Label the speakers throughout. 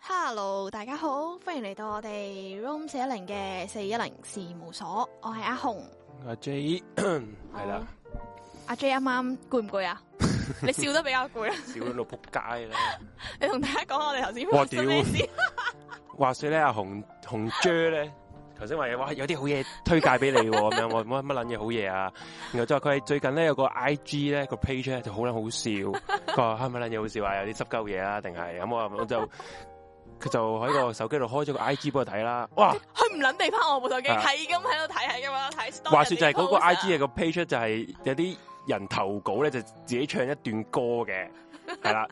Speaker 1: Hello，大家好，歡迎嚟到我哋 Room 四一零嘅四一零事務所，我係阿紅，
Speaker 2: 阿 J
Speaker 1: 啊
Speaker 2: 係啦，
Speaker 1: 阿 J 啱啱攰唔攰 啊？你笑得比較攰啊！
Speaker 2: 笑到仆街啦！
Speaker 1: 你同大家講我哋頭先
Speaker 2: 哇
Speaker 1: 發生咩事？
Speaker 2: 話說咧，阿紅紅 J 咧，頭先話哇有啲好嘢推介俾你喎，咁樣我乜乜撚嘢好嘢啊？然後就話佢係最近咧有個 I G 咧個 page 咧就好撚好笑，佢話係咪撚嘢好笑啊？有啲濕鳩嘢啊，定係咁我我就佢就喺個手機度開咗個 I G 俾我睇啦，哇！
Speaker 1: 佢唔撚俾翻我部手機，
Speaker 2: 啊
Speaker 1: 係咁喺度睇，係咁喺度睇 story 人哋 post 啊。
Speaker 2: 話說就係嗰個 I G 嘅個 page 就係有啲人投稿咧就自己唱一段歌嘅，係啦。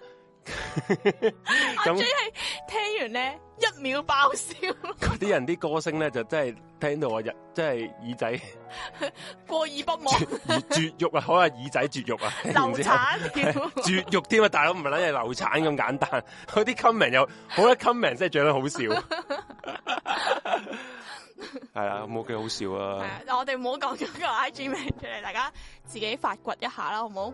Speaker 1: 阿 J 係聽完咧一秒爆笑，
Speaker 2: 嗰啲人啲歌聲咧就真係聽到我日真係耳仔
Speaker 1: 過意不忘，
Speaker 2: 絕耳絕肉啊，可能耳仔絕肉啊，然
Speaker 1: 流
Speaker 2: 之後
Speaker 1: 產 屌。
Speaker 2: 絕肉添啊！大佬唔係撚係流產咁簡單，嗰啲 comment 又好多 comment 真係最得好笑，係 啊，冇幾好笑
Speaker 1: 係
Speaker 2: 啊
Speaker 1: 啊！，我哋唔好講咗個 I G 名出嚟，大家自己發掘一下啦，好唔好？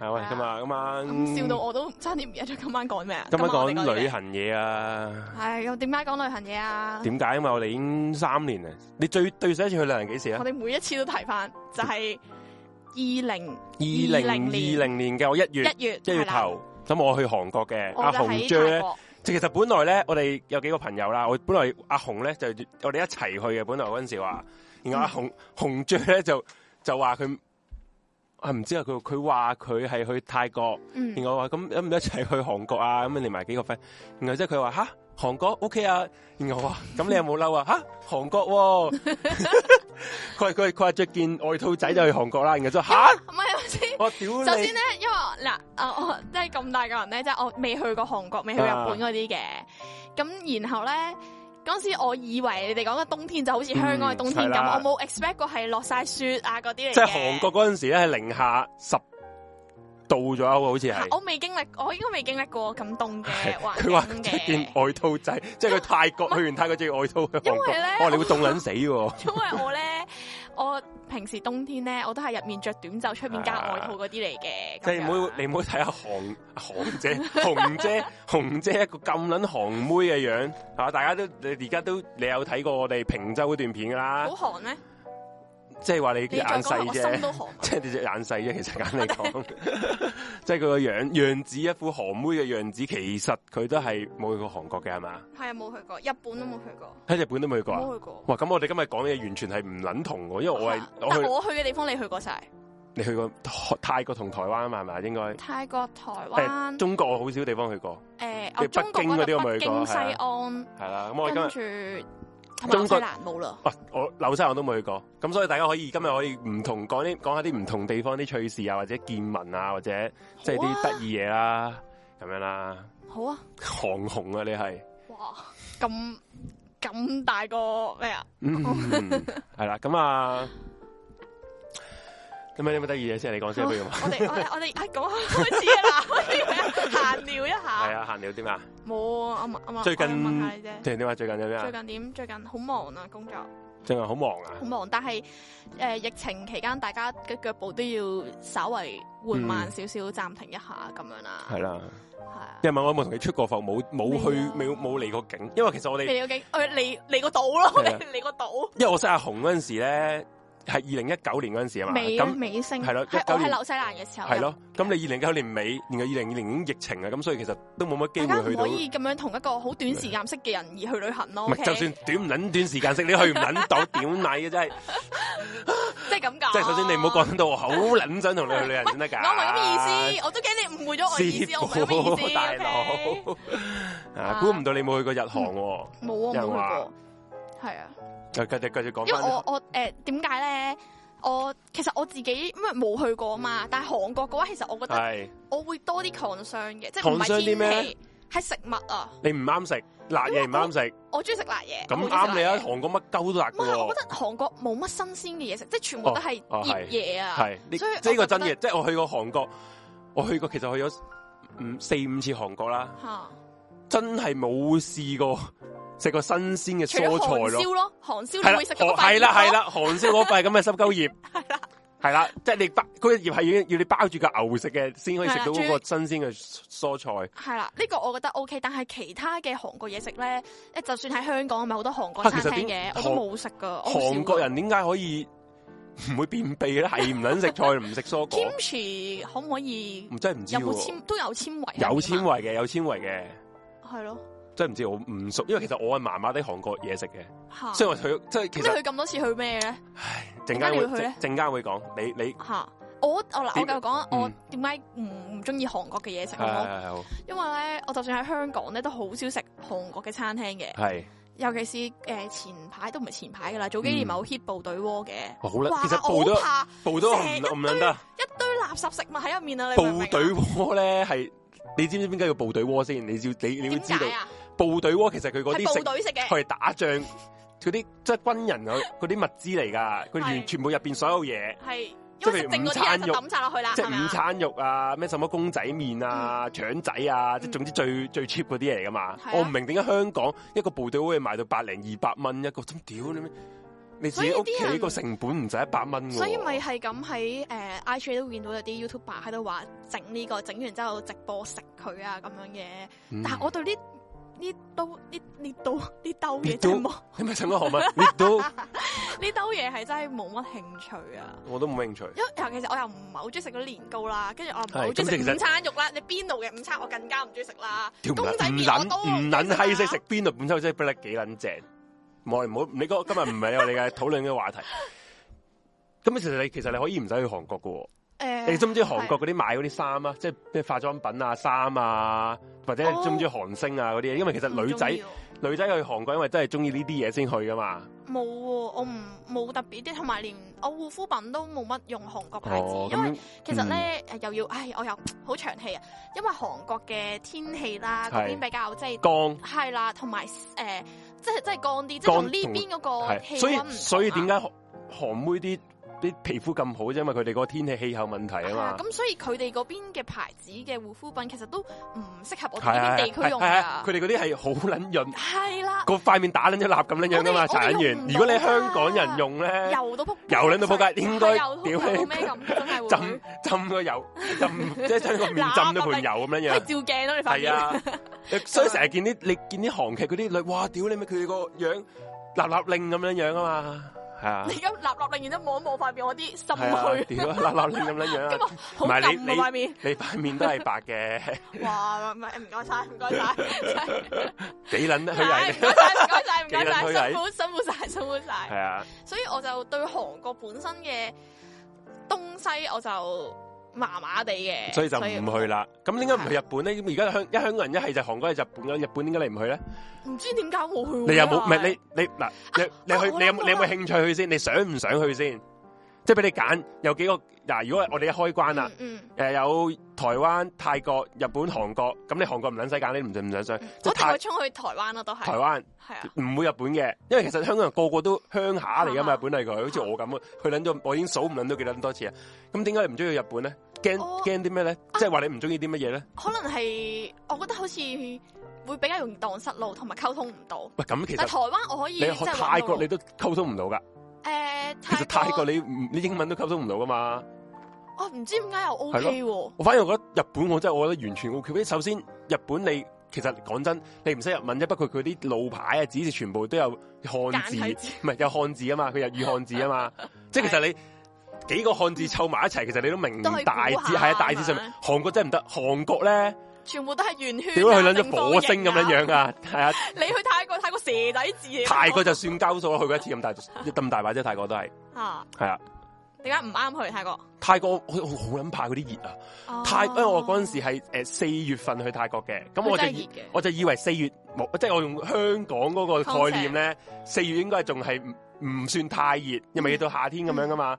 Speaker 2: 係啊喂，今晚今晚
Speaker 1: 啊咁笑到我都差啲唔記得咗今晚講咩啊！
Speaker 2: 嗯今晚
Speaker 1: 我哋啲
Speaker 2: 講
Speaker 1: 咩
Speaker 2: 旅行嘢啊，
Speaker 1: 系咁點解講旅行嘢啊？
Speaker 2: 點解？因為我哋已經三年啦，啊你最對上一次去旅行幾時啊
Speaker 1: 我？哋每一次都提翻，就係二零
Speaker 2: 二零
Speaker 1: 2020
Speaker 2: 二零年嘅我一月
Speaker 1: 一月
Speaker 2: 一月，
Speaker 1: 係啦
Speaker 2: 頭，咁我去韓國嘅，
Speaker 1: 我
Speaker 2: 阿
Speaker 1: 就
Speaker 2: 紅
Speaker 1: 喺
Speaker 2: 姐
Speaker 1: 泰
Speaker 2: 咧。
Speaker 1: 國，
Speaker 2: 其實本來咧，我哋有幾個朋友啦，我本來阿紅咧就我哋一齊去嘅，本來嗰陣時話，然後阿紅紅姐咧就就話佢啊唔知啊，佢佢話佢係去泰國，
Speaker 1: 嗯，
Speaker 2: 然後我話咁一唔一齊去韓國啊，咁連埋幾個 friend，然後即係佢話吓韓國 OK 啊，然後我話咁你有冇嬲啊？吓韓國 喎、佢佢佢話着件外套仔就去韓國啦，然後就吓
Speaker 1: 唔係咪先？
Speaker 2: 我屌
Speaker 1: 首先
Speaker 2: 你
Speaker 1: 咧，因為嗱，啊我即係咁大個人咧，即係我未去過韓國，未去日本嗰啲嘅。咁然後咧，嗰陣時我以為你哋講嘅冬天就好似香港嘅冬天
Speaker 2: 嗯係
Speaker 1: 咁，
Speaker 2: 啦
Speaker 1: 我冇 expect 過係落晒雪啊嗰啲嚟嘅。
Speaker 2: 即係韓國嗰陣時咧係零下十度左右喎，好似係。
Speaker 1: 我未經歷，我應該未經歷過咁凍嘅環
Speaker 2: 佢話
Speaker 1: 境
Speaker 2: 着
Speaker 1: 嘅。
Speaker 2: 件外套仔，即係佢泰國去完泰國着件外套去韓
Speaker 1: 因為咧
Speaker 2: 國，哇！你會凍撚 死喎，
Speaker 1: 因為我咧，我平時冬天咧，我都係入面着短袖，出面加外套嗰啲嚟嘅。
Speaker 2: 啊即係你唔好你唔好睇下韓韓姐、紅 姐、紅姐一個咁撚韓妹嘅樣啊！大家都你而家都你有睇過我哋平洲嗰段片㗎啦，
Speaker 1: 好寒咩？
Speaker 2: 即係話你
Speaker 1: 你再
Speaker 2: 啊眼
Speaker 1: 講
Speaker 2: 細
Speaker 1: 我心
Speaker 2: 啫，
Speaker 1: 都寒。
Speaker 2: 即係你隻眼細啫。其實簡單嚟講，即係佢個樣樣子一副韓妹嘅樣子，其實佢都係冇去過韓國嘅係嘛？
Speaker 1: 係啊，冇去過，日本都冇去過，
Speaker 2: 喺日本都冇去過啊！
Speaker 1: 冇去過。
Speaker 2: 哇！咁我哋今日講嘅嘢完全係唔撚同喎，因為 我係我去
Speaker 1: 但。我去嘅地方你去過晒，
Speaker 2: 你去過泰泰國同台灣嘛？係咪應該？
Speaker 1: 泰國、台
Speaker 2: 誒，
Speaker 1: 灣，
Speaker 2: 中國我好少地方去過，
Speaker 1: 誒，
Speaker 2: 即
Speaker 1: 我
Speaker 2: 係
Speaker 1: 中國
Speaker 2: 北京嗰啲
Speaker 1: 嗰度
Speaker 2: 我咪
Speaker 1: 北
Speaker 2: 去過
Speaker 1: 京、西安，
Speaker 2: 係啦。咁我今
Speaker 1: 跟
Speaker 2: 日
Speaker 1: 住同埋
Speaker 2: 中
Speaker 1: 紐西
Speaker 2: 國
Speaker 1: 蘭冇啦。
Speaker 2: 喂、我紐西蘭都冇去過，咁所以大家可以今日可以唔同講啲講下啲唔同地方啲趣事啊，或者見聞啊，或者即係啲
Speaker 1: 好啊
Speaker 2: 得意嘢啦，咁樣啦。
Speaker 1: 好啊，
Speaker 2: 韓紅啊，你係，
Speaker 1: 哦哇，咁咁大個咩啊？
Speaker 2: 嗯，係啦。咁啊，咁樣有冇得意嘢先？你講先，不如
Speaker 1: 我哋我哋我哋係講開始啦， 開始閒聊一下
Speaker 2: 係。啊，閒聊啲咩啊？
Speaker 1: 冇啊，啱啱
Speaker 2: 最近
Speaker 1: 問下你啫。
Speaker 2: 即係點啊？最近有咩
Speaker 1: 最
Speaker 2: 啊？
Speaker 1: 近點？最近好忙啊，工作
Speaker 2: 最近好忙啊
Speaker 1: 好。忙，但係誒、呃疫情期間，大家嘅腳步都要稍為緩慢少少，暫停一下咁樣啦。
Speaker 2: 係啦，
Speaker 1: 係啊
Speaker 2: 因為我有冇同你出過埠，冇冇
Speaker 1: 未
Speaker 2: 去
Speaker 1: 啊
Speaker 2: 冇冇離過境，因為其實我哋
Speaker 1: 未有幾？我哋嚟嚟個島咯，我
Speaker 2: 係啊
Speaker 1: 哋嚟個島。
Speaker 2: 因為我識阿紅嗰阵时咧，係二零一九年嗰阵时啊嘛，
Speaker 1: 尾啊
Speaker 2: 咁
Speaker 1: 尾聲
Speaker 2: 係咯
Speaker 1: 係
Speaker 2: 19
Speaker 1: 我喺
Speaker 2: 年
Speaker 1: 紐西蘭嘅時候。
Speaker 2: 係咯，咁你二零一九年尾，然後二零二零年疫情啊，咁所以其實都冇乜機
Speaker 1: 大家
Speaker 2: 會
Speaker 1: 唔
Speaker 2: 去到，
Speaker 1: 可
Speaker 2: 唔
Speaker 1: 以咁樣同一個好短時間識嘅人而去旅行咯。
Speaker 2: 係
Speaker 1: OK？
Speaker 2: 就算短唔捻短時間識，你去唔捻到屌你嘅真係，
Speaker 1: 即係咁講。
Speaker 2: 即係首先你唔好講到我好捻想同你去旅行 先得㗎，啊
Speaker 1: 我唔係咁意思，我都驚你誤會咗我意思， 我唔係咁意
Speaker 2: 師
Speaker 1: 思。
Speaker 2: 傅大佬
Speaker 1: OK？
Speaker 2: 啊，估唔到你冇去過日韓喎，
Speaker 1: 冇啊，
Speaker 2: 有人話
Speaker 1: 冇去過。係啊。
Speaker 2: 就繼續繼續講
Speaker 1: 因為
Speaker 2: 翻
Speaker 1: 我我誒點解咧？我其實我自己因為冇去過啊
Speaker 2: 嗯
Speaker 1: 嘛，但係韓國嘅話，其實我覺得
Speaker 2: 係
Speaker 1: 我會多啲 concern 嘅，即係唔
Speaker 2: concern
Speaker 1: 係
Speaker 2: 啲咩
Speaker 1: 天氣，係食物啊。
Speaker 2: 你唔啱食辣嘢唔啱食，
Speaker 1: 我中意食辣嘢，
Speaker 2: 咁
Speaker 1: 我好
Speaker 2: 啱
Speaker 1: 中意
Speaker 2: 你
Speaker 1: 食
Speaker 2: 啊！哦
Speaker 1: 辣嘢。
Speaker 2: 韓國乜鳩都辣
Speaker 1: 唔係，我
Speaker 2: 㗎喎
Speaker 1: 覺。得韓國冇乜新鮮嘅嘢食，即係全部都係
Speaker 2: 哦哦
Speaker 1: 熱嘢啊。
Speaker 2: 系呢
Speaker 1: 所以我
Speaker 2: 呢個真
Speaker 1: 覺
Speaker 2: 嘅，即係我去過韓國，我去過其實去咗五四五次韓國啦，
Speaker 1: 嚇，
Speaker 2: 真係冇試過食過新鮮嘅
Speaker 1: 除咗
Speaker 2: 蔬菜
Speaker 1: 韓
Speaker 2: 咯，
Speaker 1: 燒咯，韓燒你
Speaker 2: 係啦，
Speaker 1: 會食到
Speaker 2: 韓係啦
Speaker 1: 啦，
Speaker 2: 係 啦，韓燒嗰塊咁嘅濕鳩葉，系啦，即系你包嗰個葉係要要你包住個牛食嘅，先可以食到嗰
Speaker 1: 係啦
Speaker 2: 個新鮮嘅蔬菜。
Speaker 1: 系啦，呢、個我覺得 O K，但係其他嘅韓國嘢食咧，誒就算喺香港咪好多韓國
Speaker 2: 啊
Speaker 1: 餐
Speaker 2: 其實
Speaker 1: 廳嘅
Speaker 2: 點，
Speaker 1: 我都冇食噶。我好少㗎
Speaker 2: 韓國人點解可以唔會便秘咧？係唔撚食菜，唔食蔬果，
Speaker 1: kimchi 可唔可以
Speaker 2: 唔真係唔知
Speaker 1: 有冇
Speaker 2: 喎。
Speaker 1: 纖都有啊纖維喺
Speaker 2: 有
Speaker 1: 入
Speaker 2: 纖
Speaker 1: 面嘛，
Speaker 2: 維嘅，有纖維嘅，
Speaker 1: 係咯
Speaker 2: 真係唔知我唔熟，因為其實我係麻麻啲韓國嘢食嘅，
Speaker 1: 吓。
Speaker 2: 所以我佢即係
Speaker 1: 咁
Speaker 2: 其
Speaker 1: 你
Speaker 2: 實
Speaker 1: 去咁多次去咩咧？
Speaker 2: 陣間
Speaker 1: 啊點解你
Speaker 2: 會
Speaker 1: 要去咧
Speaker 2: 陣間會講，你你
Speaker 1: 吓，我我嗱，我
Speaker 2: 點
Speaker 1: 就講啊我
Speaker 2: 嗯
Speaker 1: 點解唔唔中意韓國嘅嘢食好
Speaker 2: 係
Speaker 1: 冇？
Speaker 2: 係係好
Speaker 1: 因為咧，我就算喺香港咧，都好少食韓國嘅餐廳嘅，
Speaker 2: 係
Speaker 1: 尤其是诶、誒前排都唔係前排噶啦，早幾年咪
Speaker 2: 嗯
Speaker 1: 好 hit 部隊鍋嘅。
Speaker 2: 哇好啦
Speaker 1: 哇！，
Speaker 2: 其實
Speaker 1: 我
Speaker 2: 部
Speaker 1: 好
Speaker 2: 都
Speaker 1: 怕
Speaker 2: 部都唔
Speaker 1: 成一堆
Speaker 2: 唔撚得，
Speaker 1: 一堆垃圾食物喺入面啊！你明唔
Speaker 2: 部
Speaker 1: 明啊
Speaker 2: 隊鍋咧係你知唔知點解叫部隊鍋先？你要你你要
Speaker 1: 點
Speaker 2: 知道
Speaker 1: 解。啊？
Speaker 2: 部隊鍋其實佢嗰
Speaker 1: 係
Speaker 2: 啲食
Speaker 1: 部隊食嘅，
Speaker 2: 佢係打仗嗰啲，即係軍人嗰嗰啲物資嚟㗎，佢
Speaker 1: 係
Speaker 2: 完全部入邊所有嘢，
Speaker 1: 係因
Speaker 2: 即係譬
Speaker 1: 為
Speaker 2: 如
Speaker 1: 食剩嗰
Speaker 2: 午
Speaker 1: 啲
Speaker 2: 餐
Speaker 1: 人就
Speaker 2: 肉
Speaker 1: 抌晒落去啦，
Speaker 2: 即
Speaker 1: 係咪
Speaker 2: 係午
Speaker 1: 啊？
Speaker 2: 餐肉啊，咩什麼公仔麵啊、腸仔啊，即係
Speaker 1: 嗯
Speaker 2: 總之最最 cheap 嗰啲嚟㗎嘛
Speaker 1: 係啊。
Speaker 2: 我唔明點解香港一個部隊鍋可以賣到百零二百蚊一個，咁屌你咩？你自己
Speaker 1: 所以
Speaker 2: 屋
Speaker 1: 啲人
Speaker 2: 企個成本唔使一百蚊喎，
Speaker 1: 所以咪係咁喺誒 IG 都見到有啲 YouTuber 喺度話整呢個，整完之後直播食佢啊咁樣嘅。
Speaker 2: 嗯
Speaker 1: 但係我對呢呢兜呢呢兜呢兜
Speaker 2: 呢
Speaker 1: 嘢
Speaker 2: 兜
Speaker 1: 真係冇，
Speaker 2: 你咪想 講學乜？你都
Speaker 1: 呢兜嘢係真係冇乜興趣啊！
Speaker 2: 我都冇興趣。
Speaker 1: 因為尤其是我又唔係好中意食嗰啲年糕啦，跟住我又唔係
Speaker 2: 係
Speaker 1: 好中意
Speaker 2: 咁其
Speaker 1: 食
Speaker 2: 實
Speaker 1: 午餐肉啦，你邊度嘅午餐我更加唔中意食啦。
Speaker 2: 條唔
Speaker 1: 公仔
Speaker 2: 撚唔
Speaker 1: 麵我都
Speaker 2: 撚唔撚閪識食邊度本身真係不得幾撚正。冇唔好，你嗰今日唔係我哋嘅討論嘅話題。咁其實你其實你可以唔使去韓國嘅喎，
Speaker 1: 誒，
Speaker 2: 你知唔知韓國嗰啲買嗰啲衫啊，即係咩化妝品啊、衫啊，或者
Speaker 1: 哦
Speaker 2: 你知唔知韓星啊嗰啲嘢？因為其實女
Speaker 1: 唔
Speaker 2: 仔
Speaker 1: 中意喎
Speaker 2: 女仔去韓國，因為真係中意呢啲嘢先去噶嘛。
Speaker 1: 冇喎，我唔冇特別啲，同埋連我護膚品都冇乜用韓國牌子，
Speaker 2: 哦，
Speaker 1: 因為
Speaker 2: 咁
Speaker 1: 其實咧、誒又要，唉，我又好長氣啊，因為韓國嘅天氣啦，嗰
Speaker 2: 係
Speaker 1: 邊比較即係
Speaker 2: 光
Speaker 1: 係啦，同埋誒即係即係乾啲，即係
Speaker 2: 乾
Speaker 1: 同呢邊嗰個氣
Speaker 2: 係，
Speaker 1: 温
Speaker 2: 所以
Speaker 1: 唔同啊
Speaker 2: 所以點解韓韓妹啲啲皮膚咁好，因為佢哋嗰個天氣氣候問題
Speaker 1: 係
Speaker 2: 啊嘛
Speaker 1: 啊。咁所以佢哋嗰邊嘅牌子嘅護膚品其實都唔適合我哋
Speaker 2: 係
Speaker 1: 呢
Speaker 2: 啊
Speaker 1: 邊地區用
Speaker 2: 係啊
Speaker 1: 㗎
Speaker 2: 佢，哋嗰啲係好撚潤，
Speaker 1: 係啦，
Speaker 2: 個塊面打撚咗蠟咁撚樣噶嘛，
Speaker 1: 我哋
Speaker 2: 搽撚
Speaker 1: 我哋用唔到
Speaker 2: 完。如果你香港人用咧，
Speaker 1: 油啊到撲
Speaker 2: 油撚到仆街應該
Speaker 1: 油到
Speaker 2: 屌
Speaker 1: 油到
Speaker 2: 你
Speaker 1: 咩咁，真係會
Speaker 2: 浸浸個油，浸即係將個面浸
Speaker 1: 啊
Speaker 2: 到盆油咁樣
Speaker 1: 係
Speaker 2: 樣。
Speaker 1: 照鏡咯，你發
Speaker 2: 係
Speaker 1: 現
Speaker 2: 啊，所以成日見啲你見啲韓劇嗰啲女，哇！屌你咪佢個樣立立令咁樣樣啊嘛，係啊
Speaker 1: 你，咁立立令，然之後望一望塊面，我啲心
Speaker 2: 係啊，
Speaker 1: 虛。
Speaker 2: 屌立立令咁樣樣啊，
Speaker 1: 好
Speaker 2: 唔係你
Speaker 1: 撳
Speaker 2: 你
Speaker 1: 啊塊面，
Speaker 2: 你塊面都係白嘅，
Speaker 1: 哇！唔係唔該晒，唔該晒，
Speaker 2: 幾 撚得
Speaker 1: 唔
Speaker 2: 佢
Speaker 1: 該晒，
Speaker 2: 係
Speaker 1: 唔該晒，唔
Speaker 2: 幾撚虛
Speaker 1: 該晒，
Speaker 2: 偽
Speaker 1: 辛苦辛苦晒，辛苦
Speaker 2: 係
Speaker 1: 晒。
Speaker 2: 啊，
Speaker 1: 所以我就對韓國本身嘅東西我就麻麻地嘅，
Speaker 2: 所以就唔去。啦。咁點解唔去
Speaker 1: 係
Speaker 2: 日本咧？咁而家香一香港人一係就韓國，一係日本咁，日本點解你唔去咧？
Speaker 1: 唔知點解冇去喎。
Speaker 2: 你有冇？唔
Speaker 1: 因為
Speaker 2: 系你你嗱，你你去
Speaker 1: 我
Speaker 2: 你有
Speaker 1: 諗到
Speaker 2: 冇你有冇
Speaker 1: 啦
Speaker 2: 興趣去先？你想唔想去先？即係俾你揀，有幾個嗱？如果我哋一開關啦，？
Speaker 1: 嗯嗯，
Speaker 2: 诶呃有台灣、泰國、日本、韓國，咁你韓國唔撚使揀，你唔唔想去？
Speaker 1: 嗯
Speaker 2: 即
Speaker 1: 我一定
Speaker 2: 係泰
Speaker 1: 會衝去台灣咯，都係
Speaker 2: 台。灣
Speaker 1: 係啊，
Speaker 2: 唔會日本嘅，因為其實香港人個個都鄉下嚟噶嘛，
Speaker 1: 啊
Speaker 2: 日本嚟佢，好似我咁啊，去撚咗，我已經數唔撚到幾撚多次啊。咁點解你唔中意日本咧？驚
Speaker 1: 我
Speaker 2: 驚啲咩咧？
Speaker 1: 啊
Speaker 2: 即係話你唔中意啲乜嘢咧？
Speaker 1: 可能係我覺得好似會比較容易蕩失路，同埋溝通唔到。
Speaker 2: 喂，咁其
Speaker 1: 但
Speaker 2: 實
Speaker 1: 台灣我可以
Speaker 2: 你
Speaker 1: 即
Speaker 2: 去
Speaker 1: 係
Speaker 2: 泰國
Speaker 1: 國
Speaker 2: 你都溝通唔到噶，
Speaker 1: 誒
Speaker 2: 其實泰
Speaker 1: 國
Speaker 2: 國你唔你英文都溝通唔到噶嘛。
Speaker 1: 我唔知點解又 O K 喎，
Speaker 2: 我反而覺得日本我真係我覺得完全 O K。因為首先日本你其實講真，你唔識日文啫，不過佢啲路牌啊、指示全部都有漢字，
Speaker 1: 簡體字
Speaker 2: 唔係有漢字啊嘛，佢有語漢字 啊嘛。即係其實你幾個漢字湊埋一齊，其實你都明
Speaker 1: 都係估
Speaker 2: 大致
Speaker 1: 下
Speaker 2: 係啊大致上
Speaker 1: 係
Speaker 2: 面
Speaker 1: 咪。
Speaker 2: 韓國真係唔得，韓國咧
Speaker 1: 全部都係圓圈啊。
Speaker 2: 屌佢撚
Speaker 1: 正
Speaker 2: 咗
Speaker 1: 方
Speaker 2: 火星
Speaker 1: 形
Speaker 2: 咁
Speaker 1: 啊
Speaker 2: 樣樣啊，係啊！
Speaker 1: 你去泰國泰國蛇仔字嚟㗎
Speaker 2: 泰國就算交數啦，去過一次咁大咁大把啫，泰國都係
Speaker 1: 啊？
Speaker 2: 係啊。
Speaker 1: 點解唔啱去泰國？
Speaker 2: 泰國我我好撚怕嗰啲熱啊！
Speaker 1: 哦
Speaker 2: 泰，因為我嗰陣時係誒呃四月份去泰國嘅，咁我就
Speaker 1: 真係
Speaker 2: 以
Speaker 1: 熱嘅
Speaker 2: 我就以為四月冇，即係我用香港嗰個概念咧，
Speaker 1: 嗯
Speaker 2: 四月應該仲係唔唔算太熱，因為要到夏天咁樣噶嘛，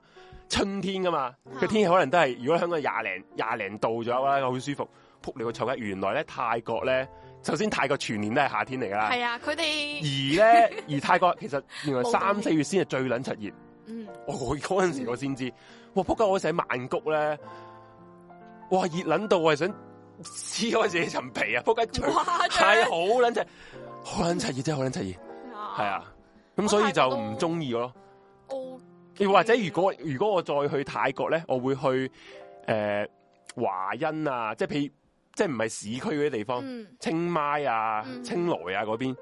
Speaker 2: 春天噶嘛，個
Speaker 1: 嗯
Speaker 2: 天氣可能都係如果香港廿零廿零度左右啦，好舒服。撲你個臭街！原來咧泰國咧，首先泰國全年都係夏天嚟噶啦，
Speaker 1: 係啊，佢哋
Speaker 2: 而咧而泰國其實原來
Speaker 1: 冇冬
Speaker 2: 三
Speaker 1: 天
Speaker 2: 四月先係最撚柒熱。
Speaker 1: 嗯
Speaker 2: 我我嗰阵时我先知，哇！仆街，我喺曼谷咧，哇！熱撚到我係想撕開自己層皮啊！仆街，除
Speaker 1: 誇張
Speaker 2: 係好撚柒，好撚柒熱真係好撚柒熱，
Speaker 1: 係
Speaker 2: 係，啊！咁所以就唔中意咯。
Speaker 1: O
Speaker 2: 又或者如果如果我再去泰國咧，我會去诶華欣啊，即係譬如即係唔係市區嗰啲地方，
Speaker 1: 嗯
Speaker 2: 清邁啊、
Speaker 1: 嗯
Speaker 2: 清萊啊嗰邊，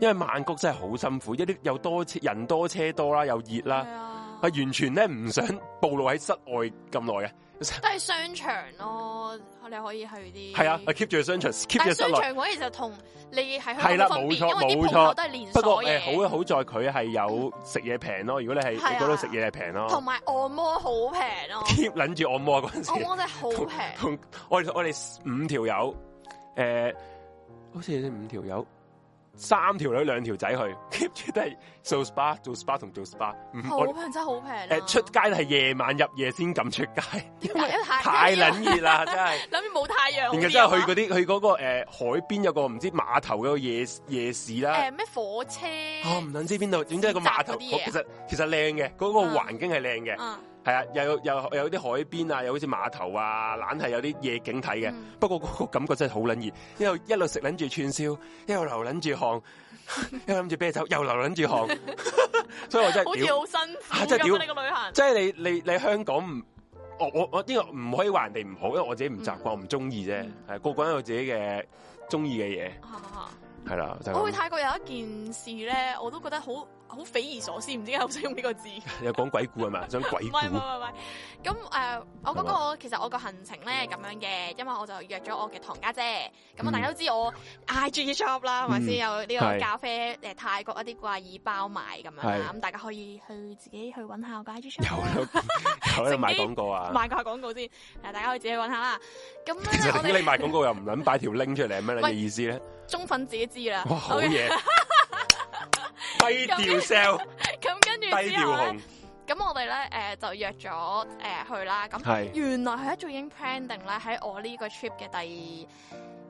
Speaker 2: 因為曼谷真係好辛苦，一啲又多車人多車多啦，又熱啦，
Speaker 1: 係啊
Speaker 2: 係完全咧唔想暴露喺室外咁耐嘅，
Speaker 1: 都係商場咯，你可以去啲
Speaker 2: 係啊，keep 住商場，keep
Speaker 1: 但
Speaker 2: 住
Speaker 1: 係
Speaker 2: 室
Speaker 1: 商
Speaker 2: 內。
Speaker 1: 場嗰啲其實同你喺
Speaker 2: 係
Speaker 1: 香
Speaker 2: 啦
Speaker 1: 港分別，
Speaker 2: 冇錯
Speaker 1: 因為啲
Speaker 2: 冇
Speaker 1: 鋪
Speaker 2: 錯
Speaker 1: 頭都係連
Speaker 2: 不過
Speaker 1: 鎖
Speaker 2: 誒、
Speaker 1: 嘢。
Speaker 2: 好啊好在佢係有食嘢平咯。如果你係
Speaker 1: 係啊
Speaker 2: 嗰度食嘢係平
Speaker 1: 同
Speaker 2: 咯
Speaker 1: 埋按摩好平 咯，
Speaker 2: ，keep 撚住按摩嗰陣
Speaker 1: 按
Speaker 2: 時，
Speaker 1: 摩真係好 平，
Speaker 2: 同我哋我哋五條友，誒、好似五條友，三條女兩條仔去，keep 住都係做 spa 做 spa 同做 spa，唔
Speaker 1: 好
Speaker 2: 我
Speaker 1: 平真係好平啊。
Speaker 2: 誒、出街係夜晚入夜先敢出街，
Speaker 1: 點解因為太
Speaker 2: 太
Speaker 1: 因為
Speaker 2: 撚熱啦，真係。
Speaker 1: 諗住冇太陽好啲啊嘛。
Speaker 2: 然後之後去嗰啲去嗰、個、誒海邊有個唔知碼頭嗰個夜夜市啦。
Speaker 1: 啊誒咩火車
Speaker 2: 啊，唔撚知邊度，總之係個碼頭，
Speaker 1: 嗰啲嘢啊
Speaker 2: 其實其實靚嘅，嗰、個
Speaker 1: 嗯
Speaker 2: 環境係靚嘅，
Speaker 1: 啊
Speaker 2: 係啊，又有又有啲海邊啊，又好似碼頭啊，懶係有啲夜景睇嘅。
Speaker 1: 嗯
Speaker 2: 不過嗰個感覺真係好撚熱，一路一路食撚住串燒，一路流撚住汗， 一路諗住啤酒，又流撚住 汗，所以我真
Speaker 1: 好
Speaker 2: 係
Speaker 1: 似
Speaker 2: 屌，
Speaker 1: 好辛苦
Speaker 2: 啊真係
Speaker 1: 咁
Speaker 2: 屌
Speaker 1: 啊！你個旅行
Speaker 2: 即係你你你香港唔。我我我呢個唔可以話人哋唔好，因為我自己唔習慣，我唔中意啫
Speaker 1: 嗯。
Speaker 2: 係個個人有自己嘅中意嘅嘢，
Speaker 1: 啊
Speaker 2: 係啦。就係
Speaker 1: 我
Speaker 2: 咁
Speaker 1: 去泰國有一件事咧，我都覺得好好匪夷所思，唔知點解好想用呢 個字。
Speaker 2: 有講鬼故係 咪？想鬼
Speaker 1: 唔
Speaker 2: 故
Speaker 1: 係唔係唔係，咁誒、呃我嗰、
Speaker 2: 啊
Speaker 1: 個其實我個行程咧咁樣嘅，因為我就約咗我嘅堂家姐，咁啊
Speaker 2: 嗯
Speaker 1: 大家都知我 I G shop 啦，係咪先有呢
Speaker 2: 係
Speaker 1: 個咖啡誒泰國一啲掛耳包賣咁樣啦
Speaker 2: 係，
Speaker 1: 咁大家可以去自己去揾下我個 I G
Speaker 2: 有
Speaker 1: shop 啦
Speaker 2: 有有喺度賣廣告啊！
Speaker 1: 賣個下廣告先，誒大家可以自己揾下啦。咁
Speaker 2: 其
Speaker 1: 咧
Speaker 2: 實
Speaker 1: 我
Speaker 2: 你
Speaker 1: 哋
Speaker 2: 賣廣告又唔撚擺條 link 出嚟，係乜撚嘅
Speaker 1: 喂
Speaker 2: 意思咧？
Speaker 1: 中粉自己知啦。
Speaker 2: 哇，好
Speaker 1: OK，
Speaker 2: 嘢！低調 sell，
Speaker 1: 咁跟住
Speaker 2: 低
Speaker 1: 之
Speaker 2: 調
Speaker 1: 後咧
Speaker 2: 紅，，
Speaker 1: 咁我哋咧誒就約咗誒、呃去啦，咁。
Speaker 2: 係
Speaker 1: 原來佢一早已經 plan 定咧喺我呢個 trip 嘅第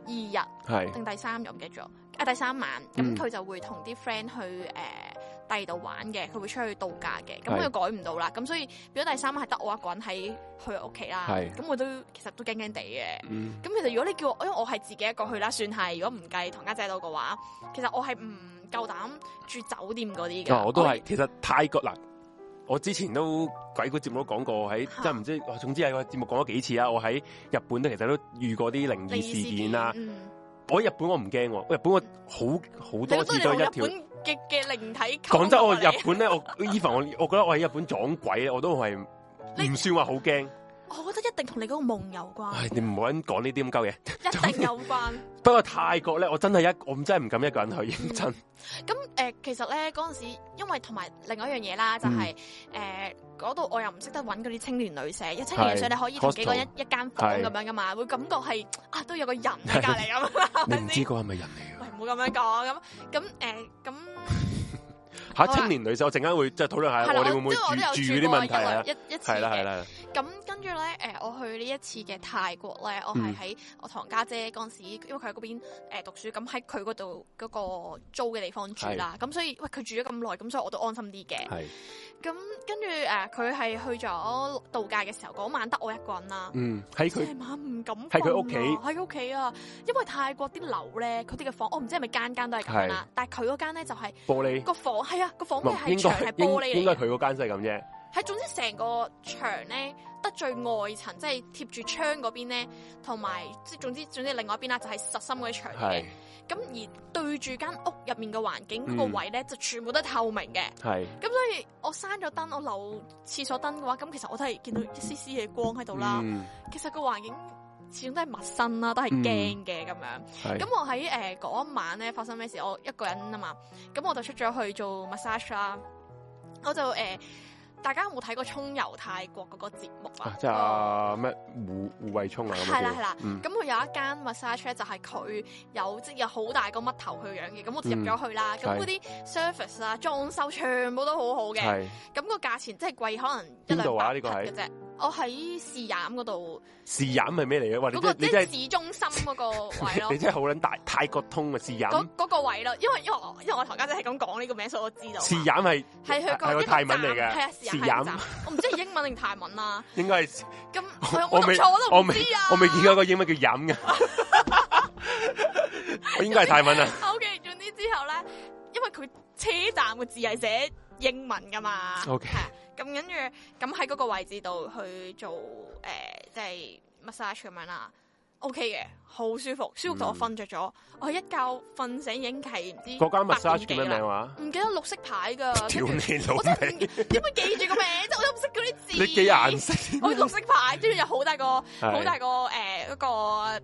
Speaker 1: 二日
Speaker 2: 係
Speaker 1: 定第三日唔記得咗，啊第三晚，咁
Speaker 2: 嗯
Speaker 1: 佢、就會同啲 friend 去誒、呃第二度玩嘅，佢會出去度假嘅，咁佢
Speaker 2: 係
Speaker 1: 改唔到啦，咁所以變咗第三晚係得我一個人喺佢屋企啦
Speaker 2: 係，
Speaker 1: 咁我都其實都驚驚地嘅。
Speaker 2: 嗯
Speaker 1: 咁其實如果你叫我，哎因為我係自己一個去啦，算係。如果唔計唐家姐度嘅話，其實我係唔夠膽住酒店嗰啲嘅。
Speaker 2: 啊，我都係。其實泰國嗱，我之前都鬼故節目都講過喺，即係唔知，我哦總之係個節目講咗幾次啦。我喺日本都其實都遇過啲靈異事件啦。
Speaker 1: 嗯
Speaker 2: 我喺日本我唔驚喎，我日本我好好
Speaker 1: 你
Speaker 2: 多次都
Speaker 1: 好
Speaker 2: 係
Speaker 1: 日
Speaker 2: 一條
Speaker 1: 本。嘅嘅靈體溝
Speaker 2: 講真，
Speaker 1: 過
Speaker 2: 我
Speaker 1: 你
Speaker 2: 日本咧，我 even 我我覺得我喺日本撞鬼咧，我都係唔算話好驚。
Speaker 1: 哦我覺得一定同你嗰個夢有 關，
Speaker 2: 唉，你唔好撚講呢啲咁鳩嘢。
Speaker 1: 一定有關。
Speaker 2: 不過泰國咧，我真係一我真係唔敢一個人去，認真
Speaker 1: 咁誒、呃其實咧嗰陣時，因為同埋另外一樣嘢啦，就係誒嗰度我又唔識得揾嗰啲青年旅社，因為青年旅社
Speaker 2: 係
Speaker 1: 你可以同幾個人一一間房
Speaker 2: 係
Speaker 1: 咁樣噶嘛，會感覺係啊都有個人喺隔離咁，
Speaker 2: 你
Speaker 1: 啊係
Speaker 2: 唔
Speaker 1: 咪
Speaker 2: 知
Speaker 1: 先？
Speaker 2: 嗰個係咪人嚟
Speaker 1: 喂，唔好咁樣講咁咁誒咁
Speaker 2: 嘅吓？
Speaker 1: 好啦
Speaker 2: 青年女仔，我陣間會即係討論
Speaker 1: 係
Speaker 2: 下
Speaker 1: 啦，
Speaker 2: 我哋
Speaker 1: 我
Speaker 2: 會唔
Speaker 1: 因
Speaker 2: 會
Speaker 1: 為我都有
Speaker 2: 住住嗰
Speaker 1: 住
Speaker 2: 啲
Speaker 1: 過
Speaker 2: 問
Speaker 1: 一
Speaker 2: 題啊
Speaker 1: 兩？一一次
Speaker 2: 係啦係
Speaker 1: 嘅。
Speaker 2: 啦，
Speaker 1: 咁跟住咧，誒、我去呢一次嘅泰國咧，我
Speaker 2: 嗯
Speaker 1: 係喺我堂家姐嗰陣時，因為佢喺嗰邊誒、讀書，咁喺佢嗰度嗰個租嘅地方住啦，咁所以喂佢住咗咁耐，咁所以我都安心啲嘅。
Speaker 2: 係
Speaker 1: 咁跟住誒，佢、係去咗度假嘅時候，嗰晚得我一個人啦。
Speaker 2: 嗯喺
Speaker 1: 夜
Speaker 2: 佢
Speaker 1: 晚唔敢瞓啊
Speaker 2: 喺佢屋企
Speaker 1: 喺佢屋企啊！因為泰國啲樓咧，佢哋嘅房，我唔知係咪間間都係咁樣啦，但係佢嗰間咧就係、
Speaker 2: 玻璃，
Speaker 1: 個房係啊，個房
Speaker 2: 唔
Speaker 1: 嘅
Speaker 2: 係
Speaker 1: 係
Speaker 2: 應
Speaker 1: 牆係
Speaker 2: 該
Speaker 1: 玻
Speaker 2: 應
Speaker 1: 璃
Speaker 2: 應
Speaker 1: 嚟
Speaker 2: 該
Speaker 1: 嘅
Speaker 2: 佢嗰間先係咁啫。
Speaker 1: 係總之成個牆咧，得最外層即係貼住窗嗰邊咧，同埋即係總之總之另外一邊啦，就係實心嗰啲牆
Speaker 2: 係
Speaker 1: 嘅。咁而對住間屋入面嘅環境嗰
Speaker 2: 嗯
Speaker 1: 個位咧，就全部都係透明嘅。
Speaker 2: 係
Speaker 1: 咁所以我閂咗燈，我留廁所燈嘅話，咁其實我都係見到一絲絲嘅光喺度啦。
Speaker 2: 嗯
Speaker 1: 其實個環境始終都係陌生啦，都係驚嘅咁樣。
Speaker 2: 係
Speaker 1: 咁我喺誒嗰一晚咧發生咩事？我一個人啊嘛，咁我就出咗去做 massage 啦。我就誒、呃大家有冇睇過《沖遊泰國》嗰個節目啊
Speaker 2: 啊？即係啊咩胡胡慧聰啊咁
Speaker 1: 係啦係啦
Speaker 2: 嗯
Speaker 1: 咁佢有一間 massage 咧，就係佢有即係有好大個乜頭去養嘅，咁我就入咗去啦。咁
Speaker 2: 嗯係
Speaker 1: 嗰啲 service 啊、裝修全部都好好嘅，
Speaker 2: 係
Speaker 1: 咁個價錢即係貴可能一
Speaker 2: 邊度
Speaker 1: 兩
Speaker 2: 啊
Speaker 1: 百
Speaker 2: 呢個係
Speaker 1: 嘅啫。我喺士飲嗰度，
Speaker 2: 是飲係咩嚟嘅？哦哇！你
Speaker 1: 嗰
Speaker 2: 真
Speaker 1: 個
Speaker 2: 係你
Speaker 1: 即
Speaker 2: 真係
Speaker 1: 係市中心嗰個位咯
Speaker 2: 你。真係好撚大泰國通啊！是
Speaker 1: 嗰
Speaker 2: 飲
Speaker 1: 嗰個位咯，因為因為我因為我堂家姐係咁講呢個名，所以我知道嘛。
Speaker 2: 是飲係
Speaker 1: 係佢
Speaker 2: 係
Speaker 1: 個
Speaker 2: 個
Speaker 1: 一個
Speaker 2: 泰文
Speaker 1: 站
Speaker 2: 嚟嘅
Speaker 1: 係啊，
Speaker 2: 是
Speaker 1: 是
Speaker 2: 飲
Speaker 1: 啊，係我唔知係英文定泰文啦。
Speaker 2: 應該係。
Speaker 1: 咁
Speaker 2: 我
Speaker 1: 我有
Speaker 2: 未
Speaker 1: 冇錯我
Speaker 2: 我
Speaker 1: 都唔
Speaker 2: 未
Speaker 1: 知啊。
Speaker 2: 我未見過一個英文叫飲嘅， 我應該係泰文啊。
Speaker 1: O K，總之之後咧，因為佢車站嘅字係寫英文噶嘛。
Speaker 2: OK
Speaker 1: 係啊咁咁跟住咁喺嗰個位置度去做诶，即係 massage 咁樣啦。OK 嘅，好舒服，舒服到我瞓着咗。我一覺瞓醒已經係唔知
Speaker 2: 嗯嗰間
Speaker 1: 八點幾
Speaker 2: massage 叫咩
Speaker 1: 啦
Speaker 2: 名話？
Speaker 1: 唔記得綠色牌噶，
Speaker 2: 屌
Speaker 1: 跟住
Speaker 2: 你老
Speaker 1: 我真係唔
Speaker 2: 味！
Speaker 1: 點會記住個名啫？我都唔識嗰啲字。
Speaker 2: 你幾顏色？
Speaker 1: 我綠色牌，跟住有好大個好
Speaker 2: 係
Speaker 1: 大個誒嗰個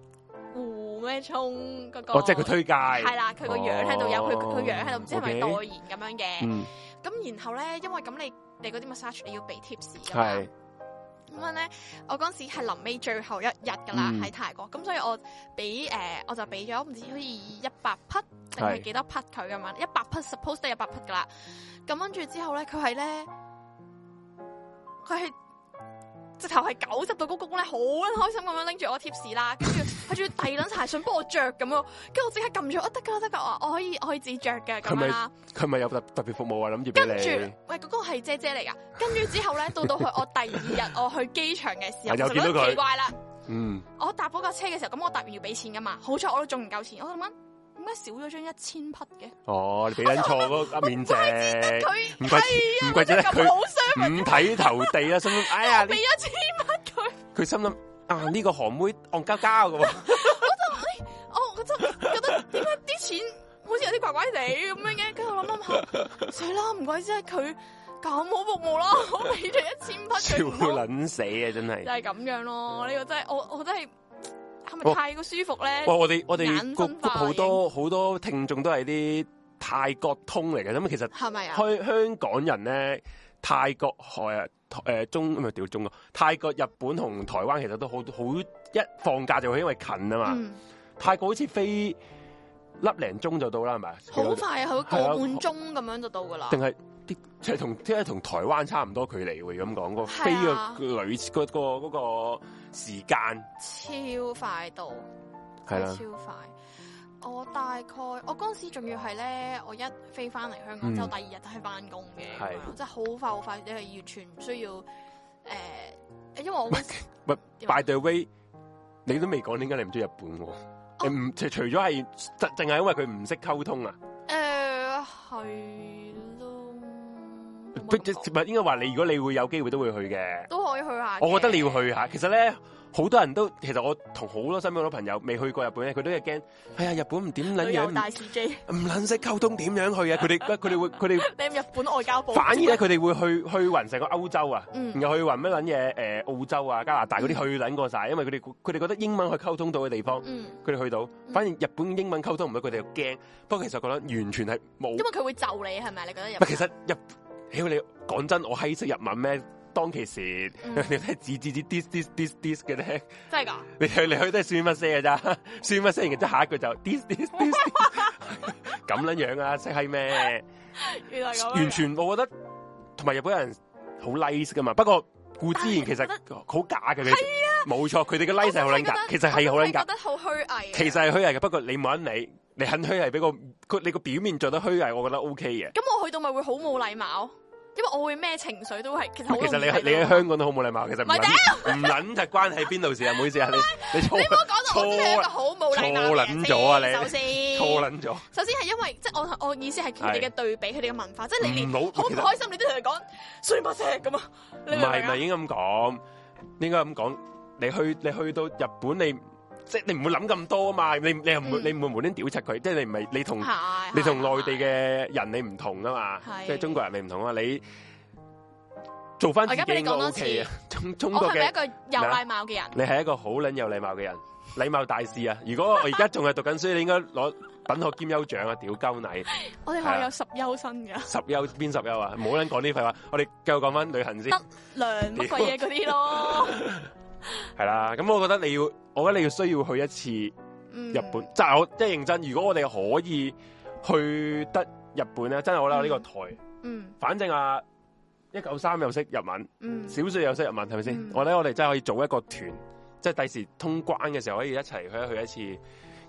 Speaker 1: 胡咩葱嗰個。
Speaker 2: 哦，即係佢推介。哦
Speaker 1: 係啦，佢個樣喺度有，佢佢樣喺度，唔知係咪
Speaker 2: OK
Speaker 1: 代言咁樣嘅。
Speaker 2: 嗯，
Speaker 1: 咁然後咧，因為咁你你嗰啲 massage 你要俾 tips 㗎嘛。
Speaker 2: 係
Speaker 1: 咁樣咧，我嗰陣時係臨尾最後一日㗎啦，
Speaker 2: 嗯
Speaker 1: 喺泰國，咁所以我俾誒、呃我就俾咗唔知好似一百匹定
Speaker 2: 係
Speaker 1: 係幾多匹佢咁樣，一百匹 suppose 得一百匹㗎啦。咁跟住之後咧，佢係咧，佢係直頭係九十度鞠躬咧，好開心咁樣拎住我 tips 啦，跟住佢仲要遞撚晒信幫我着咁樣，跟住我即刻撳咗，哦我得㗎啦得㗎，我話我可以我可以自己着嘅咁
Speaker 2: 佢咪
Speaker 1: 樣啦。
Speaker 2: 佢咪有特特別服務啊？諗住俾
Speaker 1: 跟住，
Speaker 2: 你。
Speaker 1: 喂，嗰、個係姐姐嚟噶。跟住之後咧，到到去我第二日我去機場嘅 時候，
Speaker 2: 又
Speaker 1: 就覺
Speaker 2: 見到
Speaker 1: 得
Speaker 2: 佢
Speaker 1: 奇怪啦。
Speaker 2: 嗯，
Speaker 1: 我搭嗰架車嘅時候，咁我搭完要俾錢噶嘛，好彩我都仲唔夠錢。我諗緊點解少咗張一千匹嘅？
Speaker 2: 哦，你俾撚錯嗰個面值，
Speaker 1: 佢
Speaker 2: 唔怪
Speaker 1: 係啊
Speaker 2: 唔怪之得
Speaker 1: 我就
Speaker 2: 佢
Speaker 1: 咁好傷，
Speaker 2: 五體投地啦，心諗哎呀，呢
Speaker 1: 俾一千匹佢。
Speaker 2: 佢心諗啊呢個韓妹戇交 交嘅喎，
Speaker 1: 我真係覺得點解啲錢好似有啲怪怪地咁樣嘅？跟住我諗諗下，死啦，唔怪之得佢咁好服務啦，我俾咗一千匹
Speaker 2: 笑
Speaker 1: 佢唔通。
Speaker 2: 撚死啊！真係
Speaker 1: 就。係咁樣
Speaker 2: 哦
Speaker 1: 咯。呢、個真係我我真係係咪
Speaker 2: 哇
Speaker 1: 太過舒服咧？
Speaker 2: 哇！我哋我哋
Speaker 1: 眼
Speaker 2: 個
Speaker 1: 分
Speaker 2: group
Speaker 1: 化
Speaker 2: 好多好多聽眾都係啲泰國通嚟嘅，咁其實
Speaker 1: 係咪啊？
Speaker 2: 香香港人咧，泰國誒誒中唔係屌中國，泰國、日本同台灣其實都好好一放假就會因為近啊嘛，
Speaker 1: 嗯，
Speaker 2: 泰國好似飛粒零鐘就到啦，係咪？
Speaker 1: 好快啊啊，佢個
Speaker 2: 係啊
Speaker 1: 半鐘咁樣就到噶啦。
Speaker 2: 定係啲即係同即係同台灣差唔多距離喎，如果咁講個飛
Speaker 1: 係啊
Speaker 2: 個旅嗰個嗰個時間
Speaker 1: 超快到，
Speaker 2: 係
Speaker 1: 真
Speaker 2: 啦
Speaker 1: 係，超快。我大概我嗰陣時仲要係咧，我一飛翻嚟香港之後，
Speaker 2: 嗯
Speaker 1: 第二日就係翻工嘅，
Speaker 2: 係
Speaker 1: 咁樣真係好快好快，你係完全唔需要誒、呃因為我 嗰時
Speaker 2: 喂，by the way，你都未講點解你唔中意日本
Speaker 1: 哦
Speaker 2: 喎？你唔除除咗係淨淨係因為佢唔識溝通啊？
Speaker 1: 誒呃係咯，冇乜感覺
Speaker 2: 不即唔係應該話你，如果你會有機會都會去嘅。
Speaker 1: 都可以去下嘅。
Speaker 2: 我覺得你要去下。其實咧，好多人都其實我同好多身邊好多朋友未去過日本咧，佢都係驚。哎呀，日本唔點撚
Speaker 1: 旅遊
Speaker 2: 樣，
Speaker 1: 大使 J，
Speaker 2: 唔唔撚識溝通點樣去 啊？佢哋佢哋會佢哋
Speaker 1: 你入日本外交部
Speaker 2: 反而咧，佢哋會去去雲成個歐洲啊，
Speaker 1: 啊嗯
Speaker 2: 然後去雲咩撚嘢誒澳洲啊、加拿大嗰啲去撚過晒，因為佢哋佢哋覺得英文去溝通到嘅地方，
Speaker 1: 嗯，
Speaker 2: 佢哋去到。反而日本英文溝通唔到，佢哋又驚。不過其實覺得完全係冇
Speaker 1: 因為佢會就你係咪？你覺得日
Speaker 2: 唔
Speaker 1: 本
Speaker 2: 係，其實日，屌你講真，我閪識日文咩？當其時，
Speaker 1: 嗯
Speaker 2: 你睇指指指 dis dis dis dis 嘅啫，
Speaker 1: 真係㗎？
Speaker 2: 你去你去都係算乜聲嘅咋， 算乜聲，然之後下一句就 dis dis dis，咁 撚樣啊，識閪咩？
Speaker 1: 原來咁樣㗎
Speaker 2: 完全我覺得同埋日本人好 nice 噶嘛，不過顧之言其實
Speaker 1: 但係啊
Speaker 2: 好假嘅，佢冇錯，佢哋嘅 nice 係好撚假，其實係好
Speaker 1: 我真係
Speaker 2: 撚假
Speaker 1: 覺，得好啊虛偽。
Speaker 2: 其實係虛偽嘅，不過你冇人理，你肯虛偽俾個佢你個表面做得虛偽，我覺得 O K 嘅。
Speaker 1: 咁我去到咪會好冇禮貌，因為我會咩情緒都係其實好啊
Speaker 2: 其實你
Speaker 1: 容易
Speaker 2: 你喺香港都好冇禮貌，其實唔
Speaker 1: 咪
Speaker 2: 撚唔撚就關係邊度事啊！唔好意思啊，你你 錯
Speaker 1: 你唔好講到我知你係一個好冇禮貌嘅人
Speaker 2: 錯撚咗
Speaker 1: 先
Speaker 2: 啊你
Speaker 1: 首先
Speaker 2: 錯撚咗，
Speaker 1: 首先係因為即係我我意思係佢哋嘅對比，佢哋嘅文化，即係你連
Speaker 2: 唔好
Speaker 1: 好唔
Speaker 2: 其實
Speaker 1: 開心，你都同佢 講衰乜聲咁啊？你明
Speaker 2: 唔
Speaker 1: 唔
Speaker 2: 係唔係
Speaker 1: 明啊？
Speaker 2: 應該咁講，應該咁講。你去你去到日本，你即係你唔會諗咁多啊嘛，你你又唔會
Speaker 1: 嗯
Speaker 2: 你唔會無端屌柒佢，即係你唔係你同
Speaker 1: 啊係
Speaker 2: 你同內地嘅人你唔同啊嘛，
Speaker 1: 係
Speaker 2: 即係中國人你唔同啊，你做翻
Speaker 1: 我
Speaker 2: 自
Speaker 1: 而
Speaker 2: 己
Speaker 1: 家俾
Speaker 2: 應
Speaker 1: 你
Speaker 2: 該
Speaker 1: 講多
Speaker 2: O
Speaker 1: 次
Speaker 2: K 啊。中中
Speaker 1: 我
Speaker 2: 國
Speaker 1: 係咪
Speaker 2: 嘅啊
Speaker 1: 一個有禮貌嘅人？
Speaker 2: 你係一個好撚有禮貌嘅人，禮貌大使啊！如果我而家仲係讀緊書，你應該攞品學兼優獎啊！屌鳩你！
Speaker 1: 我哋可以有十優生㗎，
Speaker 2: 十優邊十優啊？唔好撚講呢啲廢話，我哋繼續講翻旅行
Speaker 1: 得，
Speaker 2: 先
Speaker 1: 糧乜鬼嘢嗰啲咯。
Speaker 2: 係啦。咁我覺得你要，我覺得你要需要去一次
Speaker 1: 嗯
Speaker 2: 日本，即係我即係認真。如果我哋可以去得日本咧，真係我覺得呢個台，
Speaker 1: 嗯
Speaker 2: 反正啊。一九三又識日文，
Speaker 1: 嗯，
Speaker 2: 小說又識日文，係咪先
Speaker 1: 嗯？
Speaker 2: 我覺得我哋真係可以做一個團，即係第時通關嘅時候可以一齊去一去一次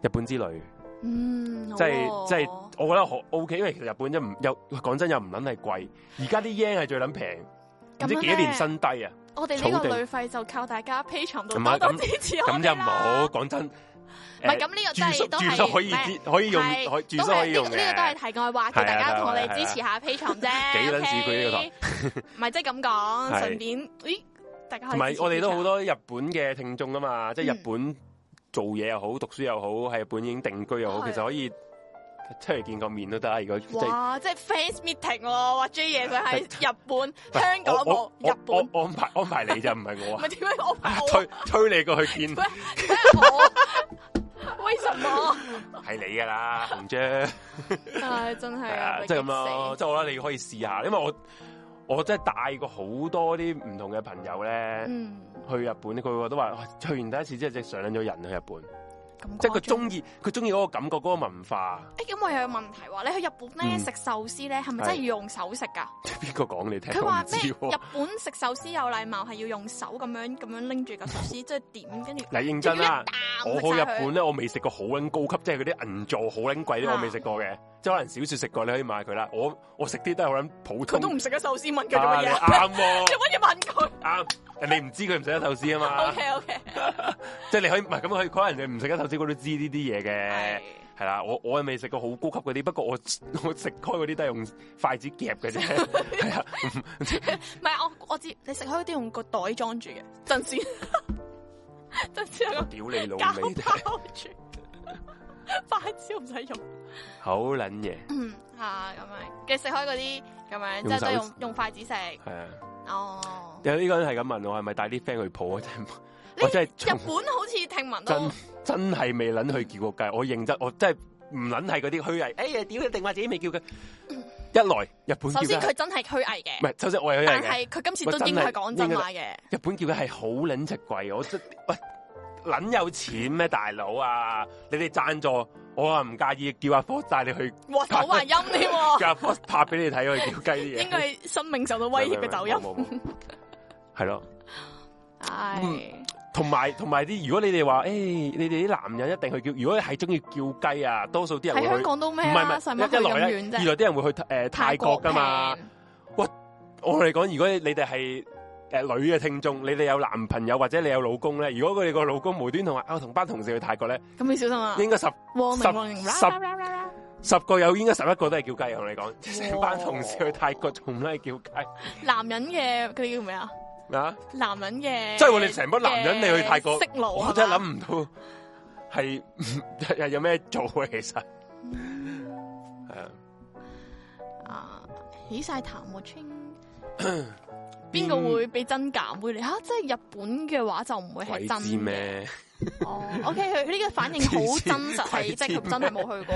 Speaker 2: 日本之旅。
Speaker 1: 嗯，
Speaker 2: 即係
Speaker 1: 好喎
Speaker 2: 即係，我覺得好 O K，因為其實日本真唔又講真又唔撚係貴，而家啲 yen 係最撚平，唔
Speaker 1: 咁
Speaker 2: 知
Speaker 1: 樣
Speaker 2: 幾多年
Speaker 1: 咧
Speaker 2: 新低啊！
Speaker 1: 我哋呢
Speaker 2: 草地
Speaker 1: 個旅費就靠大家 Patreon 度
Speaker 2: 唔係
Speaker 1: 多多
Speaker 2: 咁
Speaker 1: 支持我
Speaker 2: 咁就
Speaker 1: 哋
Speaker 2: 唔好
Speaker 1: 啦。
Speaker 2: 講真，
Speaker 1: 唔係咁呢個
Speaker 2: 住
Speaker 1: 真
Speaker 2: 宿
Speaker 1: 係都
Speaker 2: 住
Speaker 1: 係
Speaker 2: 宿可以
Speaker 1: 唔係
Speaker 2: 知可以用，
Speaker 1: 係
Speaker 2: 可以住
Speaker 1: 都
Speaker 2: 宿可以
Speaker 1: 係呢
Speaker 2: 用
Speaker 1: 個
Speaker 2: 嘅。
Speaker 1: 呢個都係題外話
Speaker 2: 係啊
Speaker 1: 嘅，大家同我哋
Speaker 2: 係啊
Speaker 1: 支持下 P 床啫。
Speaker 2: 幾撚似佢呢
Speaker 1: OK？唔係即係咁講，
Speaker 2: 係
Speaker 1: 順便咦，大家可以
Speaker 2: 同埋
Speaker 1: 支持
Speaker 2: 我哋都
Speaker 1: Patreon
Speaker 2: 好多日本嘅聽眾啊
Speaker 1: 嗯
Speaker 2: 嘛，即係日本做嘢又好，讀書又好，喺日本已經定居又好，
Speaker 1: 哦係
Speaker 2: 其實可以出嚟見個面都得。如果即係
Speaker 1: 哇！即係 fans meeting 喎，話 J 嘢佢喺日本、香港冇
Speaker 2: 我我
Speaker 1: 日本，
Speaker 2: 我我安排安排你就唔係 我啊
Speaker 1: 咪點解我怕我？
Speaker 2: 推推你過去見
Speaker 1: 喂點解我為什麼？
Speaker 2: 係你 噶啦，紅姐。
Speaker 1: 唉，真係
Speaker 2: 係
Speaker 1: 啊
Speaker 2: 啊，，即係咁咯，即係我覺得你可以試下，因為我我真係帶過好多啲唔同嘅朋友咧、
Speaker 1: 嗯，
Speaker 2: 去日本，佢個都話哇去完第一次之後，即係上癮咗人去日本，
Speaker 1: 咁
Speaker 2: 即係佢
Speaker 1: 誇張
Speaker 2: 中意佢中意嗰個感覺，嗰、個文化。
Speaker 1: 誒咁我又有問題喎，你去日本咧
Speaker 2: 嗯
Speaker 1: 食壽司咧，係咪真係要用手食㗎？
Speaker 2: 邊個講你聽？
Speaker 1: 佢
Speaker 2: 話
Speaker 1: 話咩？日
Speaker 2: 咩？
Speaker 1: 本食壽司有禮貌係要用手咁樣咁樣拎住個壽 司，即係點跟住
Speaker 2: 嗱，認真啦，
Speaker 1: 仲要
Speaker 2: 我
Speaker 1: 一啖食晒
Speaker 2: 去日
Speaker 1: 佢
Speaker 2: 本咧，我未食過好撚高級，即係嗰啲銀座好撚貴啲，我未食過嘅。即係可能小説食過，你可以買佢啦。我我食啲都係好撚普通。
Speaker 1: 佢都唔食得壽司，問佢做
Speaker 2: 啊
Speaker 1: 乜
Speaker 2: 你
Speaker 1: 嘢？
Speaker 2: 啱喎
Speaker 1: 你乜嘢問佢
Speaker 2: 啱，人哋唔知佢唔食得壽司啊嘛。
Speaker 1: ？OK OK，
Speaker 2: 即係你可以唔係咁，佢可能你唔食得壽司，佢都知呢啲嘢嘅
Speaker 1: 係。
Speaker 2: 係啦，我我係未食過好高級嗰啲，不過我 我食開嗰啲都係用筷子夾嘅啫，係啊，
Speaker 1: 唔係我我知你食開嗰啲用個袋裝住嘅，陣先 陣先有個
Speaker 2: 屌你老味，真
Speaker 1: 膠
Speaker 2: 係
Speaker 1: 包住， 筷子我唔使用。
Speaker 2: 好撚嘢，
Speaker 1: 嗯啊咁樣，嘅食開嗰啲咁樣，即
Speaker 2: 用
Speaker 1: 係
Speaker 2: 手
Speaker 1: 都用用筷子食。
Speaker 2: 係啊！
Speaker 1: 哦，
Speaker 2: 有呢個人係咁問我係咪帶啲 friend 去蒲啊？真係
Speaker 1: 你
Speaker 2: 我真係
Speaker 1: 日
Speaker 2: 從
Speaker 1: 本好似聽聞都
Speaker 2: 真真係未撚去叫過雞，我認真，我真係唔撚係嗰啲虛偽。哎呀，屌你定話自己未叫佢，一來日本叫
Speaker 1: 首先佢
Speaker 2: 雞，
Speaker 1: 真係虛偽嘅
Speaker 2: 唔。係首先我係虛
Speaker 1: 但
Speaker 2: 偽嘅，
Speaker 1: 係佢今次都應該係講真話嘅，
Speaker 2: 日本叫雞係好撚值貴，我真喂撚有錢咩大佬啊！你哋贊助我啊唔介意叫阿科帶你去。
Speaker 1: 哇抖埋音添喎，
Speaker 2: 架 post 拍俾你睇，我哋叫雞啲嘢。
Speaker 1: 應該係生命受到威脅嘅抖音。
Speaker 2: 音。系咯，
Speaker 1: 唉，
Speaker 2: 嗯同埋同埋啲，如果你哋話，誒，哎你哋啲男人一定去叫，如果係中意叫雞啊，多數啲人
Speaker 1: 喺
Speaker 2: 會
Speaker 1: 香
Speaker 2: 去。
Speaker 1: 港都咩
Speaker 2: 唔係唔
Speaker 1: 啦，使乜去
Speaker 2: 係，一
Speaker 1: 咁
Speaker 2: 來咧，
Speaker 1: 遠
Speaker 2: 二
Speaker 1: 啫？
Speaker 2: 來啲人會去誒泰國噶嘛。我哋講，如果你哋係誒女嘅聽眾，你哋有男朋友或者你有老公咧，如果佢哋個老公無端同話，啊我同班同事去泰國咧，
Speaker 1: 平，咁你小心啊！
Speaker 2: 應該十
Speaker 1: 汪明汪明
Speaker 2: 十十個有應該十一個都係叫雞。我同你
Speaker 1: 哦
Speaker 2: 講，成班
Speaker 1: 哇
Speaker 2: 同事去泰國仲都係叫雞
Speaker 1: 男人嘅佢叫咩啊？
Speaker 2: 啊！
Speaker 1: 男人嘅，
Speaker 2: 即係我哋成班男人你去泰國
Speaker 1: 色啊奴，
Speaker 2: 我真係諗唔到係 係有咩做嘅，其實係啊，
Speaker 1: 諗啊！起晒痰喎，清 邊個會俾真假妹你吓？即係日本嘅話就唔會
Speaker 2: 鬼
Speaker 1: 係真
Speaker 2: 知
Speaker 1: 嘅
Speaker 2: 咩？
Speaker 1: 哦，OK，佢佢呢個反應好真實，
Speaker 2: 鬼
Speaker 1: 係
Speaker 2: 知
Speaker 1: 即係佢真係冇去過。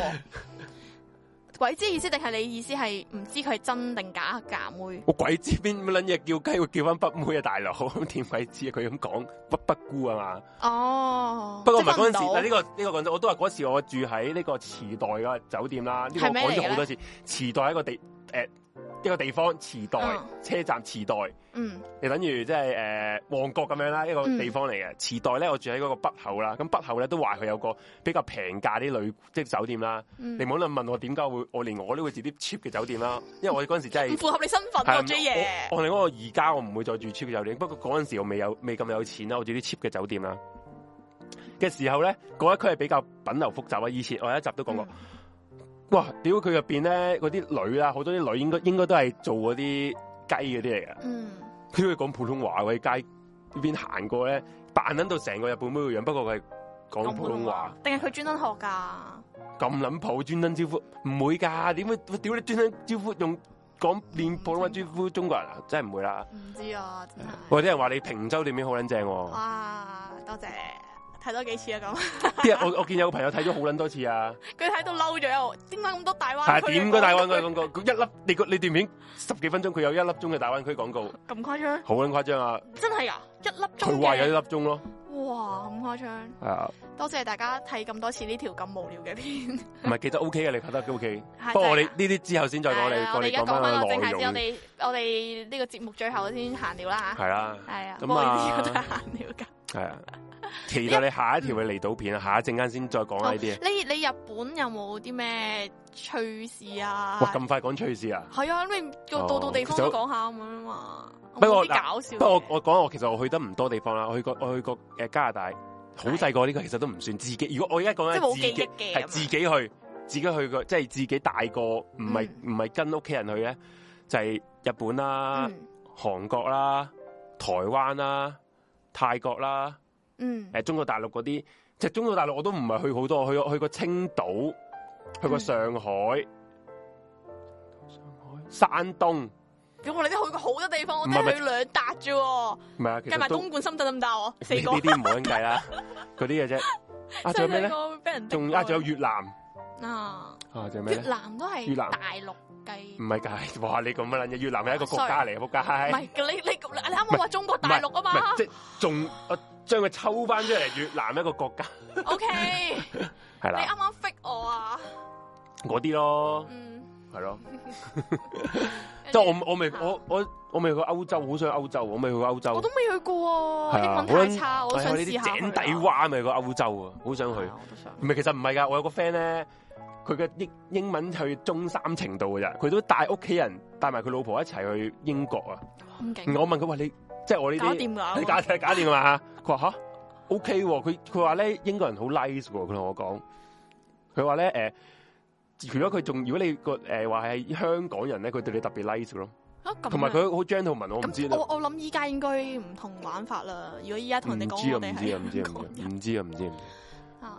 Speaker 1: 鬼知意思定係你意思係唔知佢係真定假假妹？
Speaker 2: 我鬼知邊乜撚嘢叫雞會叫翻北妹啊，大佬 咁點鬼知啊？佢咁講北北姑啊嘛。
Speaker 1: 哦，
Speaker 2: 不過唔係
Speaker 1: 即係
Speaker 2: 嗰
Speaker 1: 分
Speaker 2: 陣時，
Speaker 1: 到
Speaker 2: 嗱呢個呢個講真，我都話嗰時我住喺呢個池袋嘅酒店啦。呢個我
Speaker 1: 係咩
Speaker 2: 講
Speaker 1: 嚟嘅
Speaker 2: 咗
Speaker 1: 咧
Speaker 2: 好多次，池袋係一個地誒一個地方，池袋
Speaker 1: 嗯
Speaker 2: 車站池袋。
Speaker 1: 嗯
Speaker 2: 你等於即係誒旺角咁樣啦，一個地方嚟嘅。池袋咧，我住喺嗰個北口啦。咁北口咧都話佢有個比較平價啲旅即係酒店啦。你
Speaker 1: 嗯
Speaker 2: 唔，好論問我點解會，我連我都會住啲 cheap 嘅酒店啦。因為我嗰陣時真
Speaker 1: 唔
Speaker 2: 係
Speaker 1: 符合你身份
Speaker 2: 係
Speaker 1: 喎
Speaker 2: 啊
Speaker 1: ，J 爺。
Speaker 2: 我我哋嗰個而家我唔會再住 cheap 嘅酒店，不過嗰陣時我未有未咁有錢啦，我住啲 cheap 嘅酒店啦。嘅時候咧，嗰一區係比較品流複雜啊。以前我有一集都講過，哇！屌佢入邊咧嗰啲女啊啦，好多啲女應該應該都係做嗰啲雞嗰啲嚟嘅。
Speaker 1: 嗯，
Speaker 2: 佢會講普通話喎，喺街呢邊行過咧，扮撚到成個日本妹嘅樣，不過佢係講普通話，，
Speaker 1: 定係佢專登學噶？
Speaker 2: 咁撚普專登招呼，唔會㗎，點會？我屌你專登招呼用講練普通話招呼中國人啊，真係唔會啦。
Speaker 1: 唔知啊，真係。
Speaker 2: 我啲人話你平洲店面好撚正 喎，
Speaker 1: 哇，多謝，睇多幾次啊咁。
Speaker 2: 啲人我我見有個朋友睇咗好撚多次啊，
Speaker 1: 佢睇到嬲咗又，點解咁多大灣
Speaker 2: 係
Speaker 1: 區？
Speaker 2: 點個大灣區廣告？佢一粒你個你段片十幾分鐘，佢有一粒鐘嘅大灣區廣告，
Speaker 1: 咁誇張？
Speaker 2: 好撚誇張啊！
Speaker 1: 真係啊，一粒鐘
Speaker 2: 佢話有一
Speaker 1: 嘅，
Speaker 2: 粒鐘咯，
Speaker 1: 哇咁誇張。
Speaker 2: 係啊，
Speaker 1: 多謝大家睇咁多次呢條咁無聊 嘅片。
Speaker 2: 唔係其實 OK 嘅，你覺得 OK？
Speaker 1: 係
Speaker 2: 不過我哋
Speaker 1: 真係
Speaker 2: 呢啲之後先再講，
Speaker 1: 係
Speaker 2: 你
Speaker 1: 啦
Speaker 2: 我
Speaker 1: 我哋
Speaker 2: 哋
Speaker 1: 而家
Speaker 2: 講
Speaker 1: 講
Speaker 2: 翻
Speaker 1: 翻
Speaker 2: 個
Speaker 1: 個
Speaker 2: 內
Speaker 1: 正題先，我
Speaker 2: 容。
Speaker 1: 哋我哋呢個節目最後先閒聊啦
Speaker 2: 系啦，
Speaker 1: 吓。係啊，
Speaker 2: 咁
Speaker 1: 不過呢
Speaker 2: 啊
Speaker 1: 啲都係閒聊㗎。
Speaker 2: 系啊，期待你下一條嘅離島片啊，下一陣間先再 講呢啲啊。
Speaker 1: 哦你你日本有冇啲咩趣事啊？
Speaker 2: 哇，咁快講趣事啊！
Speaker 1: 係啊，咁你到到到地方
Speaker 2: 其實
Speaker 1: 都
Speaker 2: 我
Speaker 1: 講下咁樣嘛。
Speaker 2: 不過
Speaker 1: 過
Speaker 2: 嗱
Speaker 1: 搞笑嘅，嗯
Speaker 2: 呃不過我我講我其實我去得唔多地方啦，我去過我去過诶加拿大，好細個呢個其實都唔算自己。如果我而家講
Speaker 1: 即係
Speaker 2: 緊
Speaker 1: 冇
Speaker 2: 自
Speaker 1: 記
Speaker 2: 己
Speaker 1: 憶嘅咁
Speaker 2: 係
Speaker 1: 啊
Speaker 2: 自己去，自己去個即係自己大個，唔係唔係跟屋企人去咧，就係、日本啦、
Speaker 1: 嗯
Speaker 2: 韓國啦、台灣啦、泰國啦、
Speaker 1: 嗯
Speaker 2: 誒、中國大陸嗰啲，即係中國大陸我都唔係去好多，去過去過青島，去過
Speaker 1: 嗯
Speaker 2: 上海、上海、山東，
Speaker 1: 咁我哋都去過好多地方，我
Speaker 2: 唔係唔
Speaker 1: 哋
Speaker 2: 係
Speaker 1: 去兩笪啫喎，
Speaker 2: 唔係啊，其
Speaker 1: 計埋
Speaker 2: 實都
Speaker 1: 東莞、深圳得唔得啊？我四
Speaker 2: 呢
Speaker 1: 個
Speaker 2: 呢，啲唔好咁計啦，嗰啲嘅啫。啊，仲有
Speaker 1: 真
Speaker 2: 咩
Speaker 1: 係
Speaker 2: 咧
Speaker 1: 兩？個俾人
Speaker 2: 仲
Speaker 1: 逼
Speaker 2: 啊，
Speaker 1: 過
Speaker 2: 仲有越南
Speaker 1: 啊，
Speaker 2: 啊，仲有咩
Speaker 1: 越
Speaker 2: 咧？
Speaker 1: 南都
Speaker 2: 越
Speaker 1: 係
Speaker 2: 南
Speaker 1: 大陸計
Speaker 2: 唔。係㗎，哇！你咁撚嘢，越南係一個國家嚟，仆
Speaker 1: 唔
Speaker 2: 街。
Speaker 1: 係，你你你啱啱話中國大陸啊
Speaker 2: 唔係
Speaker 1: 嘛
Speaker 2: 即係仲我將佢抽翻出嚟，越南一個國家
Speaker 1: ，OK，
Speaker 2: 係
Speaker 1: 你
Speaker 2: 啦，
Speaker 1: 啱啱 fit 我啊，
Speaker 2: 嗰啲咯，
Speaker 1: 嗯，
Speaker 2: 係咯。
Speaker 1: 跟
Speaker 2: 即係
Speaker 1: 住
Speaker 2: 我我未我我我未去過歐洲，好想去歐洲，我未去過歐洲。
Speaker 1: 我都未去過
Speaker 2: 係
Speaker 1: 喎，
Speaker 2: 啊
Speaker 1: 英文
Speaker 2: 好
Speaker 1: 太
Speaker 2: 撚
Speaker 1: 差，我都
Speaker 2: 哎呀
Speaker 1: 想
Speaker 2: 呢
Speaker 1: 試
Speaker 2: 啲
Speaker 1: 下去啊。
Speaker 2: 井底蛙未去過歐洲啊，好想去
Speaker 1: 係啊。我都想
Speaker 2: 唔係，其實唔係㗎，我有個 friend 咧，佢嘅英英文去中三程度㗎咋，佢都帶屋企人帶埋佢老婆一齊去英國啊。
Speaker 1: 咁勁，
Speaker 2: 我問佢話你，即係我呢
Speaker 1: 搞
Speaker 2: 啲，
Speaker 1: 掂㗎，
Speaker 2: 你搞 掂搞掂啊嘛？佢話吓 OK 喎，啊佢佢話咧英國人好 nice 喎，佢同我講，佢話咧诶，誒如果佢仲如果你個诶話係香港人咧，佢對你特別 nice 咯，
Speaker 1: 啊咁啊
Speaker 2: 同埋佢好 gentleman，我唔知啊
Speaker 1: 咁
Speaker 2: 啦
Speaker 1: 我，我諗依家應該唔同玩法啦。如果依家同
Speaker 2: 唔
Speaker 1: 人哋
Speaker 2: 知
Speaker 1: 講我
Speaker 2: 啊唔
Speaker 1: 哋
Speaker 2: 知
Speaker 1: 係
Speaker 2: 啊唔知
Speaker 1: 香
Speaker 2: 啊
Speaker 1: 港
Speaker 2: 唔知啊
Speaker 1: 人，
Speaker 2: 唔知啊唔知啊唔知，
Speaker 1: 啊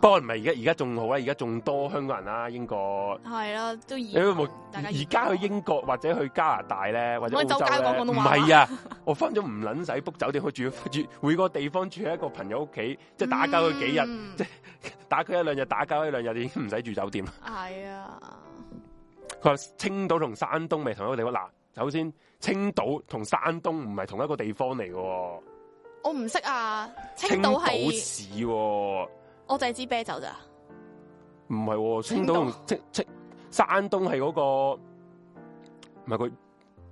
Speaker 2: 不過唔係而家而家仲好啦，啊而家仲多香港人啦，英國。
Speaker 1: 係啦，都
Speaker 2: 因為冇
Speaker 1: 而大家
Speaker 2: 而家去英國或者去加拿大咧，或者
Speaker 1: 可
Speaker 2: 澳
Speaker 1: 以周
Speaker 2: 洲
Speaker 1: 街講
Speaker 2: 咧，
Speaker 1: 廣東
Speaker 2: 唔
Speaker 1: 話
Speaker 2: 係啊！我分咗唔撚使 book 酒店，去住 住每個地方住喺一個朋友屋企，即係打交佢幾日，
Speaker 1: 日
Speaker 2: 即打佢一兩日，打交一兩日，你已經唔使住酒店啦。
Speaker 1: 係啊，
Speaker 2: 佢話青島同山東未同一個地方，嗱，首先青島同山東唔係同一個地方嚟嘅喎，
Speaker 1: 我唔識啊。青
Speaker 2: 青
Speaker 1: 島
Speaker 2: 島
Speaker 1: 係
Speaker 2: 市喎唔
Speaker 1: 我就係支啤酒咋，
Speaker 2: 係喎，
Speaker 1: 青
Speaker 2: 青島
Speaker 1: 島
Speaker 2: 同青青山東係嗰個唔係個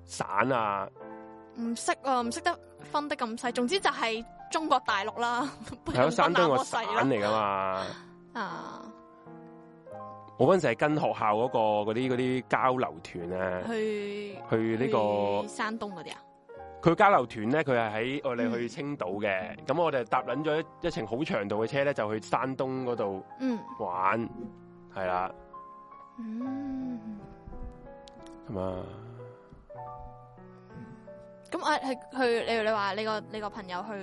Speaker 2: 省啊，
Speaker 1: 唔識啊，唔識得分得咁細。總之就係中國大陸啦，
Speaker 2: 係咯，山東
Speaker 1: 東
Speaker 2: 個
Speaker 1: 個
Speaker 2: 省
Speaker 1: 細啦
Speaker 2: 嚟噶嘛。
Speaker 1: 啊，
Speaker 2: 我嗰陣時係跟學校嗰、個嗰啲嗰啲交流團啊，
Speaker 1: 去
Speaker 2: 去呢、
Speaker 1: 去
Speaker 2: 個
Speaker 1: 山東嗰啲啊，
Speaker 2: 佢交流團咧，佢係喺我哋
Speaker 1: 嗯
Speaker 2: 去青島嘅，咁、我哋搭撚咗一一程好長途嘅車咧，就去山東嗰度
Speaker 1: 嗯
Speaker 2: 玩，係啦，
Speaker 1: 嗯。
Speaker 2: 咁啊，
Speaker 1: 咁啊，係去你你話你個你個朋友去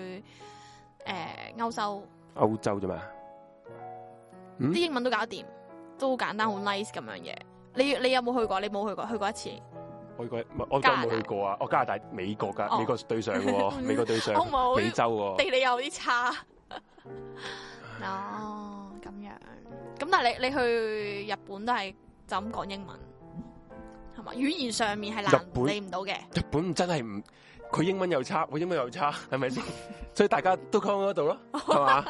Speaker 1: 诶欧、歐洲，
Speaker 2: 歐洲啫嘛，嗯
Speaker 1: 啲英文都搞掂，都好簡單，好 nice 咁樣嘅。你你有冇去過？你冇去過，去過一次。
Speaker 2: 我去過我都
Speaker 1: 加拿
Speaker 2: 冇
Speaker 1: 大
Speaker 2: 去過啊，我加拿大、美國噶，
Speaker 1: 哦
Speaker 2: 美國對上嘅喎，美國對上
Speaker 1: 我冇
Speaker 2: 美洲喎，
Speaker 1: 地理有啲差。 哦，咁樣。咁但係你你去日本都係就咁講英文，係嘛？語言上面係
Speaker 2: 日
Speaker 1: 難
Speaker 2: 本
Speaker 1: 理唔到嘅。
Speaker 2: 日本真係唔，佢英文又差，我英文又差，係咪先？所以大家都 c 嗰度咯，係 嘛？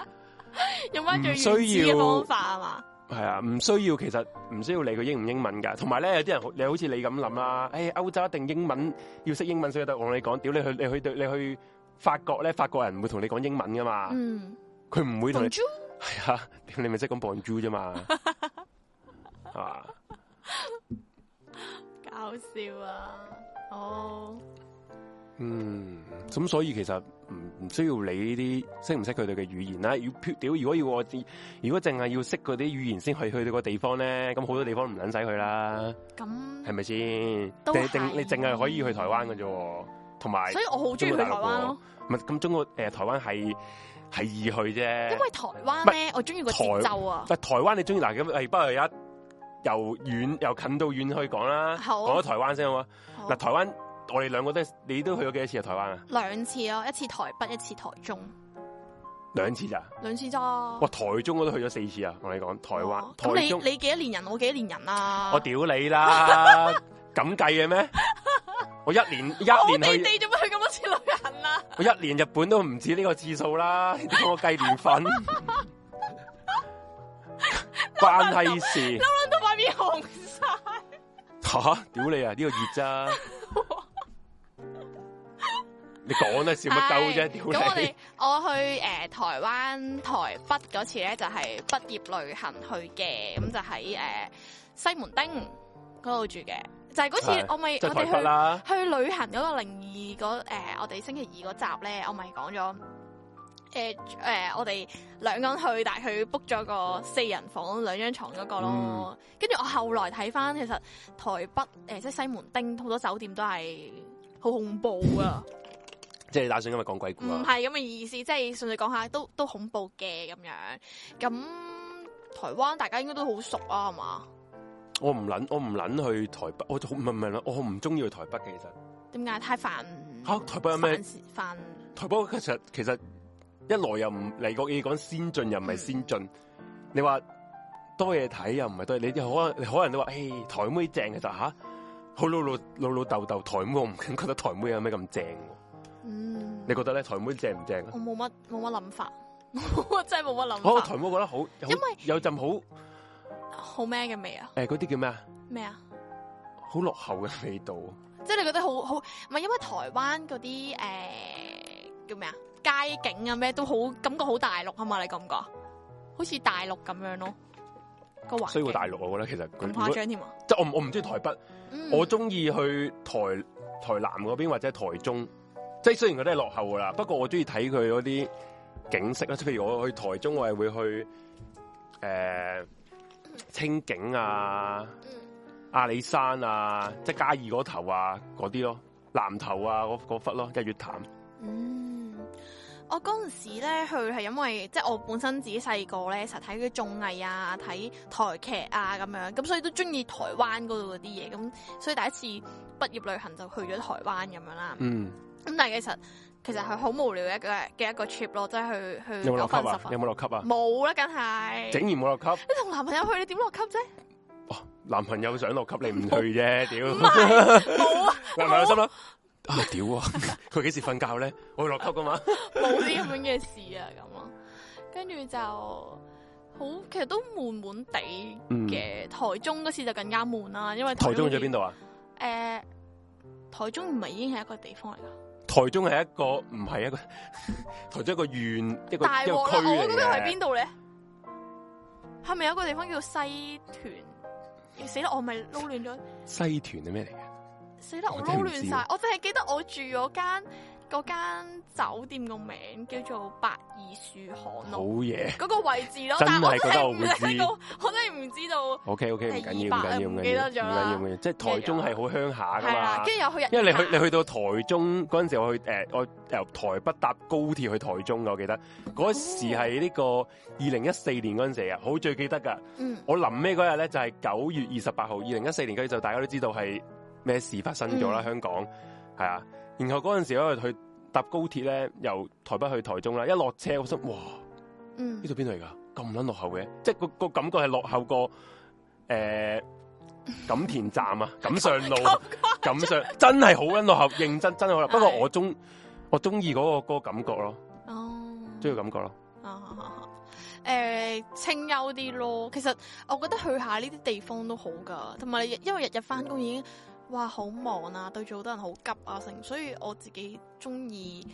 Speaker 1: 用翻最原
Speaker 2: 唔需
Speaker 1: 始嘅
Speaker 2: 要
Speaker 1: 方法啊嘛。
Speaker 2: 系啊，唔需要，其實唔需要理佢英唔英文㗎。同埋咧，有啲人好你好似你咁諗啦，诶、歐洲一定英文要識英文先得。我同你講，屌你去你去你去法國咧，法國人唔會同你講英文㗎嘛，
Speaker 1: 嗯，
Speaker 2: 佢唔、會同你
Speaker 1: 同珠
Speaker 2: 係啊，屌你咪識講 Bonjour 啫嘛，係嘛？
Speaker 1: 搞笑啊！哦，
Speaker 2: 嗯，咁所以其實唔唔需要理呢啲識唔識佢哋嘅語言啦。要撇屌，如果要我知，如果淨係要識嗰啲語言先去去到個地方咧，咁好多地方唔撚使去啦。
Speaker 1: 咁
Speaker 2: 系咪先？
Speaker 1: 都
Speaker 2: 定
Speaker 1: 係
Speaker 2: 定你淨係可以去台灣嘅啫喎，同埋
Speaker 1: 所以我好中意去台灣咯。
Speaker 2: 唔係咁中國诶、呃台灣係係易去啫。
Speaker 1: 因為台灣咧，我中意個節奏啊，
Speaker 2: 但台灣你中意嗱咁，誒不過而家由遠由近到遠去講啦，
Speaker 1: 好
Speaker 2: 講咗台灣先好嘛？
Speaker 1: 好
Speaker 2: 嗱，台灣我哋兩個都係你都去咗幾多次啊？台灣啊，
Speaker 1: 兩次咯，一次台北，一次台中，
Speaker 2: 兩次咋？
Speaker 1: 兩次咋？哇
Speaker 2: 哇！台中我都去咗四次啊！我同你講，台灣
Speaker 1: 哦咁
Speaker 2: 台中
Speaker 1: 你你幾多年人？我幾多年人啊？
Speaker 2: 我屌 你啦，咁計嘅咩？我一年
Speaker 1: 我
Speaker 2: 一
Speaker 1: 好地
Speaker 2: 年去。
Speaker 1: 地做乜去咁多次旅行啊？
Speaker 2: 我一年日本都唔止呢個次數啦，你同我計年份，關係事
Speaker 1: 諗到塊面紅晒，
Speaker 2: 吓？屌你啊！呢、個熱咋？你講得笑乜鳩啫？
Speaker 1: 係
Speaker 2: 屌
Speaker 1: 咁我
Speaker 2: 你
Speaker 1: 哋！我去诶台灣台北嗰次咧，就係畢業旅行去嘅，咁就喺诶西門町嗰度住嘅，就係嗰次
Speaker 2: 係
Speaker 1: 我咪
Speaker 2: 即係
Speaker 1: 我哋
Speaker 2: 台
Speaker 1: 去
Speaker 2: 北。啦，
Speaker 1: 呃去旅行嗰個靈異嗰誒，我哋星期二嗰集咧，我咪講咗诶诶，呃我哋兩個人去，但係佢 book 咗個四人房兩張床嗰個
Speaker 2: 嗯
Speaker 1: 咯。跟住、我後來睇翻，其實台北诶、誒即係西門町好多酒店都係好恐怖 啊！
Speaker 2: 即係你打算今日講鬼故
Speaker 1: 唔
Speaker 2: 啊？
Speaker 1: 係咁嘅意思，即係順粹講下都都恐怖嘅咁樣。咁台灣大家應該都好熟啊，係嘛？
Speaker 2: 我唔捻，我唔捻去台北，我好唔係唔係，我好唔中意去台北嘅。其實
Speaker 1: 點解太煩？
Speaker 2: 嚇台北有咩
Speaker 1: 煩事煩
Speaker 2: 台北其實其實一來又唔嚟國嘢講先進又唔係先進，你話多嘢睇又唔係多嘢，你可能你可能都話，诶、台妹正其實吓，好老老老老豆豆台妹，我唔覺得台妹有咩咁正喎。
Speaker 1: 嗯，
Speaker 2: 你覺得咧台妹正唔正啊
Speaker 1: 我？冇乜冇乜諗 法，我真係冇乜
Speaker 2: 我
Speaker 1: 諗法
Speaker 2: 台。妹我覺得好，因
Speaker 1: 啊為
Speaker 2: 有陣好
Speaker 1: 好咩嘅味啊？
Speaker 2: 诶嗰啲叫咩啊？
Speaker 1: 咩啊？
Speaker 2: 好落後嘅味道，
Speaker 1: 即係你覺得好好唔係因為台灣嗰啲诶叫咩啊街景啊咩都好感覺好大陸啊嘛？你感覺好似大陸咁樣咯，個環
Speaker 2: 衰
Speaker 1: 境
Speaker 2: 過大陸我覺得其實佢
Speaker 1: 咁
Speaker 2: 如果
Speaker 1: 誇
Speaker 2: 即
Speaker 1: 張添啊！
Speaker 2: 係我唔我唔中意台北。
Speaker 1: 嗯
Speaker 2: 我中意去台台南嗰邊或者台中，即係雖然佢都係落後噶啦，不過我中意睇佢嗰啲景色啦。啊即係譬如我去台中，我係會去诶、呃清景啊、
Speaker 1: 嗯
Speaker 2: 阿里山啊、即係嘉義嗰頭啊嗰啲咯，南頭啊嗰嗰忽咯，日月潭。
Speaker 1: 嗯，我嗰阵时咧去係因為即係我本身自己細個咧成日睇佢綜藝啊、睇台劇啊咁樣，咁所以都中意台灣嗰度嗰啲嘢，咁所以第一次畢業旅行就去咗台灣咁樣啦。
Speaker 2: 嗯，
Speaker 1: 咁但係其實其實係好無聊嘅一個嘅一個 trip 咯，即係去去
Speaker 2: 有冇
Speaker 1: 九
Speaker 2: 落
Speaker 1: 份嗯
Speaker 2: 級
Speaker 1: 十嗯
Speaker 2: 啊？
Speaker 1: 份
Speaker 2: 有冇落級啊？
Speaker 1: 冇啦，梗係
Speaker 2: 整完冇落級，
Speaker 1: 你同男朋友去，你點落級啫？
Speaker 2: 哇！男朋友想落級，你唔去啫，屌！
Speaker 1: 唔係冇啊，
Speaker 2: 男朋友心諗啊，屌啊！ 佢幾時瞓覺咧？我會落級噶嘛？
Speaker 1: 冇啲咁樣嘅事啊，咁咯。跟住就好，其實都悶悶地
Speaker 2: 嗯，
Speaker 1: 嘅。台中嗰次就更加悶啦，因為
Speaker 2: 台中去咗
Speaker 1: 已
Speaker 2: 邊度啊？
Speaker 1: 誒，台中唔係已經係一個地方嚟㗎，
Speaker 2: 台中係一個唔係一個 台中一個縣一個
Speaker 1: 大
Speaker 2: 一個
Speaker 1: 鑊
Speaker 2: 區
Speaker 1: 啦！我
Speaker 2: 嚟
Speaker 1: 嗰個係邊
Speaker 2: 嘅。
Speaker 1: 度咧？係咪有一個地方叫西屯？死啦！我咪撈亂咗。
Speaker 2: 西屯係咩嚟嘅？
Speaker 1: 死啦！
Speaker 2: 我
Speaker 1: 我
Speaker 2: 真係
Speaker 1: 撈
Speaker 2: 唔
Speaker 1: 亂
Speaker 2: 知
Speaker 1: 晒
Speaker 2: 喎，
Speaker 1: 我淨係記得我住嗰間嗰間酒店個名叫做百二樹巷
Speaker 2: 好
Speaker 1: 咯，
Speaker 2: 嘢。
Speaker 1: 嗰個位置咯。
Speaker 2: 真
Speaker 1: 但
Speaker 2: 係覺得
Speaker 1: 係
Speaker 2: 我
Speaker 1: 我
Speaker 2: 會
Speaker 1: 真係唔
Speaker 2: 知
Speaker 1: 知道，我真係唔知道。
Speaker 2: O K O K，唔
Speaker 1: 第
Speaker 2: 緊要
Speaker 1: 二
Speaker 2: 唔
Speaker 1: 百啊
Speaker 2: 緊要唔
Speaker 1: 唔
Speaker 2: 緊
Speaker 1: 記
Speaker 2: 要，
Speaker 1: 得
Speaker 2: 唔
Speaker 1: 咗啦
Speaker 2: 緊要唔緊要。即係台中係好鄉下噶
Speaker 1: 係啦跟。
Speaker 2: 嘛，
Speaker 1: 住又去日，啊
Speaker 2: 因為你去你去到台中嗰陣時，我去誒我由台北搭高鐵去台中嘅，我記得嗰時係呢個
Speaker 1: 哦
Speaker 2: 二零一四年嗰陣時啊，好最記得噶。
Speaker 1: 嗯
Speaker 2: 我臨尾嗰日咧就係九月二十八號，二零一四年嗰日就大家都知道係咩事發生咗啦，
Speaker 1: 嗯
Speaker 2: 香港係啊。然後嗰陣時因為去搭高鐵咧，由台北去台中啦，一落車我心哇，呢
Speaker 1: 嗯
Speaker 2: 度邊度嚟噶？咁撚落後嘅，即係個個感覺係落後過誒錦田站 啊，錦上路
Speaker 1: 咁
Speaker 2: 錦上真係好撚落後，認真真係好啦。不過
Speaker 1: 係
Speaker 2: 我中我中意嗰個嗰個感覺咯，
Speaker 1: 哦，
Speaker 2: 中意個感覺咯。
Speaker 1: 啊誒清幽啲咯。其實我覺得去下呢啲地方都好㗎，同埋你日因為日日翻工已經哇好忙啊，對住好多人好急啊成，所以我自己中意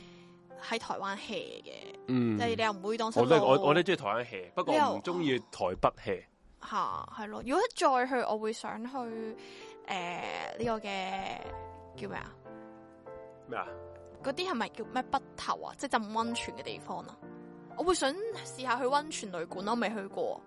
Speaker 1: 喺台灣 hea 嘅，
Speaker 2: 嗯
Speaker 1: 即，係你又唔會當
Speaker 2: 我
Speaker 1: 新
Speaker 2: 都
Speaker 1: 路
Speaker 2: 我我都中意台灣 hea，不過我唔中意台北 hea。
Speaker 1: 吓係咯。如果再去，我會想去誒呢、
Speaker 2: 呃
Speaker 1: 個嘅叫咩啊？
Speaker 2: 咩啊？
Speaker 1: 嗰啲係咪叫咩北頭啊？即係浸温泉嘅地方啊？我會想試下去温泉旅館咯，未去過。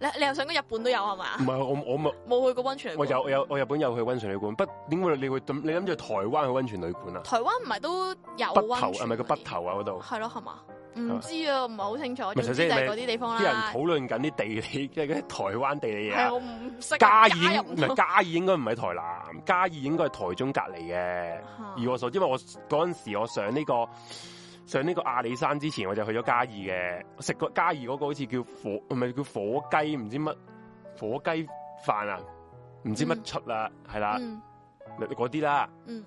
Speaker 1: 你你又想講日本都有係咪啊
Speaker 2: 唔？係我我冇，
Speaker 1: 冇去過温泉旅
Speaker 2: 嗯我
Speaker 1: 館。
Speaker 2: 有我有我日本有去温泉旅館，不點會你會咁你諗住台灣去温泉旅館啊？
Speaker 1: 台灣唔係都有啊
Speaker 2: 北
Speaker 1: 温
Speaker 2: 頭
Speaker 1: 泉
Speaker 2: 係咪個
Speaker 1: 嗰
Speaker 2: 北
Speaker 1: 啲？
Speaker 2: 頭啊？嗰度
Speaker 1: 係咯，係嘛？
Speaker 2: 係
Speaker 1: 唔
Speaker 2: 嘛
Speaker 1: 知啊，唔係好清楚。總之
Speaker 2: 咪首
Speaker 1: 就
Speaker 2: 先
Speaker 1: 係
Speaker 2: 你
Speaker 1: 嗰啲地方
Speaker 2: 啲人
Speaker 1: 啦
Speaker 2: 討。論緊啲地理， 即係嗰啲台灣地理嘢
Speaker 1: 係
Speaker 2: 啊。
Speaker 1: 我唔識啊
Speaker 2: 嘉
Speaker 1: 加
Speaker 2: 義
Speaker 1: 入
Speaker 2: 唔
Speaker 1: 唔到
Speaker 2: 係嘉義應該唔係台南，嘉義應該係台中隔離嘅。
Speaker 1: 嚇
Speaker 2: 以我所知，因為我嗰陣時我上呢、個上呢個阿里山之前，我就去咗嘉義嘅，我食過嘉義嗰個好似叫火唔係叫火雞，唔知乜火雞飯啊，唔知
Speaker 1: 嗯
Speaker 2: 乜出啦，係啦
Speaker 1: 嗯
Speaker 2: 嗰啲啦。
Speaker 1: 嗯，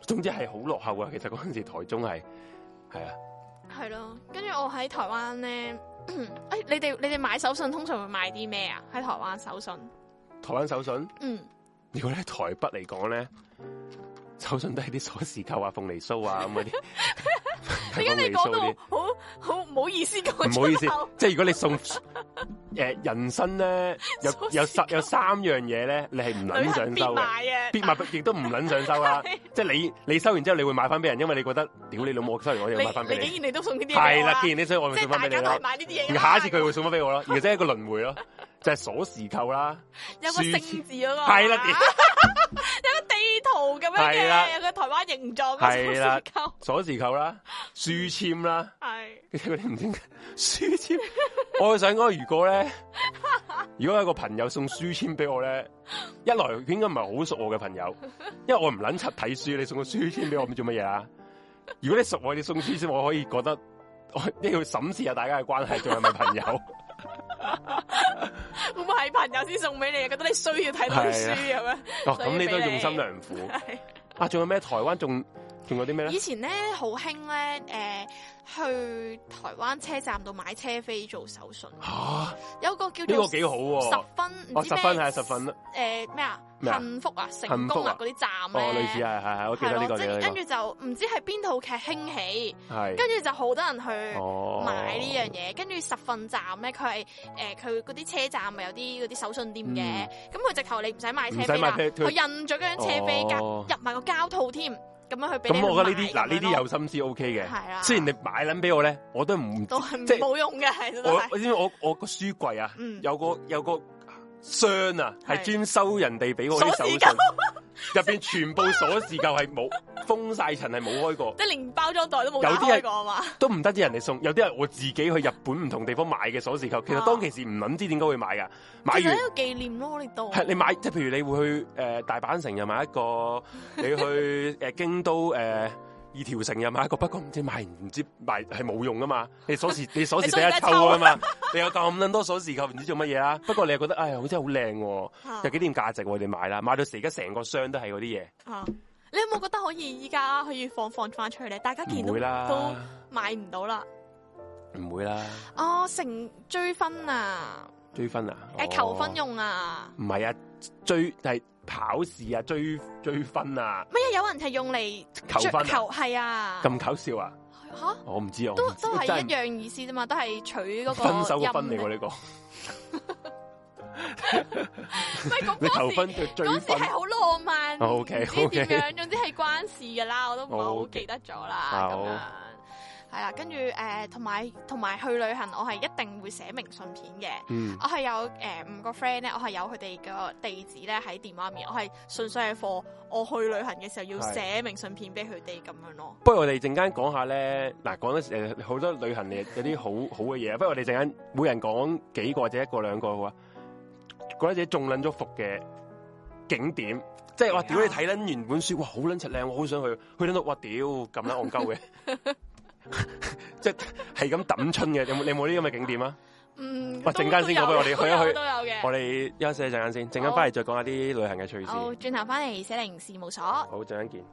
Speaker 2: 總之係好落後啊！其實嗰陣時台中係係啊，
Speaker 1: 係咯。跟住我喺台灣 咧，誒你哋你哋買手信通常會買啲咩啊？喺台灣手信，
Speaker 2: 台灣手信。
Speaker 1: 嗯，
Speaker 2: 如果咧台北嚟講咧，手信都係啲鎖匙扣啊、鳳梨酥啊咁嗰啲。
Speaker 1: 點解
Speaker 2: 鳳
Speaker 1: 你
Speaker 2: 梨
Speaker 1: 講
Speaker 2: 酥嗰啲
Speaker 1: 到好好唔好意思講
Speaker 2: 唔好意思
Speaker 1: 出口，
Speaker 2: 即係如果你送诶、人生咧有
Speaker 1: 收
Speaker 2: 有
Speaker 1: 市
Speaker 2: 十有三樣嘢咧，你係唔
Speaker 1: 旅
Speaker 2: 撚
Speaker 1: 行
Speaker 2: 想
Speaker 1: 必
Speaker 2: 收嘅，
Speaker 1: 買啊嘅，
Speaker 2: 必買亦都唔撚想 收啦。即係你你收完之後，你會買翻俾人，因為你覺得屌你老母，收完我又買翻
Speaker 1: 你
Speaker 2: 俾
Speaker 1: 你竟
Speaker 2: 你。
Speaker 1: 然你都送呢啲嘢
Speaker 2: 係
Speaker 1: 俾我啊
Speaker 2: 啦，既然你想，我咪
Speaker 1: 即係
Speaker 2: 送翻
Speaker 1: 大
Speaker 2: 俾你
Speaker 1: 家都
Speaker 2: 啦
Speaker 1: 係。買呢啲嘢㗎
Speaker 2: 然
Speaker 1: 啦。
Speaker 2: 後下一次佢會送翻俾我咯，而即係一個輪迴咯，就係鎖匙扣啦，
Speaker 1: 有個
Speaker 2: 書
Speaker 1: 聖字嗰個
Speaker 2: 係啦
Speaker 1: 啊
Speaker 2: 屌
Speaker 1: 有個地圖咁樣
Speaker 2: 係啦
Speaker 1: 嘅，有個台灣形狀嘅
Speaker 2: 係啦
Speaker 1: 手指扣，
Speaker 2: 鎖匙扣啦，書籤啦，
Speaker 1: 係
Speaker 2: 嗰啲唔知點解書籤。我想講，如果咧，如果有個朋友送書籤俾我咧，一來佢應該唔係好熟我嘅朋友，因為我唔撚柒睇書，你送個書籤俾我，唔知做乜嘢啊？如果你熟我，你送書籤，我可以覺得 我一定要審視下大家嘅關係，仲係咪朋友？
Speaker 1: 會唔會係朋友先送俾你？覺得你需要睇到啲書咁樣。
Speaker 2: 哦，
Speaker 1: 所以
Speaker 2: 咁你都
Speaker 1: 俾你
Speaker 2: 用心良苦
Speaker 1: 係
Speaker 2: 啊！仲有咩？台灣仲仲有啲咩咧
Speaker 1: 以？前咧好興咧，誒、去台灣車站度買車飛做手信，
Speaker 2: 吓，呢
Speaker 1: 有個叫
Speaker 2: 個
Speaker 1: 做
Speaker 2: 幾好
Speaker 1: 十
Speaker 2: 喎！
Speaker 1: 分
Speaker 2: 啊哦，
Speaker 1: 唔知
Speaker 2: 十分
Speaker 1: 咩
Speaker 2: 係十分啦，
Speaker 1: 誒咩啊
Speaker 2: 咩啊
Speaker 1: 幸福啊成
Speaker 2: 幸福
Speaker 1: 功
Speaker 2: 啊
Speaker 1: 啊嗰啲站
Speaker 2: 哦，類似
Speaker 1: 咧。
Speaker 2: 係係係，我記
Speaker 1: 係
Speaker 2: 得
Speaker 1: 咯，
Speaker 2: 呢個
Speaker 1: 即
Speaker 2: 呢
Speaker 1: 係
Speaker 2: 個
Speaker 1: 跟住就唔知係邊套劇興起，
Speaker 2: 係
Speaker 1: 跟住就好多人去
Speaker 2: 哦
Speaker 1: 買呢樣嘢，跟住十份站咧，佢係誒佢嗰啲車站咪有啲嗰啲手信店嘅，咁佢直頭你唔使買車
Speaker 2: 嗯唔
Speaker 1: 飛
Speaker 2: 使買
Speaker 1: 啦，
Speaker 2: 飛
Speaker 1: 佢印咗張車飛夾
Speaker 2: 哦
Speaker 1: 入埋個膠套添，咁樣去俾你
Speaker 2: 咁我覺得呢
Speaker 1: 去
Speaker 2: 啲
Speaker 1: 買
Speaker 2: 嗱
Speaker 1: 咁
Speaker 2: 呢
Speaker 1: 樣
Speaker 2: 啲
Speaker 1: 咯
Speaker 2: 有心思 O K 嘅，
Speaker 1: 係啦，啊
Speaker 2: 雖然你買撚俾我咧，我都唔
Speaker 1: 都係
Speaker 2: 即係
Speaker 1: 冇用嘅，係
Speaker 2: 我
Speaker 1: 都係
Speaker 2: 我知唔知我我個書櫃啊
Speaker 1: 嗯，
Speaker 2: 有個有個箱啊，係
Speaker 1: 係
Speaker 2: 專收人哋俾我啲手
Speaker 1: 鎖匙扣
Speaker 2: 信， 入邊全部鎖匙扣係冇封晒塵，係冇開過，
Speaker 1: 即係連包裝袋都冇
Speaker 2: 有
Speaker 1: 打
Speaker 2: 啲係
Speaker 1: 開過啊嘛，
Speaker 2: 都唔得啲人哋送，有啲係我自己去日本唔同地方買嘅鎖匙扣，其實
Speaker 1: 啊
Speaker 2: 當其時唔諗知點解會買噶，買
Speaker 1: 其實
Speaker 2: 完
Speaker 1: 一。個紀念咯，你當
Speaker 2: 係 你買，即係譬如你會去诶、呃大阪城又買 一個，你去诶、呃京都诶、呃二條城又買一個，不過唔知買完唔知買係冇用噶嘛，你 鎖匙你鎖匙
Speaker 1: 你
Speaker 2: 第
Speaker 1: 鎖
Speaker 2: 一
Speaker 1: 匙啊
Speaker 2: 抽噶嘛，你有咁撚多鎖匙扣唔知做乜嘢啊啦，不過你又覺得唉好真係好靚喎，
Speaker 1: 啊
Speaker 2: 有紀念價值喎，你買啦，買到時而家成個箱都係嗰啲
Speaker 1: 啊你有冇覺得可以依家可以放放翻出去咧？大家見
Speaker 2: 嘢，
Speaker 1: 到
Speaker 2: 唔會
Speaker 1: 都
Speaker 2: 啦，
Speaker 1: 買唔到啦。
Speaker 2: 唔會啦，
Speaker 1: 哦，成追婚啊，
Speaker 2: 追婚啊，
Speaker 1: 誒求婚
Speaker 2: 用
Speaker 1: 用啊，
Speaker 2: 唔係啊，追係跑事啊，追追婚啊，
Speaker 1: 乜嘢有人係用嚟
Speaker 2: 求婚啊，
Speaker 1: 求係啊，
Speaker 2: 咁搞笑啊，
Speaker 1: 吓
Speaker 2: 我唔知啊，我
Speaker 1: 都
Speaker 2: 唔知
Speaker 1: 都係
Speaker 2: 真係唔
Speaker 1: 一樣意思啫嘛，都係取嗰個
Speaker 2: 分手個分嚟喎，
Speaker 1: 音
Speaker 2: 呢個
Speaker 1: 唔係咁
Speaker 2: 你求
Speaker 1: 嗰時
Speaker 2: 婚就追
Speaker 1: 嗰時
Speaker 2: 婚
Speaker 1: 係好浪漫，唔知
Speaker 2: OK，OK
Speaker 1: 點樣，總之係關事噶啦，我都唔係好
Speaker 2: OK
Speaker 1: 記得咗
Speaker 2: 好
Speaker 1: 啦，咁樣。係啦，跟住誒，同埋同埋去旅行，我係一定會寫明信片嘅。
Speaker 2: 嗯
Speaker 1: 我係有誒、五個 friend 咧，我係有佢哋個地址咧喺電話面，我係純粹係貨我去旅行嘅時候要
Speaker 2: 哦係
Speaker 1: 寫明信片俾佢哋咁樣咯。
Speaker 2: 不如我哋陣間講下咧，嗱講得誒好多旅行嘅有啲好好嘅嘢，不如我哋陣間每人講幾個或者一個兩個好啊，覺得自己中撚咗伏嘅景點，即
Speaker 1: 哎
Speaker 2: 係話屌你睇撚完本書，哇好撚柒靚，我好想去，去撚到哇屌咁撚戇鳩嘅， 即係係咁抌春嘅，有冇你有冇啲咁嘅景點啊？
Speaker 1: 嗯，都
Speaker 2: 喂陣間先講俾我哋
Speaker 1: 都
Speaker 2: 去一
Speaker 1: 有
Speaker 2: 去
Speaker 1: 都有
Speaker 2: 我
Speaker 1: 嘅。
Speaker 2: 哋休息一陣間先，陣間翻嚟再講下啲旅行嘅趣事。
Speaker 1: 好，轉頭翻嚟寫零事務所。
Speaker 2: 好，陣間見。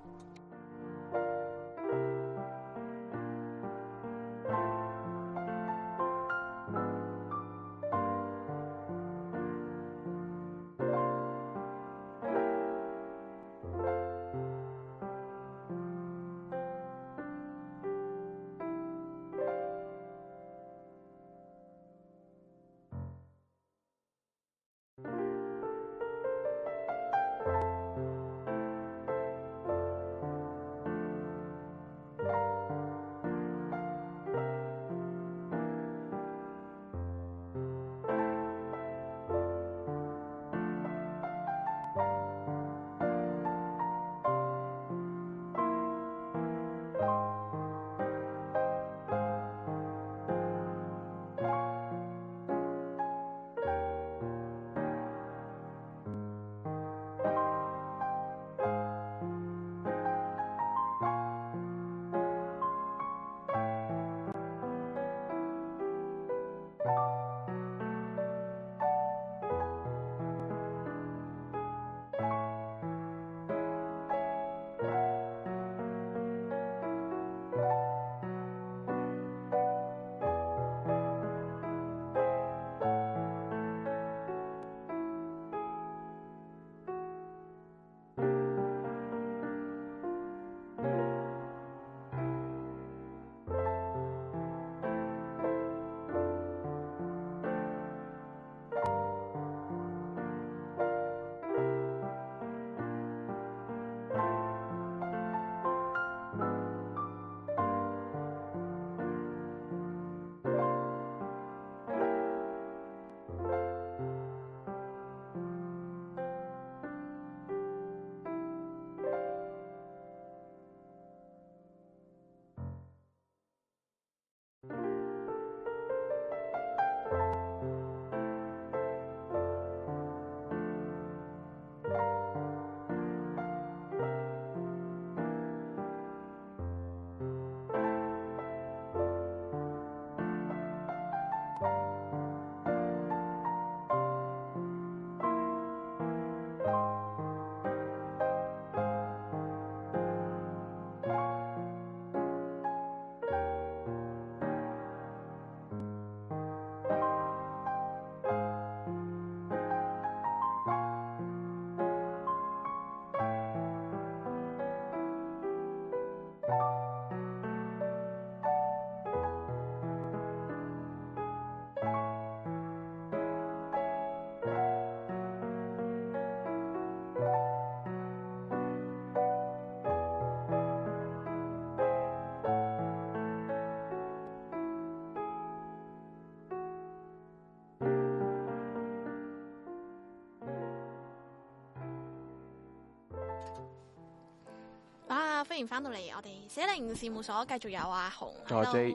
Speaker 1: 啊歡迎翻到嚟，我哋寫零事務所繼續有阿紅。
Speaker 2: 仲有 J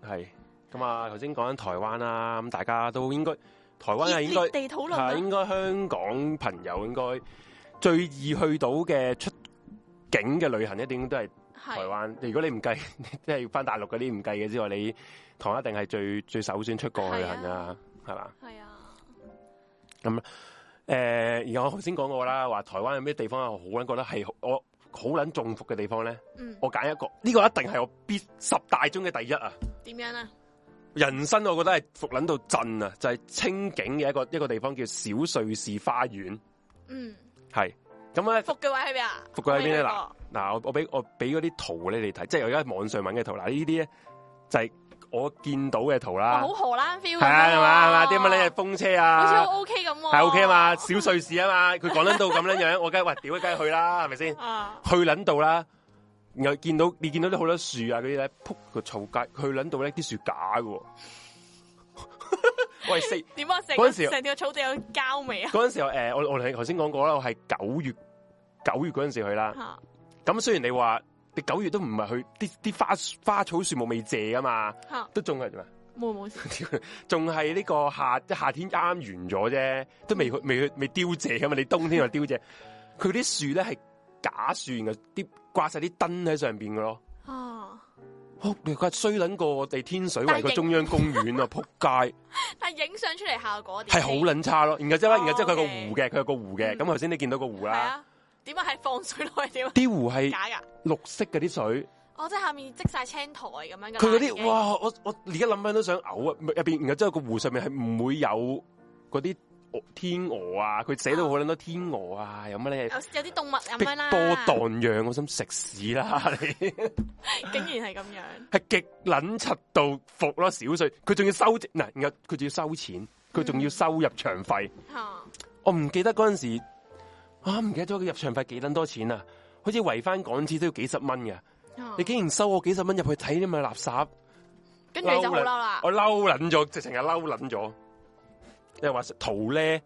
Speaker 1: Hello
Speaker 2: 系咁啊，頭先講緊台灣啦，咁大家都應該台灣
Speaker 1: 熱
Speaker 2: 係應該
Speaker 1: 烈地討論啊
Speaker 2: 係應該香港朋友應該最易去到嘅出境嘅旅行，一定都係
Speaker 1: 係
Speaker 2: 台灣。如果你唔計 即係翻大陸嗰啲唔計嘅之外，你台灣一定係最最首選出國去旅行
Speaker 1: 係
Speaker 2: 啦
Speaker 1: 啊，
Speaker 2: 係嘛？
Speaker 1: 係啊，
Speaker 2: 诶、而我頭先講過啦，話台灣有咩地方我好撚覺得係我好撚中伏嘅地方咧？
Speaker 1: 嗯，
Speaker 2: 我揀一個，呢、個一定係我必十大中嘅第一啊！
Speaker 1: 點樣啊？
Speaker 2: 人生我覺得係服撚到震啊！就係清境嘅一個一個地方叫小瑞士花園，
Speaker 1: 嗯，
Speaker 2: 係咁咧。
Speaker 1: 服嘅位喺邊啊？
Speaker 2: 服嘅位喺邊
Speaker 1: 我未去
Speaker 2: 咧
Speaker 1: 過？
Speaker 2: 嗱，我我俾我俾嗰啲圖你哋睇，即係我而家網上揾嘅圖。嗱，呢啲咧就係我見到嘅圖
Speaker 1: 哇
Speaker 2: 啦
Speaker 1: 好，荷蘭 feel 咁
Speaker 2: 係
Speaker 1: 樣
Speaker 2: 啊，係
Speaker 1: 喎
Speaker 2: 嘛，係嘛，啲乜咧風車
Speaker 1: 好似
Speaker 2: 啊，
Speaker 1: 好 OK 咁喎。
Speaker 2: 係 OK 啊嘛，小瑞士啊嘛，佢講撚到咁樣樣，我梗係喂屌，梗係去啦，係咪先？
Speaker 1: 啊，
Speaker 2: 去撚到啦，然後見到你見到啲好多樹啊嗰啲咧，撲個草街，去撚到咧啲樹假嘅喎。 我係四
Speaker 1: 點啊？成
Speaker 2: 嗰
Speaker 1: 個
Speaker 2: 陣時
Speaker 1: 成條草地有膠味啊？
Speaker 2: 嗰陣時候，誒、我我同你頭先講過啦，我係九月九月嗰陣時去啦。
Speaker 1: 嚇
Speaker 2: 咁雖然你話你九月都唔係去啲啲花花草樹木未謝噶嘛，
Speaker 1: 嚇，
Speaker 2: 都仲係咩？
Speaker 1: 冇冇事。
Speaker 2: 仲係呢個夏即係夏天啱完咗啫，都未去
Speaker 1: 嗯
Speaker 2: 未去未凋謝噶嘛。你冬天就凋謝，佢啲樹咧係假樹，然後啲掛晒啲燈喺上邊嘅咯。
Speaker 1: 啊！
Speaker 2: 哦，你佢衰撚過我哋天水圍
Speaker 1: 但
Speaker 2: 個
Speaker 1: 係
Speaker 2: 中央公 園啊！仆街
Speaker 1: 但係影相出嚟效果點
Speaker 2: 係
Speaker 1: 先？
Speaker 2: 好啊撚差咯。然後之後咧，
Speaker 1: 哦
Speaker 2: 然後之後佢有個
Speaker 1: OK
Speaker 2: 湖嘅，佢有個湖嘅。
Speaker 1: 嗯
Speaker 2: 咁頭先你見到個湖
Speaker 1: 係
Speaker 2: 啦，
Speaker 1: 啊？點啊？係放水落去 點啊？
Speaker 2: 啲湖係
Speaker 1: 假噶？
Speaker 2: 綠色嘅啲水，
Speaker 1: 哦，即係下面積晒青苔咁樣噶。
Speaker 2: 佢嗰
Speaker 1: 已經
Speaker 2: 啲，哇！我我而家諗翻都想嘔啊！入邊然後之後個湖上面係唔會有嗰啲鵝天鵝啊，佢寫到好撚多天鵝啊，有乜咧
Speaker 1: 有？有啲動物咁
Speaker 2: 碧
Speaker 1: 樣啦。
Speaker 2: 波蕩漾，我心食屎啦！ 你
Speaker 1: 竟然係咁樣。
Speaker 2: 係極撚柒到服咯，小碎佢仲要收嗱，然後佢仲要收錢，佢仲要收入場費。
Speaker 1: 嚇！
Speaker 2: 我唔記得嗰陣時，啊唔記得咗佢入場費幾撚多錢啊！好似圍翻港紙都要幾十蚊嘅，
Speaker 1: 嚇
Speaker 2: 你竟然收我幾十蚊入去睇啲咁嘅垃圾，
Speaker 1: 跟住你就好嬲啦。
Speaker 2: 我嬲撚咗，直情係嬲撚咗。你話圖咧，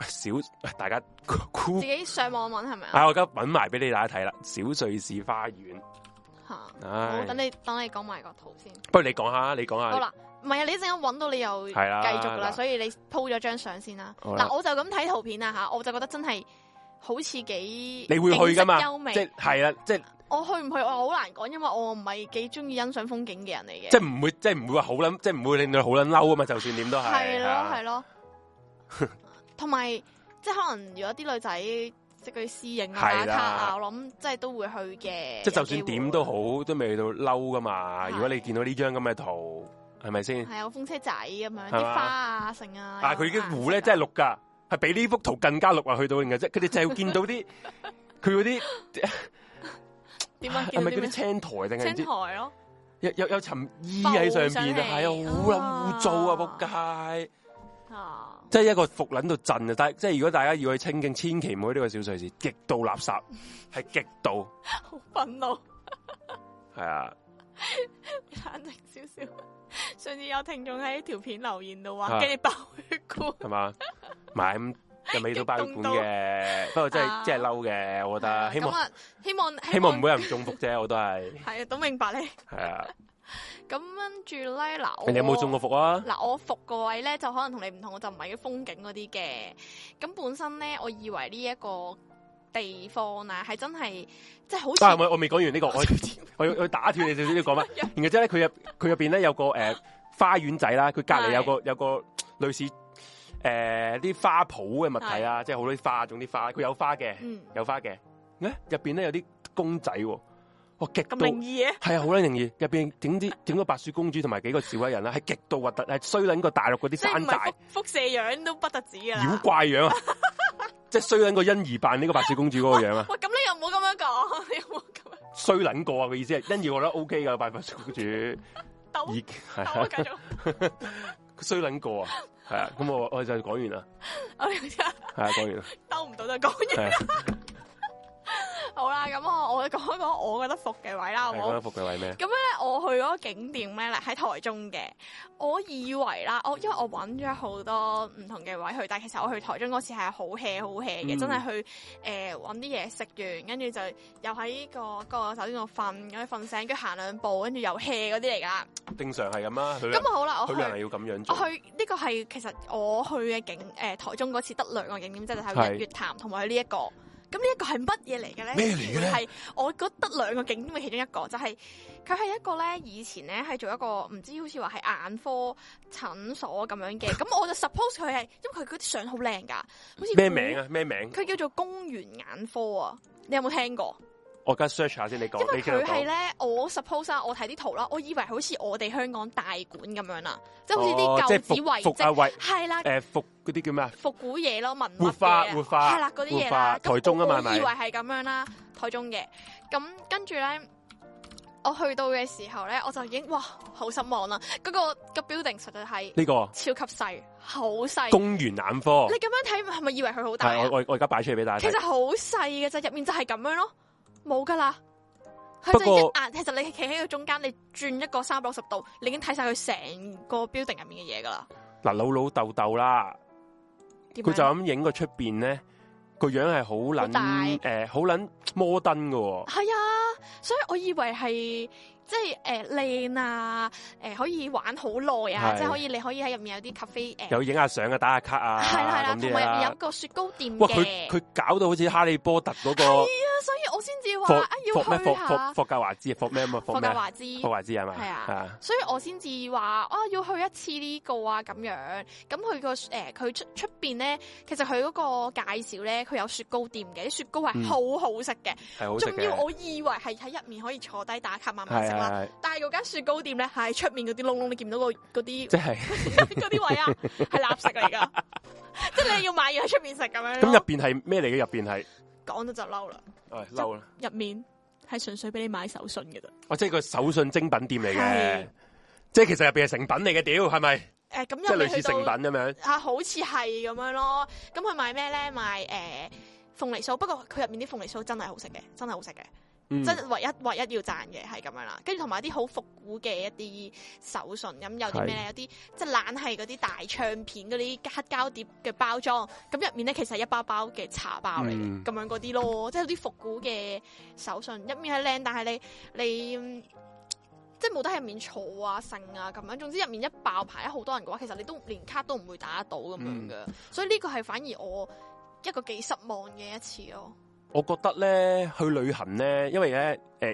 Speaker 2: 喂小喂大家
Speaker 1: 自
Speaker 2: 酷
Speaker 1: 己上網揾係咪啊？
Speaker 2: 嗯啊！我而家揾埋俾你大家睇啦，小瑞士花園。
Speaker 1: 嚇！好，
Speaker 2: 唉，
Speaker 1: 等你等你講埋個圖先。
Speaker 2: 不如你講下，你講
Speaker 1: 好
Speaker 2: 下，
Speaker 1: 啦，唔係啊，你一陣間揾到你又繼
Speaker 2: 係啦
Speaker 1: 續啦，
Speaker 2: 嗱
Speaker 1: 所以你 po 咗張相先啦。
Speaker 2: 好啦
Speaker 1: 嗱，我就咁睇圖片啊嚇，我就覺得真係好似幾
Speaker 2: 你會去噶嘛
Speaker 1: 景色優？美
Speaker 2: 即係啦，即係
Speaker 1: 我去唔去我好難講，因為我唔係幾中意欣賞風景嘅人嚟嘅。
Speaker 2: 即係唔會，即係唔會話好撚，即係唔會令到你好撚嬲啊嘛！就算點都係，
Speaker 1: 係咯係
Speaker 2: 啊
Speaker 1: 咯，同埋即係可能如果啲女仔即係佢私影啊打
Speaker 2: 係啦
Speaker 1: 卡啊，我諗即係都會去嘅。
Speaker 2: 即係就
Speaker 1: 有機
Speaker 2: 算
Speaker 1: 會
Speaker 2: 點都，好，都未去到嬲噶嘛。
Speaker 1: 係
Speaker 2: 如果你見到呢張咁嘅圖，係咪先？
Speaker 1: 係有風車仔咁樣，
Speaker 2: 係
Speaker 1: 啲
Speaker 2: 嘛
Speaker 1: 花啊剩啊。
Speaker 2: 但係佢啲湖咧真係
Speaker 1: 係
Speaker 2: 綠噶，係比呢幅圖更加綠啊！去到嘅啫，佢哋就係見到啲佢嗰啲
Speaker 1: 點啊？
Speaker 2: 係
Speaker 1: 見到
Speaker 2: 咪嗰啲
Speaker 1: 啲咩
Speaker 2: 青苔定係唔
Speaker 1: 青
Speaker 2: 知
Speaker 1: 苔咯。
Speaker 2: 有有有層衣喺上邊
Speaker 1: 浮
Speaker 2: 啊？
Speaker 1: 上嚟
Speaker 2: 係啊，好撚污糟啊！仆街！
Speaker 1: 啊！
Speaker 2: 即係一個服撚到震啊！但係即係如果大家要去清境，千祈唔好去呢個小瑞士，極度垃圾，係極度
Speaker 1: 好憤怒，
Speaker 2: 係啊！
Speaker 1: 冷靜少少。上次有聽眾喺條片留言度
Speaker 2: 啊
Speaker 1: 話，跟住爆血管，
Speaker 2: 係嘛？唔係 咁又未到爆血管嘅，不過真係
Speaker 1: 啊
Speaker 2: 真係嬲嘅，我覺
Speaker 1: 係
Speaker 2: 得
Speaker 1: 啊
Speaker 2: 希
Speaker 1: 咁
Speaker 2: 望
Speaker 1: 啊，希望
Speaker 2: 希望唔會有人中伏啫，我都係
Speaker 1: 係啊，都明白你。
Speaker 2: 係啊！
Speaker 1: 咁跟住咧，嗱， 我
Speaker 2: 你有冇中過？伏啊？
Speaker 1: 嗱，我服個位咧就可能同你唔同，我就唔係啲風景嗰啲嘅。咁本身咧，我以為呢一個地方啊，係真係即 係好
Speaker 2: 啊，唔
Speaker 1: 似
Speaker 2: 係我未講完呢個，我我要我要打斷你少少，你
Speaker 1: 哎
Speaker 2: 講乜？然後之後咧，佢入佢入邊咧有個誒花園仔啦，佢隔離有個有個類似誒啲花圃嘅物體啦，即係好多啲花種啲花，佢有花嘅，
Speaker 1: 嗯
Speaker 2: 有花嘅。咧入邊咧有啲公仔喎，哇極
Speaker 1: 咁
Speaker 2: 到
Speaker 1: 靈異嘅，
Speaker 2: 係啊，好撚容易。入邊整啲整個白雪公主同埋幾個小矮人啦，係極度核突，係衰撚過大陸嗰啲
Speaker 1: 即係
Speaker 2: 山
Speaker 1: 唔係
Speaker 2: 寨
Speaker 1: 輻輻射樣都不特止噶
Speaker 2: 妖
Speaker 1: 啦。
Speaker 2: 怪 樣啊，即係衰撚過欣兒扮呢個白雪公主嗰個樣啊！
Speaker 1: 喂，咁你又唔好咁樣講，你又唔好咁樣
Speaker 2: 衰撚過啊！佢意思係，欣怡我覺得 O K 噶，拜佛公主已
Speaker 1: 兜兜
Speaker 2: 係啊
Speaker 1: 繼續。
Speaker 2: 衰撚過啊，係啊，咁我我就講完啦，
Speaker 1: 我哋
Speaker 2: 係啊，講完啦，
Speaker 1: 兜唔到就講完。
Speaker 2: 係啊，
Speaker 1: 好啦，咁我我講一講我覺得服嘅位啦，好唔
Speaker 2: 係啊講
Speaker 1: 好
Speaker 2: 得？服嘅位咩？
Speaker 1: 咁咧，我去嗰個景點咧，喺台中嘅。我以為啦，我因為我揾咗好多唔同嘅位去，但其實我去台中嗰次係好 hea 好 hea 嘅，
Speaker 2: 嗯
Speaker 1: 真係去誒揾啲嘢食完，跟住就又喺個個酒店度瞓，咁樣瞓醒，跟住行兩步，跟住又 hea 嗰啲嚟㗎啦。
Speaker 2: 正常係咁啦，佢
Speaker 1: 咁好啦，我
Speaker 2: 佢
Speaker 1: 去
Speaker 2: 量係要咁樣
Speaker 1: 我
Speaker 2: 做，
Speaker 1: 去呢個係其實我去嘅景誒、台中嗰次得兩個景點，即係睇
Speaker 2: 係
Speaker 1: 日月潭同埋呢一個。咁呢一個係乜嘢嚟嘅咧？
Speaker 2: 咩嚟嘅咧
Speaker 1: 係我覺得兩個景點嘅其中一個，就係佢係一個咧以前咧係做一個唔知好似話係眼科診所咁樣 嘅。咁我就 suppose 佢係因為佢嗰啲相好靚㗎，好似
Speaker 2: 咩名
Speaker 1: 啊？
Speaker 2: 啊？咩名？
Speaker 1: 佢叫做公園眼科啊！你有冇聽過？
Speaker 2: 我而家 search 下先，你
Speaker 1: 因
Speaker 2: 講，
Speaker 1: 為
Speaker 2: 你繼續
Speaker 1: 佢係
Speaker 2: 講。
Speaker 1: 咧，我 suppose 啊，我睇啲圖啦，我以為好似我哋香港大館咁樣啦，即係好似
Speaker 2: 哦
Speaker 1: 啲
Speaker 2: 即
Speaker 1: 舊
Speaker 2: 係
Speaker 1: 址遺
Speaker 2: 服
Speaker 1: 跡
Speaker 2: 服啊喂，
Speaker 1: 係啦，
Speaker 2: 誒服嗰啲叫咩啊？
Speaker 1: 復古嘢咯，文物
Speaker 2: 活化
Speaker 1: 嘢
Speaker 2: 活化
Speaker 1: 係啦，嗰啲嘢
Speaker 2: 活化
Speaker 1: 啦。咁
Speaker 2: 台中啊嘛
Speaker 1: 我
Speaker 2: 係咪
Speaker 1: 以為係咁樣啦，台中嘅。咁跟住咧，我去到嘅時候咧，我就已經哇好失望啦。嗰、個個 building 實在係
Speaker 2: 呢個
Speaker 1: 超級細，好細。
Speaker 2: 公園眼科
Speaker 1: 你，咁樣睇係咪以為佢好大
Speaker 2: 係
Speaker 1: 啊
Speaker 2: 我？我我而家擺出嚟俾大家
Speaker 1: 其
Speaker 2: 睇
Speaker 1: 實。好細嘅啫，入面就係咁樣咯，冇噶啦。佢
Speaker 2: 不
Speaker 1: 就
Speaker 2: 過
Speaker 1: 一眼，其實你企喺個中間，你轉一個三百六十度，你已經睇晒佢成個 building 入面嘅嘢噶啦。
Speaker 2: 嗱，老老豆豆啦，
Speaker 1: 點
Speaker 2: 佢就
Speaker 1: 樣？
Speaker 2: 咁影個出邊咧，個樣係好
Speaker 1: 好大
Speaker 2: 撚誒，好撚摩登嘅喎。
Speaker 1: 系啊，所以我以為係即係诶靚啊，诶、可以玩好耐啊，
Speaker 2: 係
Speaker 1: 即係可以你可以喺入面有啲 cafe 诶、
Speaker 2: 有影下相啊，打下卡啊，
Speaker 1: 係啦係啦，
Speaker 2: 咁
Speaker 1: 同
Speaker 2: 啲
Speaker 1: 埋入面有
Speaker 2: 啦。
Speaker 1: 個雪糕店
Speaker 2: 哇！
Speaker 1: 嘅，
Speaker 2: 佢佢搞到好似哈利波特嗰個
Speaker 1: 啊，所以我先至話
Speaker 2: 霍
Speaker 1: 啊要
Speaker 2: 霍咩
Speaker 1: 去
Speaker 2: 霍霍
Speaker 1: 下
Speaker 2: 霍格華茲霍咩啊嘛霍
Speaker 1: 霍
Speaker 2: 咩
Speaker 1: 格
Speaker 2: 啊
Speaker 1: 華茲
Speaker 2: 霍。華茲係嘛
Speaker 1: 係啊
Speaker 2: 啊
Speaker 1: 所以我先至話啊，要去一次呢個啊咁樣。咁佢個誒佢出出邊咧，其實佢嗰個介紹咧，佢有雪糕店嘅，啲雪糕係
Speaker 2: 嗯
Speaker 1: 好好食嘅。
Speaker 2: 係好食
Speaker 1: 仲要
Speaker 2: 嘅。
Speaker 1: 我以為係喺入面可以坐低打卡慢慢
Speaker 2: 係
Speaker 1: 食啊啦。
Speaker 2: 係
Speaker 1: 但係嗰間雪糕店咧，係出面嗰啲窿窿，你見唔到個嗰啲
Speaker 2: 即係
Speaker 1: 嗰啲位啊，係垃圾嚟 噶，即係你要買嘢喺出面食咁樣
Speaker 2: 咁入
Speaker 1: 咯。
Speaker 2: 邊係咩嚟嘅？入邊係
Speaker 1: 講到就嬲啦，
Speaker 2: 唉哦嬲啦！
Speaker 1: 入面係純粹俾你買手信嘅啫。
Speaker 2: 哦，即係個手信精品店嚟
Speaker 1: 係
Speaker 2: 嘅，即係其實入邊係成品嚟嘅，屌係咪？
Speaker 1: 誒咁
Speaker 2: 即係
Speaker 1: 入
Speaker 2: 類
Speaker 1: 面
Speaker 2: 似
Speaker 1: 去
Speaker 2: 成品
Speaker 1: 到
Speaker 2: 咁樣。
Speaker 1: 啊，好似係咁樣咯。咁佢買咩咧？買誒、呃、鳳梨酥，不過佢入面啲鳳梨酥真係好食嘅，真係好食嘅，
Speaker 2: 嗯
Speaker 1: 真係唯一唯一要讚嘅係咁樣啦。跟住同埋啲好復古嘅一啲手信，咁有啲咩咧？有啲即係懶係嗰啲大唱片嗰啲黑膠碟嘅包裝，咁入面咧其實係一包包嘅茶包嚟嘅。
Speaker 2: 嗯
Speaker 1: 咁樣嗰啲咯，即係有啲復古嘅手信，一面係靚，但係你你嗯即係冇得喺入面坐啊、剩啊咁樣。總之入面一爆排好多人嘅話，其實你都連卡都唔會打得到咁樣嘅。
Speaker 2: 嗯
Speaker 1: 所以呢個係反而我一個幾失望嘅一次咯。
Speaker 2: 我覺得咧去旅行咧，因為咧诶、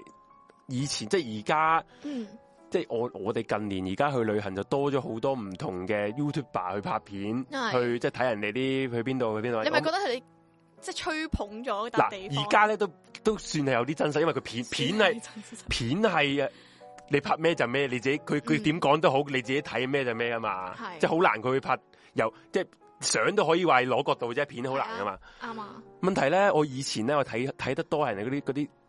Speaker 2: 以前即係而家
Speaker 1: 嗯，
Speaker 2: 即係我我哋近年而家去旅行就多咗好多唔同嘅 YouTuber 去拍片，
Speaker 1: 係
Speaker 2: 去即係睇人哋啲去邊度去邊度。
Speaker 1: 你咪
Speaker 2: 我
Speaker 1: 覺得佢哋即係吹捧咗笪地
Speaker 2: 嗱
Speaker 1: 方？
Speaker 2: 而家咧都都算係有啲真實，因為佢片片係片係啊。你拍咩就咩，你自己佢佢
Speaker 1: 嗯
Speaker 2: 點講都好，你自己睇咩就咩啊嘛，
Speaker 1: 係
Speaker 2: 即係好難佢去拍由即係相都可以話係攞角度啫，片好難噶嘛。
Speaker 1: 啱啊，
Speaker 2: 問題咧，我以前咧，我睇睇得多人哋嗰啲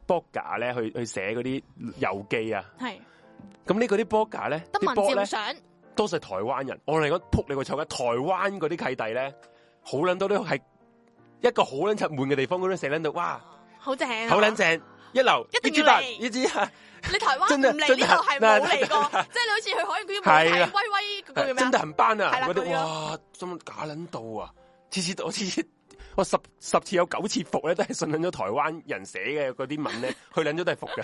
Speaker 2: 嗰啲 blogger 咧，去去寫嗰啲遊記啊。
Speaker 1: 係
Speaker 2: 咁呢嗰啲 blogger 咧，
Speaker 1: 得
Speaker 2: 啲 blog
Speaker 1: 文照
Speaker 2: 咧，
Speaker 1: 相
Speaker 2: 多數係台灣人。我同你講，撲你個臭街！台灣嗰啲契弟咧，好撚多都係一個好撚柒悶嘅地方，嗰啲寫撚到，哇，
Speaker 1: 好正啊，
Speaker 2: 好撚正，一流，
Speaker 1: 一定
Speaker 2: 支
Speaker 1: 要
Speaker 2: 筆
Speaker 1: 嚟
Speaker 2: 呢支 啊，
Speaker 1: 你台灣
Speaker 2: 真係
Speaker 1: 唔嚟
Speaker 2: 真係
Speaker 1: 呢度係冇嚟
Speaker 2: 嗱
Speaker 1: 過，即係你好似去海洋公園冇
Speaker 2: 係啊
Speaker 1: 睇威威嗰個叫咩
Speaker 2: 真
Speaker 1: 啊？
Speaker 2: 行班啊
Speaker 1: 係，啦
Speaker 2: 嗰
Speaker 1: 嗰
Speaker 2: 啲
Speaker 1: 啲
Speaker 2: 哇，真係假撚到啊！次次我次次我十十次有九次服咧，都係信撚咗台灣人寫嘅嗰 啲文咧，去撚咗都係服嘅。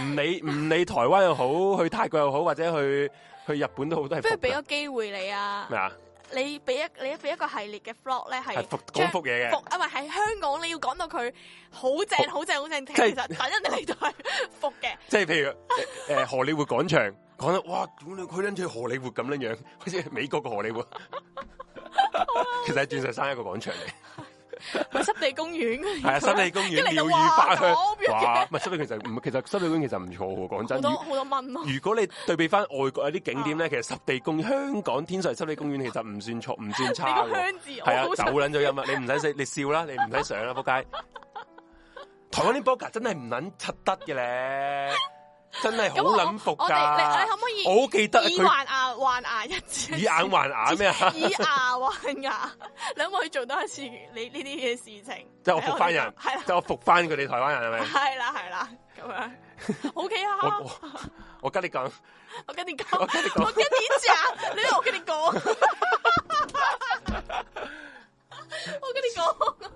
Speaker 2: 唔理唔理台灣又好，去泰國又好，或者去去日本都好，都係
Speaker 1: 不
Speaker 2: 服
Speaker 1: 如俾
Speaker 2: 嘅
Speaker 1: 個機會你啊
Speaker 2: 咩！啊？
Speaker 1: 你俾一你俾一個系列嘅 vlog 咧
Speaker 2: 係
Speaker 1: 係
Speaker 2: 服講
Speaker 1: 將
Speaker 2: 服嘢
Speaker 1: 服
Speaker 2: 嘅，
Speaker 1: 啊，唔係喺香港你要講到佢好正
Speaker 2: 服
Speaker 1: 好正好正，其
Speaker 2: 即
Speaker 1: 實
Speaker 2: 係
Speaker 1: 等人哋嚟到係服 嘅，
Speaker 2: 即係譬如诶、誒荷里活廣場講得哇，屌你佢撚住荷里活咁樣樣，好似美國個 荷里活，其實係鑽石山一個廣場嚟。
Speaker 1: 咪濕地公園
Speaker 2: 系啊，濕地公
Speaker 1: 跟
Speaker 2: 園、
Speaker 1: 住
Speaker 2: 鳥
Speaker 1: 就
Speaker 2: 語
Speaker 1: 哇
Speaker 2: 花香，
Speaker 1: 咁樣
Speaker 2: 哇！唔係濕地其實唔，其實濕地公園其實唔錯喎。講
Speaker 1: 好
Speaker 2: 真，
Speaker 1: 多啊
Speaker 2: 如
Speaker 1: 好多蚊咯，
Speaker 2: 如果你對比翻外國有啲景點咧，其實濕地公香港天水圍濕地公園其實唔算錯，唔算
Speaker 1: 你
Speaker 2: 差
Speaker 1: 個
Speaker 2: 喎。
Speaker 1: 香字我
Speaker 2: 係啊，
Speaker 1: 好
Speaker 2: 走
Speaker 1: 想
Speaker 2: 撚咗音啊！你唔使死，你笑啦，你唔使上啦，仆街！台灣啲 b l o g 真係唔撚柒得嘅咧，真係好
Speaker 1: 咁我
Speaker 2: 撚服
Speaker 1: 我哋你你
Speaker 2: 㗎。
Speaker 1: 可唔可以
Speaker 2: 我好記得啊
Speaker 1: 以
Speaker 2: 佢
Speaker 1: 環啊患牙一次，
Speaker 2: 以眼還 眼咩啊？
Speaker 1: 以牙還牙，你可唔可以做多一次你呢啲嘅事情？
Speaker 2: 即係我服翻人
Speaker 1: 係啊啦，
Speaker 2: 就我服翻佢哋台灣人係咪？
Speaker 1: 係啦，係啦，咁樣 OK 啊
Speaker 2: 我，我我跟你講，
Speaker 1: 我跟你講，
Speaker 2: 我跟你講
Speaker 1: 我跟你講，你我跟你 講，我跟你講，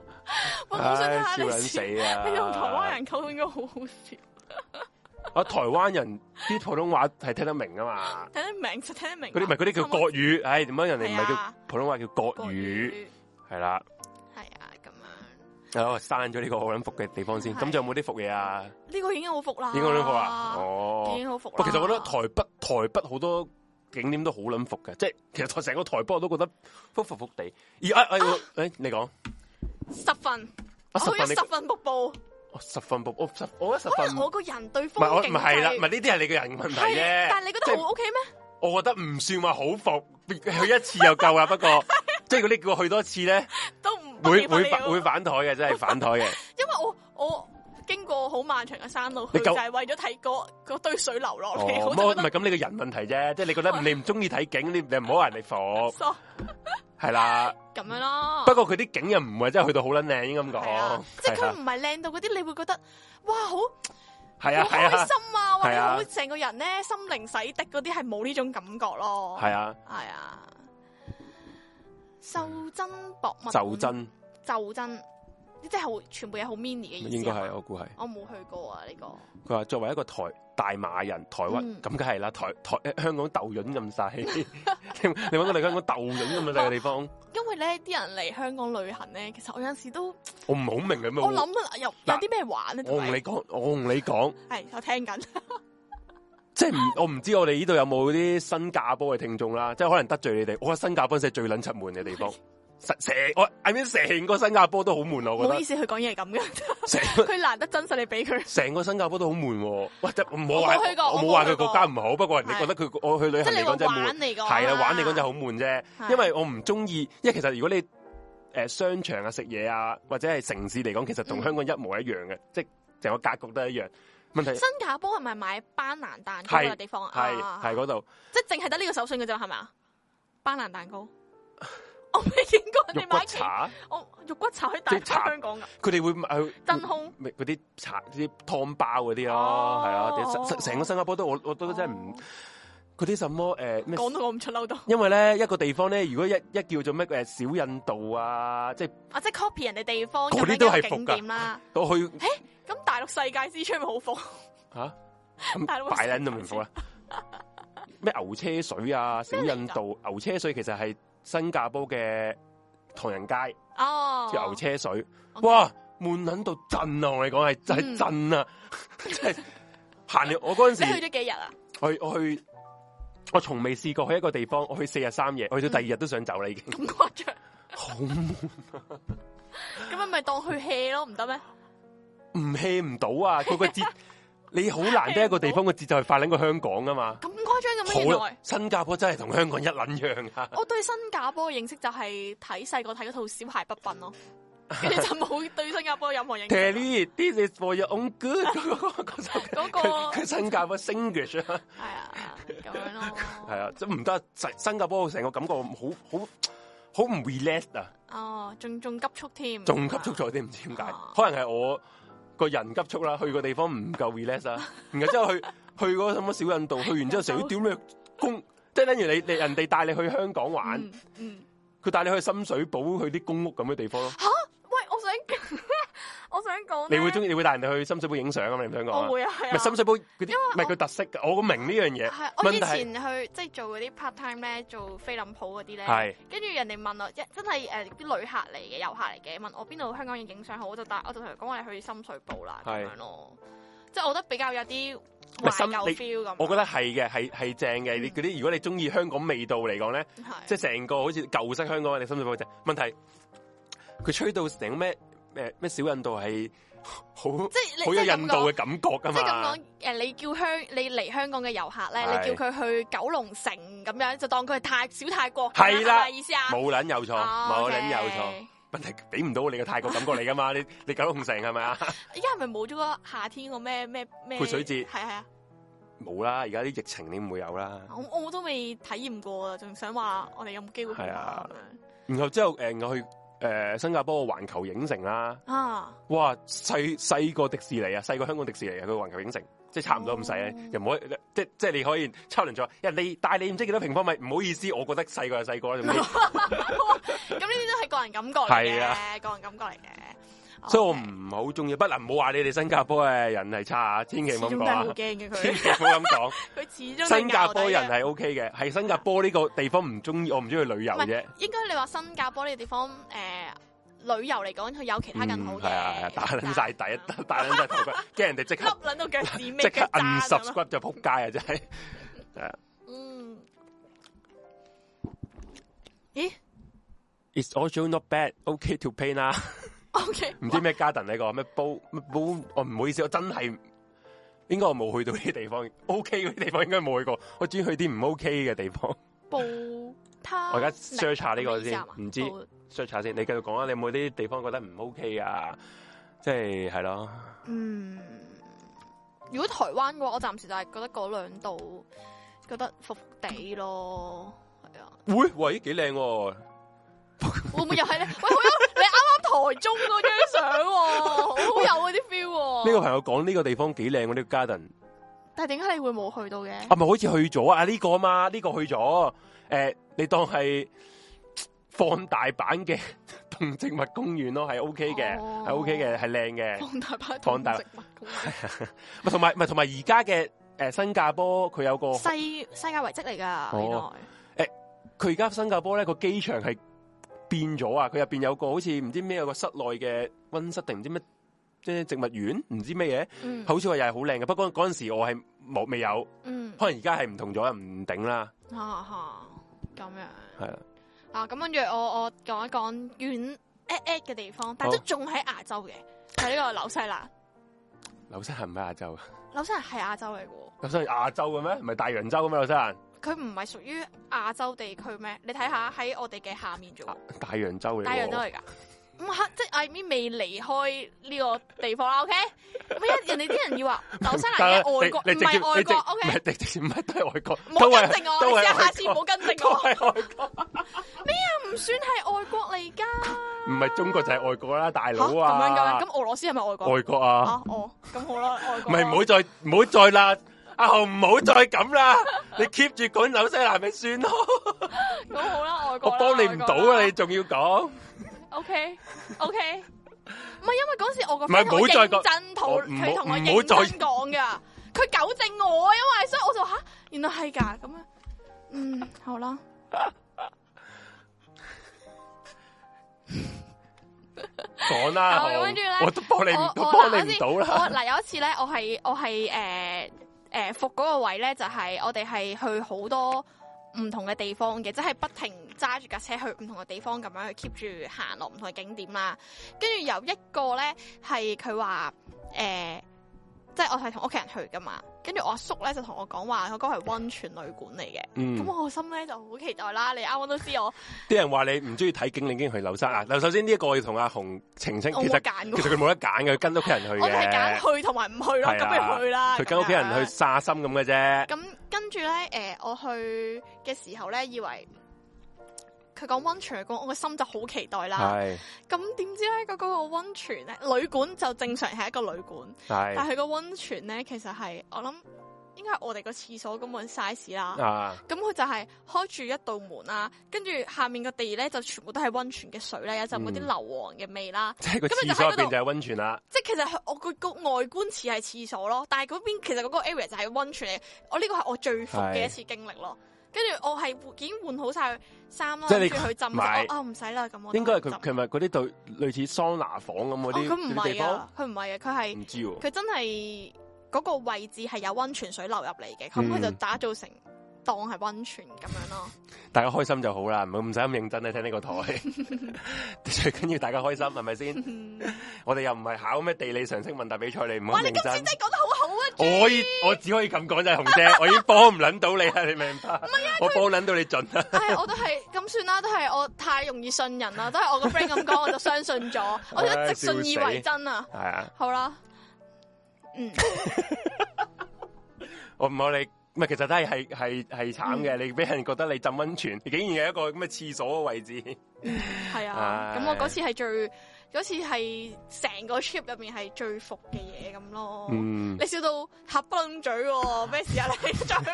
Speaker 1: 我好想
Speaker 2: 唉
Speaker 1: 睇下
Speaker 2: 笑
Speaker 1: 你
Speaker 2: 撚
Speaker 1: 笑
Speaker 2: 死啊！
Speaker 1: 你同台灣人溝通應該好好笑，
Speaker 2: 我啊台灣人啲普通話係聽得明啊嘛，
Speaker 1: 睇得明就聽得明啊。
Speaker 2: 嗰啲唔係嗰啲叫
Speaker 1: 啱啱
Speaker 2: 國語，唉點解人哋唔係
Speaker 1: 係
Speaker 2: 叫
Speaker 1: 啊
Speaker 2: 普通話叫國
Speaker 1: 國
Speaker 2: 語係啦？
Speaker 1: 係啊，咁樣
Speaker 2: 我哦刪咗呢個好撚服嘅地方先，咁
Speaker 1: 係
Speaker 2: 仲有冇啲服嘢啊？
Speaker 1: 呢個已經好服啦，
Speaker 2: 應該撚服啊？
Speaker 1: 已
Speaker 2: 哦，
Speaker 1: 經好服啦。
Speaker 2: 不過其實我覺得台北台北好多景點都好撚服嘅，即係其實成個台北我都覺得服服服地。而啊啊誒，你講
Speaker 1: 十分，
Speaker 2: 我
Speaker 1: 我
Speaker 2: 十
Speaker 1: 去咗
Speaker 2: 分你
Speaker 1: 十分瀑布，
Speaker 2: 我哦十分服，我十我覺得十
Speaker 1: 可能
Speaker 2: 分
Speaker 1: 我個人對
Speaker 2: 唔係我
Speaker 1: 風
Speaker 2: 唔
Speaker 1: 景
Speaker 2: 係啦，唔係
Speaker 1: 係
Speaker 2: 呢啲係你嘅人問題啫。
Speaker 1: 但係你覺
Speaker 2: 即
Speaker 1: 得
Speaker 2: 係
Speaker 1: 好 OK 咩？
Speaker 2: 我覺得唔算話好服，去一次就夠啊啦。不過即係嗰啲叫我去多次咧，
Speaker 1: 都唔
Speaker 2: 會
Speaker 1: 不理
Speaker 2: 會
Speaker 1: 你
Speaker 2: 反
Speaker 1: 喎
Speaker 2: 會反台嘅，真係反 台嘅。
Speaker 1: 因為我我經過好漫長嘅山路去，
Speaker 2: 你
Speaker 1: 就
Speaker 2: 夠
Speaker 1: 係為咗睇嗰嗰堆水流落
Speaker 2: 哦，
Speaker 1: 嚟，我
Speaker 2: 唔
Speaker 1: 就覺
Speaker 2: 係唔
Speaker 1: 得
Speaker 2: 係咁，你個人問題啫，即係你覺得你唔中意睇景，你你唔好話人哋服
Speaker 1: 傻
Speaker 2: 係啦。
Speaker 1: 咁樣咯。
Speaker 2: 不過佢啲景又唔係真係去到好撚靚，應該咁
Speaker 1: 係啊
Speaker 2: 講。，
Speaker 1: 即係
Speaker 2: 係
Speaker 1: 佢
Speaker 2: 啊
Speaker 1: 唔係靚到嗰啲，你會覺得哇好
Speaker 2: 係啊
Speaker 1: 好
Speaker 2: 係
Speaker 1: 開
Speaker 2: 啊
Speaker 1: 心啊，或
Speaker 2: 係
Speaker 1: 者
Speaker 2: 啊
Speaker 1: 好成個人咧心靈洗滌嗰啲係冇呢種感覺咯。
Speaker 2: 係啊，
Speaker 1: 係啊，袖珍博物
Speaker 2: 就真
Speaker 1: 袖珍，即係好全部嘢好 mini 嘅意思。啊
Speaker 2: 應該係，我估係。
Speaker 1: 我冇去過啊呢、個，
Speaker 2: 佢話作為一個台大馬人，台灣
Speaker 1: 嗯
Speaker 2: 咁梗係啦，台台香港豆潤咁細， 你你揾個嚟香港豆潤咁細嘅地方，
Speaker 1: 因為咧啲人嚟香港旅行咧，其實我有陣時都
Speaker 2: 我唔好明嘅咩？
Speaker 1: 我諗啊，有有
Speaker 2: 嗱
Speaker 1: 啲咩玩咧？
Speaker 2: 我同你講，我同你講，
Speaker 1: 係哎我聽緊，
Speaker 2: 即係唔，我唔知我哋呢度有冇啲新加坡嘅聽眾啦，即係可能得罪你哋。我覺得新加坡先係最撚出門嘅地方，成成我 I mean 成個新加坡都好悶啊，
Speaker 1: 唔好
Speaker 2: 我覺
Speaker 1: 意
Speaker 2: 得
Speaker 1: 思，佢講嘢係咁嘅，
Speaker 2: 成個
Speaker 1: 佢難得真實你俾佢。
Speaker 2: 成個新加坡都好悶喎。喂，即係唔好
Speaker 1: 我冇去過
Speaker 2: 話我冇
Speaker 1: 我冇
Speaker 2: 話
Speaker 1: 去
Speaker 2: 佢
Speaker 1: 過
Speaker 2: 國家唔好，不過人哋覺得佢我去旅
Speaker 1: 即係
Speaker 2: 行
Speaker 1: 你
Speaker 2: 嚟
Speaker 1: 話
Speaker 2: 講真係悶
Speaker 1: 玩，啊嚟講，
Speaker 2: 係啦，玩嚟講真係好悶啫。
Speaker 1: 好
Speaker 2: 因為我唔中意，因為其實如果你誒、呃商場啊、食嘢啊，或者係城市嚟講，其實同
Speaker 1: 嗯
Speaker 2: 香港一模一樣嘅，即係成個格局都一樣。問題
Speaker 1: 新加坡係咪買班蘭蛋糕嘅地方啊？
Speaker 2: 係
Speaker 1: 啊
Speaker 2: 係嗰度
Speaker 1: 即係淨係得呢個手信嘅啫，係咪啊？班蘭蛋糕， 我未見過人
Speaker 2: 肉
Speaker 1: 哋
Speaker 2: 骨
Speaker 1: 買其
Speaker 2: 茶，
Speaker 1: 我肉骨茶可以帶
Speaker 2: 即係茶
Speaker 1: 翻香港噶，
Speaker 2: 佢哋會買去
Speaker 1: 真空
Speaker 2: 咪嗰啲茶、啲湯包嗰啲咯
Speaker 1: 哦，
Speaker 2: 係啊，成成成個新加坡都我我都真係唔嗰啲什麼誒咩、
Speaker 1: 講到我唔出嬲到，
Speaker 2: 因為咧一個地方咧，如果一一叫做咩誒小印度啊，即係
Speaker 1: 啊即係 copy 人哋地方
Speaker 2: 嗰啲
Speaker 1: 咁樣
Speaker 2: 都係
Speaker 1: 嘅
Speaker 2: 服
Speaker 1: 景
Speaker 2: 㗎
Speaker 1: 點啦。
Speaker 2: 我去
Speaker 1: 咁大陸世界之窗咪好服？
Speaker 2: 吓
Speaker 1: 大佬
Speaker 2: 咁擺撚都唔服啦。咩牛車水啊，小印度牛車水其實係新加坡嘅唐人街
Speaker 1: 哦，
Speaker 2: 叫牛車水，
Speaker 1: OK
Speaker 2: 哇悶撚到震啊！我同你講
Speaker 1: 嗯
Speaker 2: 係真係震啊， 真係行了我嗰陣
Speaker 1: 你
Speaker 2: 時
Speaker 1: 去咗幾日啊？
Speaker 2: 去我去我從未試過去一個地方，我去四日三夜，我去到第二日都想走啦已經。
Speaker 1: 咁誇張，
Speaker 2: 好悶
Speaker 1: 咁咪咪當去 hea 咯，唔得咩？
Speaker 2: 唔 hea 唔到啊！嗰 個節你好難得一個地方個節奏係快撚過香港啊嘛。
Speaker 1: 咁誇張咁
Speaker 2: 好
Speaker 1: 樣原
Speaker 2: 啦
Speaker 1: 來。
Speaker 2: 新加坡真係同香港一撚樣 啊！
Speaker 1: 我對新加坡嘅認識就係睇細個睇嗰套《小孩不笨》咯，跟住就冇對新加坡有任何認識。
Speaker 2: Terry, this is for your own good 嗰個。嗰
Speaker 1: 嗰個
Speaker 2: 個佢新加坡 Singlish 啊，
Speaker 1: 係啊，咁樣
Speaker 2: 係
Speaker 1: 咯。
Speaker 2: 啊，即係唔得，新新加坡成個感覺好好好唔 relax 啊，
Speaker 1: 哦，仲仲急促添，
Speaker 2: 仲急促咗啲，唔知點解
Speaker 1: 啊，
Speaker 2: 可能係我個人急促啦，去個地方唔夠 relax 啊，然後之後去去嗰個什麼小印度，去完之後 成日屌你公，即係等於你你人哋帶你去香港玩，
Speaker 1: 嗯嗯。
Speaker 2: 佢帶你去深水埗去啲公屋咁嘅地方咯，
Speaker 1: 喂，我想 我想講
Speaker 2: 你會中
Speaker 1: 意？
Speaker 2: 意你會帶人哋去深水埗影相啊嘛？你唔想講啊
Speaker 1: 我？會啊，係
Speaker 2: 咪
Speaker 1: 啊。
Speaker 2: 深水埗嗰啲
Speaker 1: 為
Speaker 2: 唔係佢特色嘅，我明呢樣嘢。
Speaker 1: 係啊我以
Speaker 2: 問題係
Speaker 1: 前去即係做嗰啲 part time 咧，做菲林鋪嗰啲咧，
Speaker 2: 係
Speaker 1: 跟住人哋問我，一真係誒啲旅客嚟嘅遊客嚟嘅，問我邊度香港影影相好，我就帶我就同佢講我哋去深水埗啦咁
Speaker 2: 係
Speaker 1: 樣咯，即係我覺得比較有啲
Speaker 2: 咪
Speaker 1: 懷
Speaker 2: 深
Speaker 1: 舊
Speaker 2: 你
Speaker 1: feel 咁。啊
Speaker 2: 我覺得係嘅，係係正嘅。
Speaker 1: 嗯
Speaker 2: 你嗰啲如果你中意香港味道嚟講咧，
Speaker 1: 係
Speaker 2: 即係成個好似舊式香港你深水埗就問題，佢吹到成個咩咩咩小印度係好
Speaker 1: 即係你
Speaker 2: 好有
Speaker 1: 即係咁
Speaker 2: 印度
Speaker 1: 講
Speaker 2: 嘅感覺噶
Speaker 1: 即係咁
Speaker 2: 嘛
Speaker 1: 講，？誒，你叫香你嚟香港嘅遊客咧，
Speaker 2: 係
Speaker 1: 你叫佢去九龍城咁樣，就當佢係泰小泰國咁樣，
Speaker 2: 係啦
Speaker 1: 係咪意思啊？
Speaker 2: 冇撚有錯，
Speaker 1: 哦
Speaker 2: 冇撚
Speaker 1: OK
Speaker 2: 有錯。問題俾唔到你嘅泰國感覺嚟噶嘛？你你九龍城係咪啊？
Speaker 1: 而家係咪冇咗個夏天個咩咩咩
Speaker 2: 潑水節
Speaker 1: 係係啊，
Speaker 2: 冇啦，而家啲疫情你唔會有啦。
Speaker 1: 我我都未體驗過啊，仲想話我哋有冇機會去
Speaker 2: 係
Speaker 1: 下
Speaker 2: 啊
Speaker 1: 咁樣
Speaker 2: 然後之後诶、誒我去诶、誒新加坡個環球影城啦，
Speaker 1: 啊？
Speaker 2: 哇細細過迪士尼啊，細過香港迪士尼啊，佢環球影城即係差唔多咁細
Speaker 1: 哦
Speaker 2: 啊，又唔可以即即係你可以抽輪咗，人哋但係你唔知幾多平方米，唔好意思，我覺得細個就細個啦，總之
Speaker 1: 咁呢啲都係個人感覺嚟
Speaker 2: 係
Speaker 1: 嘅，
Speaker 2: 啊
Speaker 1: 個人感覺嚟嘅。哦
Speaker 2: 所以我唔好中意，不能唔好話你哋新加坡嘅人係差啊，千祈
Speaker 1: 始
Speaker 2: 唔好
Speaker 1: 終
Speaker 2: 咁
Speaker 1: 都
Speaker 2: 講
Speaker 1: 係好驚
Speaker 2: 啊，
Speaker 1: 嘅
Speaker 2: 千
Speaker 1: 佢，
Speaker 2: 祈唔好咁講。
Speaker 1: 佢始終都係
Speaker 2: 新加坡人
Speaker 1: 牛底嘅
Speaker 2: 係 O K 嘅，係新加坡呢個地方唔中意，我唔中意去旅遊
Speaker 1: 唔係
Speaker 2: 啫。
Speaker 1: 應該你話新加坡呢個地方誒旅遊嚟講，佢有其他更好
Speaker 2: 係啊，係啊
Speaker 1: 嘅，
Speaker 2: 打撚晒
Speaker 1: 但係
Speaker 2: 底，打撚晒頭骨，驚人哋即
Speaker 1: 笠
Speaker 2: 刻
Speaker 1: 撚到腳趾尾，
Speaker 2: 即刻
Speaker 1: 腳踭咁啊咯
Speaker 2: unsubscribe 就撲街啊！真係
Speaker 1: 嗯，咦
Speaker 2: ，It's also not bad, OK to pay 啦。
Speaker 1: ？OK，
Speaker 2: 唔知咩 garden 呢個咩煲咩煲，我唔好意思，我真係應該我冇去到呢啲地方，OK 嗰啲地方應該冇去過，我專去啲唔 OK 嘅地方。
Speaker 1: 布他，
Speaker 2: 我而家 search 下呢個
Speaker 1: 咩意思啊嘛
Speaker 2: 先唔知
Speaker 1: 布
Speaker 2: search 下先，你繼續講啊，你有冇啲地方覺得唔 OK 啊？即係係咯，
Speaker 1: 嗯，如果台灣嘅話，我暫時就係覺得嗰兩度覺得服服地咯，係啊，
Speaker 2: 會喂幾靚喎！
Speaker 1: 會唔會 又係咧？喂，好有你啱啱台中嗰張相喎，好有嗰啲 feel 喎。
Speaker 2: 呢個朋友講呢個地方幾靚喎，呢個 garden
Speaker 1: 但係點解你會冇去到嘅？
Speaker 2: 啊，咪好似去咗啊？呢個啊嘛，呢個去咗。誒，你當係放大版嘅 動植物公園咯，係 OK 嘅，
Speaker 1: 哦
Speaker 2: 係 OK 嘅，係靚嘅。
Speaker 1: 放大版
Speaker 2: 放大
Speaker 1: 植物公園
Speaker 2: 咪同埋咪同埋而家嘅誒新加坡，佢有個佢
Speaker 1: 世世界遺跡嚟㗎，原來
Speaker 2: 哦而家新加坡咧個機場係變咗啊！佢入邊有個好似唔知咩有個室內嘅温室定唔知咩即係植物園，唔知咩嘢。
Speaker 1: 嗯
Speaker 2: 好似話又係好靚嘅，不過嗰陣時我係冇未有，
Speaker 1: 嗯
Speaker 2: 可能而家係唔同咗，唔頂啦，
Speaker 1: 嚇嚇啊咁樣
Speaker 2: 係啦，
Speaker 1: 啊，咁跟住我我講一講遠 at at 嘅地方，但係都
Speaker 2: 好
Speaker 1: 仲喺亞洲嘅，就係呢個紐西蘭。
Speaker 2: 紐西蘭唔係亞洲啊，
Speaker 1: 紐西蘭係亞洲嚟嘅喎。
Speaker 2: 紐西蘭亞洲嘅咩？唔係大洋洲嘅咩？紐西蘭
Speaker 1: 佢唔係屬於亞洲地區咩？你睇下喺我哋嘅下面啫喎，
Speaker 2: 大洋洲嚟喎，
Speaker 1: 大洋洲嚟㗎。唔係，即係 I mean 未離開呢個地方啦，OK？咁啊 一人哋啲人要話紐西蘭哦嘅外國唔
Speaker 2: 你你直接
Speaker 1: 係外
Speaker 2: 你直
Speaker 1: 國，OK？
Speaker 2: 唔係你直接唔係都係外國，
Speaker 1: 唔好
Speaker 2: 都
Speaker 1: 跟
Speaker 2: 係
Speaker 1: 正我，
Speaker 2: 都
Speaker 1: 你
Speaker 2: 係
Speaker 1: 試下
Speaker 2: 外
Speaker 1: 下次唔好
Speaker 2: 國，
Speaker 1: 跟正
Speaker 2: 都
Speaker 1: 我，
Speaker 2: 係外國，
Speaker 1: 唔算係外國嚟㗎。
Speaker 2: 唔係中國就係外國啦，大
Speaker 1: 嚇
Speaker 2: 佬
Speaker 1: 咁樣㗎
Speaker 2: 啊，
Speaker 1: 咩？咁俄羅斯係咪外國？
Speaker 2: 外國啊，
Speaker 1: 啊，哦，咁好啦，外
Speaker 2: 唔
Speaker 1: 國啊啦。
Speaker 2: 係唔好再唔好再啦，阿豪唔好再咁啦，你 keep 住講紐西蘭咪算咯，
Speaker 1: 咁好啦，外國
Speaker 2: 我
Speaker 1: 啦
Speaker 2: 幫你唔到啊，你。仲要講。
Speaker 1: O K O K，唔係因為嗰時我個
Speaker 2: 唔係
Speaker 1: friend 同我
Speaker 2: 冇再
Speaker 1: 認
Speaker 2: 講
Speaker 1: 真
Speaker 2: 我
Speaker 1: 討，
Speaker 2: 唔
Speaker 1: 佢
Speaker 2: 好
Speaker 1: 同我
Speaker 2: 唔好
Speaker 1: 認
Speaker 2: 再
Speaker 1: 真講噶，佢糾正我，因為所以我就吓，原來係㗎咁樣。嗯，好啦，
Speaker 2: 讲啦，
Speaker 1: 好
Speaker 2: 好
Speaker 1: 跟住咧
Speaker 2: 我都幫你唔
Speaker 1: 我我
Speaker 2: 幫
Speaker 1: 嗱
Speaker 2: 你唔到
Speaker 1: 我
Speaker 2: 啦。
Speaker 1: 嗱有一次咧，我係我係誒誒服嗰個位咧，就係、我哋係去好多唔同嘅地方嘅，即係不停揸住架車去唔同嘅地方咁樣去 keep 住行落唔同嘅景點啦。跟住有一個咧係佢話誒，即係我係同屋企人去噶嘛。跟住我阿叔咧就同我講話，嗰個係温泉旅館嚟嘅。咁、
Speaker 2: 嗯，
Speaker 1: 我心咧就好期待啦。你啱啱都知我，
Speaker 2: 啲人話你唔中意睇景，你已經去流沙啊。嗱，首先呢一個我要同阿紅澄清，
Speaker 1: 我
Speaker 2: 其
Speaker 1: 冇
Speaker 2: 實
Speaker 1: 揀
Speaker 2: 其
Speaker 1: 過，
Speaker 2: 實佢冇得揀嘅，佢跟屋企人去
Speaker 1: 我係
Speaker 2: 嘅，
Speaker 1: 揀去同埋唔去咯。
Speaker 2: 係
Speaker 1: 咁
Speaker 2: 啦
Speaker 1: 咪去啦。
Speaker 2: 佢跟屋企
Speaker 1: 咁
Speaker 2: 人
Speaker 1: 樣
Speaker 2: 去沙心咁嘅啫。
Speaker 1: 咁跟住咧，诶、我去嘅時候咧，以為佢講温泉講，我個心就好期待啦。
Speaker 2: 係
Speaker 1: 咁啊點知咧，嗰、嗰個温泉咧，旅館就正常係一個旅館，但
Speaker 2: 係
Speaker 1: 係個温泉咧，其實係我諗應該係我哋個廁所咁嘅 size 啦。
Speaker 2: 啊，
Speaker 1: 咁佢就係開住一道門啦，跟住下面個地咧就全部都係温泉嘅水咧，有陣嗰啲硫磺
Speaker 2: 嗯
Speaker 1: 嘅味啦。
Speaker 2: 即係個
Speaker 1: 咁你就喺
Speaker 2: 廁所入
Speaker 1: 嗰度
Speaker 2: 邊就係温泉啦。
Speaker 1: 即係其實我個個外觀似係廁所咯，但係嗰邊其實嗰個 area 就係温泉嚟。我呢個係我最服嘅一次經歷咯。跟住我係已經換好晒衫啦，
Speaker 2: 即係
Speaker 1: 跟
Speaker 2: 你
Speaker 1: 住去浸
Speaker 2: 唔係
Speaker 1: 咗。啊唔使啦，咁我
Speaker 2: 應該係
Speaker 1: 浸
Speaker 2: 佢佢咪嗰啲對類似桑拿房咁嗰
Speaker 1: 哦
Speaker 2: 啲
Speaker 1: 佢唔
Speaker 2: 嗰啲地
Speaker 1: 係
Speaker 2: 方嗯
Speaker 1: 啊，，佢唔係啊，佢係
Speaker 2: 唔知喎。
Speaker 1: 佢真係嗰個位置係有温泉水流入嚟嘅，咁佢
Speaker 2: 嗯
Speaker 1: 就打造成當係温泉咁樣咯。
Speaker 2: 大家開心就好啦，唔好唔使咁認真咧聽呢個台。 最緊要大家開心係咪先？ 我哋又唔係考咩地理常識問答比賽，你唔好
Speaker 1: 哇！
Speaker 2: 咁
Speaker 1: 你今
Speaker 2: 認
Speaker 1: 次真
Speaker 2: 真。
Speaker 1: 係講得好 好啊！
Speaker 2: 我可以，我只可以咁講就係紅姐，我已經幫唔撚到你啦，你明唔明白？
Speaker 1: 啊
Speaker 2: 我幫撚到你盡啦，
Speaker 1: 唉，我都係咁算啦，都係我太容易信人啦，都係我個 friend 咁講，我就相信咗，我一直信以為真啊。
Speaker 2: 係啊，
Speaker 1: 好啦，嗯，
Speaker 2: 我哦唔好你，唔係其實都係係係係慘嘅，你俾人覺得你浸温泉，你竟然係一個咁嘅廁所嘅位置，
Speaker 1: 係啊，
Speaker 2: 唉
Speaker 1: 咁我嗰次係最嗰次係成個 trip 入面係最服嘅嘢咁咯。
Speaker 2: 嗯，
Speaker 1: 你笑到合不攆嘴喎，咩事啊你嘴？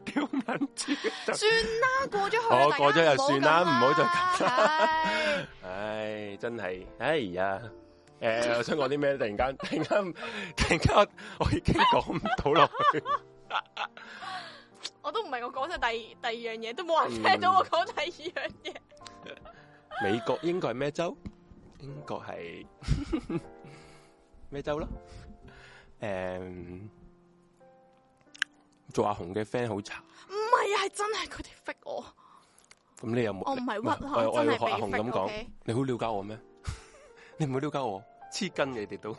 Speaker 2: 屌撚豬，
Speaker 1: 算啦，過咗去啦，
Speaker 2: 我
Speaker 1: 大家
Speaker 2: 哦過咗就算啦
Speaker 1: 唔
Speaker 2: 唔
Speaker 1: 好
Speaker 2: 好
Speaker 1: 咁
Speaker 2: 再
Speaker 1: 啦。唉
Speaker 2: 唉，真係，哎呀，诶、我想講啲咩？突然間， 突然間，突然間，我我已經講唔到落去。
Speaker 1: 我都唔係我講晒第二第二樣嘢，都冇
Speaker 2: 嗯
Speaker 1: 人聽到我講第二樣嘢。
Speaker 2: 美國英國係咩州？英國係 咩州咯？诶、做阿紅嘅 friend 好慘。
Speaker 1: 唔係啊，係真係佢哋逼我，
Speaker 2: 咁你有冇？
Speaker 1: 我唔係屈
Speaker 2: 我
Speaker 1: 啊，
Speaker 2: 我
Speaker 1: 真
Speaker 2: 要學阿
Speaker 1: 係
Speaker 2: 紅
Speaker 1: 被
Speaker 2: 咁
Speaker 1: 逼。
Speaker 2: 講，
Speaker 1: OK
Speaker 2: 你好了解我咩？ 你唔好了解我，黐筋嘅你哋 都，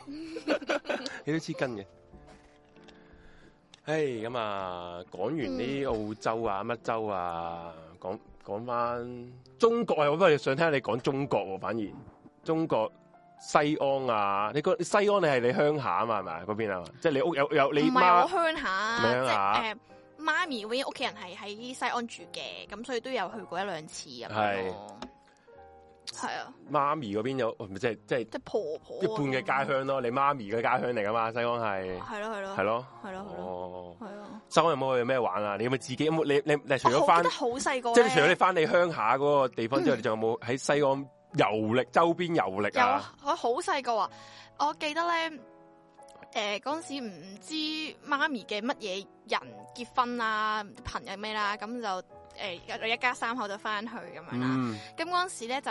Speaker 2: 你都黐筋嘅。唉，咁啊，講完
Speaker 1: 嗯
Speaker 2: 啲澳洲啊、乜洲啊，講講翻中國啊，我不過想聽下你講中國喎、反而中國西安啊，你個西安你係你鄉下啊嘛，係咪嗰邊啊？即係你屋有有你
Speaker 1: 唔係
Speaker 2: 媽啊
Speaker 1: 我鄉
Speaker 2: 你鄉下
Speaker 1: 下，即係誒媽咪嗰邊屋企人係喺西安住嘅，咁所以都有去過一兩次咁樣咯。係啊，
Speaker 2: 媽咪嗰邊有，唔係即係即係
Speaker 1: 即係婆婆
Speaker 2: 一半嘅家鄉咯，你媽咪嘅家鄉嚟噶嘛？西安係
Speaker 1: 係咯係咯
Speaker 2: 係咯。
Speaker 1: 哦係咯係咯
Speaker 2: 哦，
Speaker 1: 係啊！
Speaker 2: 西安有冇去咩玩啊？你有冇自己有冇你你你除
Speaker 1: 我好
Speaker 2: 咗
Speaker 1: 記
Speaker 2: 翻，
Speaker 1: 得好細個
Speaker 2: 即
Speaker 1: 咧，
Speaker 2: 係除咗你翻你鄉下嗰個地方之外，你仲有冇喺西安遊歷周邊遊歷
Speaker 1: 有
Speaker 2: 啊？
Speaker 1: 啊，我好細個啊，我記得咧，诶嗰阵时唔知媽咪嘅乜嘢人結婚啦、朋友咩啦，咁就诶、誒一家三口就翻去咁樣啦。
Speaker 2: 嗯
Speaker 1: 咁嗰阵时咧就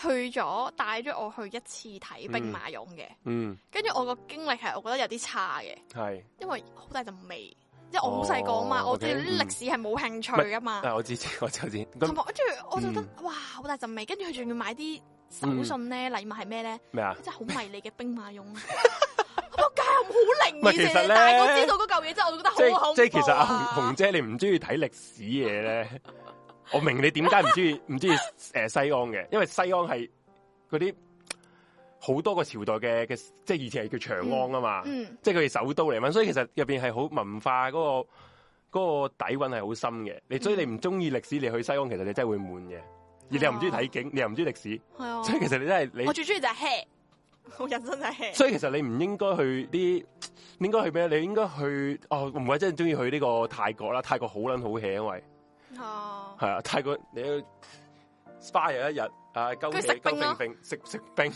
Speaker 1: 去咗，帶咗我去一次睇兵馬俑嘅，
Speaker 2: 嗯，
Speaker 1: 跟住、我個經歷係我覺得有啲差嘅，
Speaker 2: 係。
Speaker 1: 因為好大陣味，因為我好細個啊嘛，
Speaker 2: 哦
Speaker 1: 我對
Speaker 2: OK，
Speaker 1: 啲歷史係冇興趣噶嘛。
Speaker 2: 啊，我知 知，我知我知。
Speaker 1: 同
Speaker 2: 咁嗯
Speaker 1: 埋，跟住我就覺得、哇，好大陣味，跟住佢仲要買啲手信咧，禮物係咩咧？
Speaker 2: 咩啊？
Speaker 1: 真係好迷你嘅兵馬俑。 仆街，我好靈
Speaker 2: 唔係
Speaker 1: 異
Speaker 2: 其實
Speaker 1: 成日
Speaker 2: 咧
Speaker 1: 大個知道嗰嚿嘢之後，我覺得
Speaker 2: 即
Speaker 1: 好恐怖
Speaker 2: 係即係其實阿
Speaker 1: 啊
Speaker 2: 紅紅姐你唔中意睇歷史嘢 咧，我明你點解唔中意唔中意誒西安嘅，因為西安係嗰啲好多個朝代嘅嘅，即係以前係叫長安啊嘛。
Speaker 1: 嗯
Speaker 2: 即係佢哋首都嚟嘛，所以其實入边係好文化嗰、個个、嗰個底蕴係好深嘅。你所以你唔中意歷史，你去西安其實你真係會悶嘅。而你又唔中意睇景，你又唔中意歷史，
Speaker 1: 係啊，
Speaker 2: 所以其實你真係
Speaker 1: 哦我
Speaker 2: 你，
Speaker 1: 最中意就係 hair，我人生就係 hair。
Speaker 2: 所以其實你唔應該去啲，應該去咩？你應該去哦，唔係真係中意去呢個泰國啦，泰國好撚好 hea，因為
Speaker 1: 啊
Speaker 2: 係啊，泰國你去 spa 有一日啊，鳩
Speaker 1: 佢食
Speaker 2: 嘢鳩
Speaker 1: 冰咯
Speaker 2: 冰冰食食冰，
Speaker 1: 誒，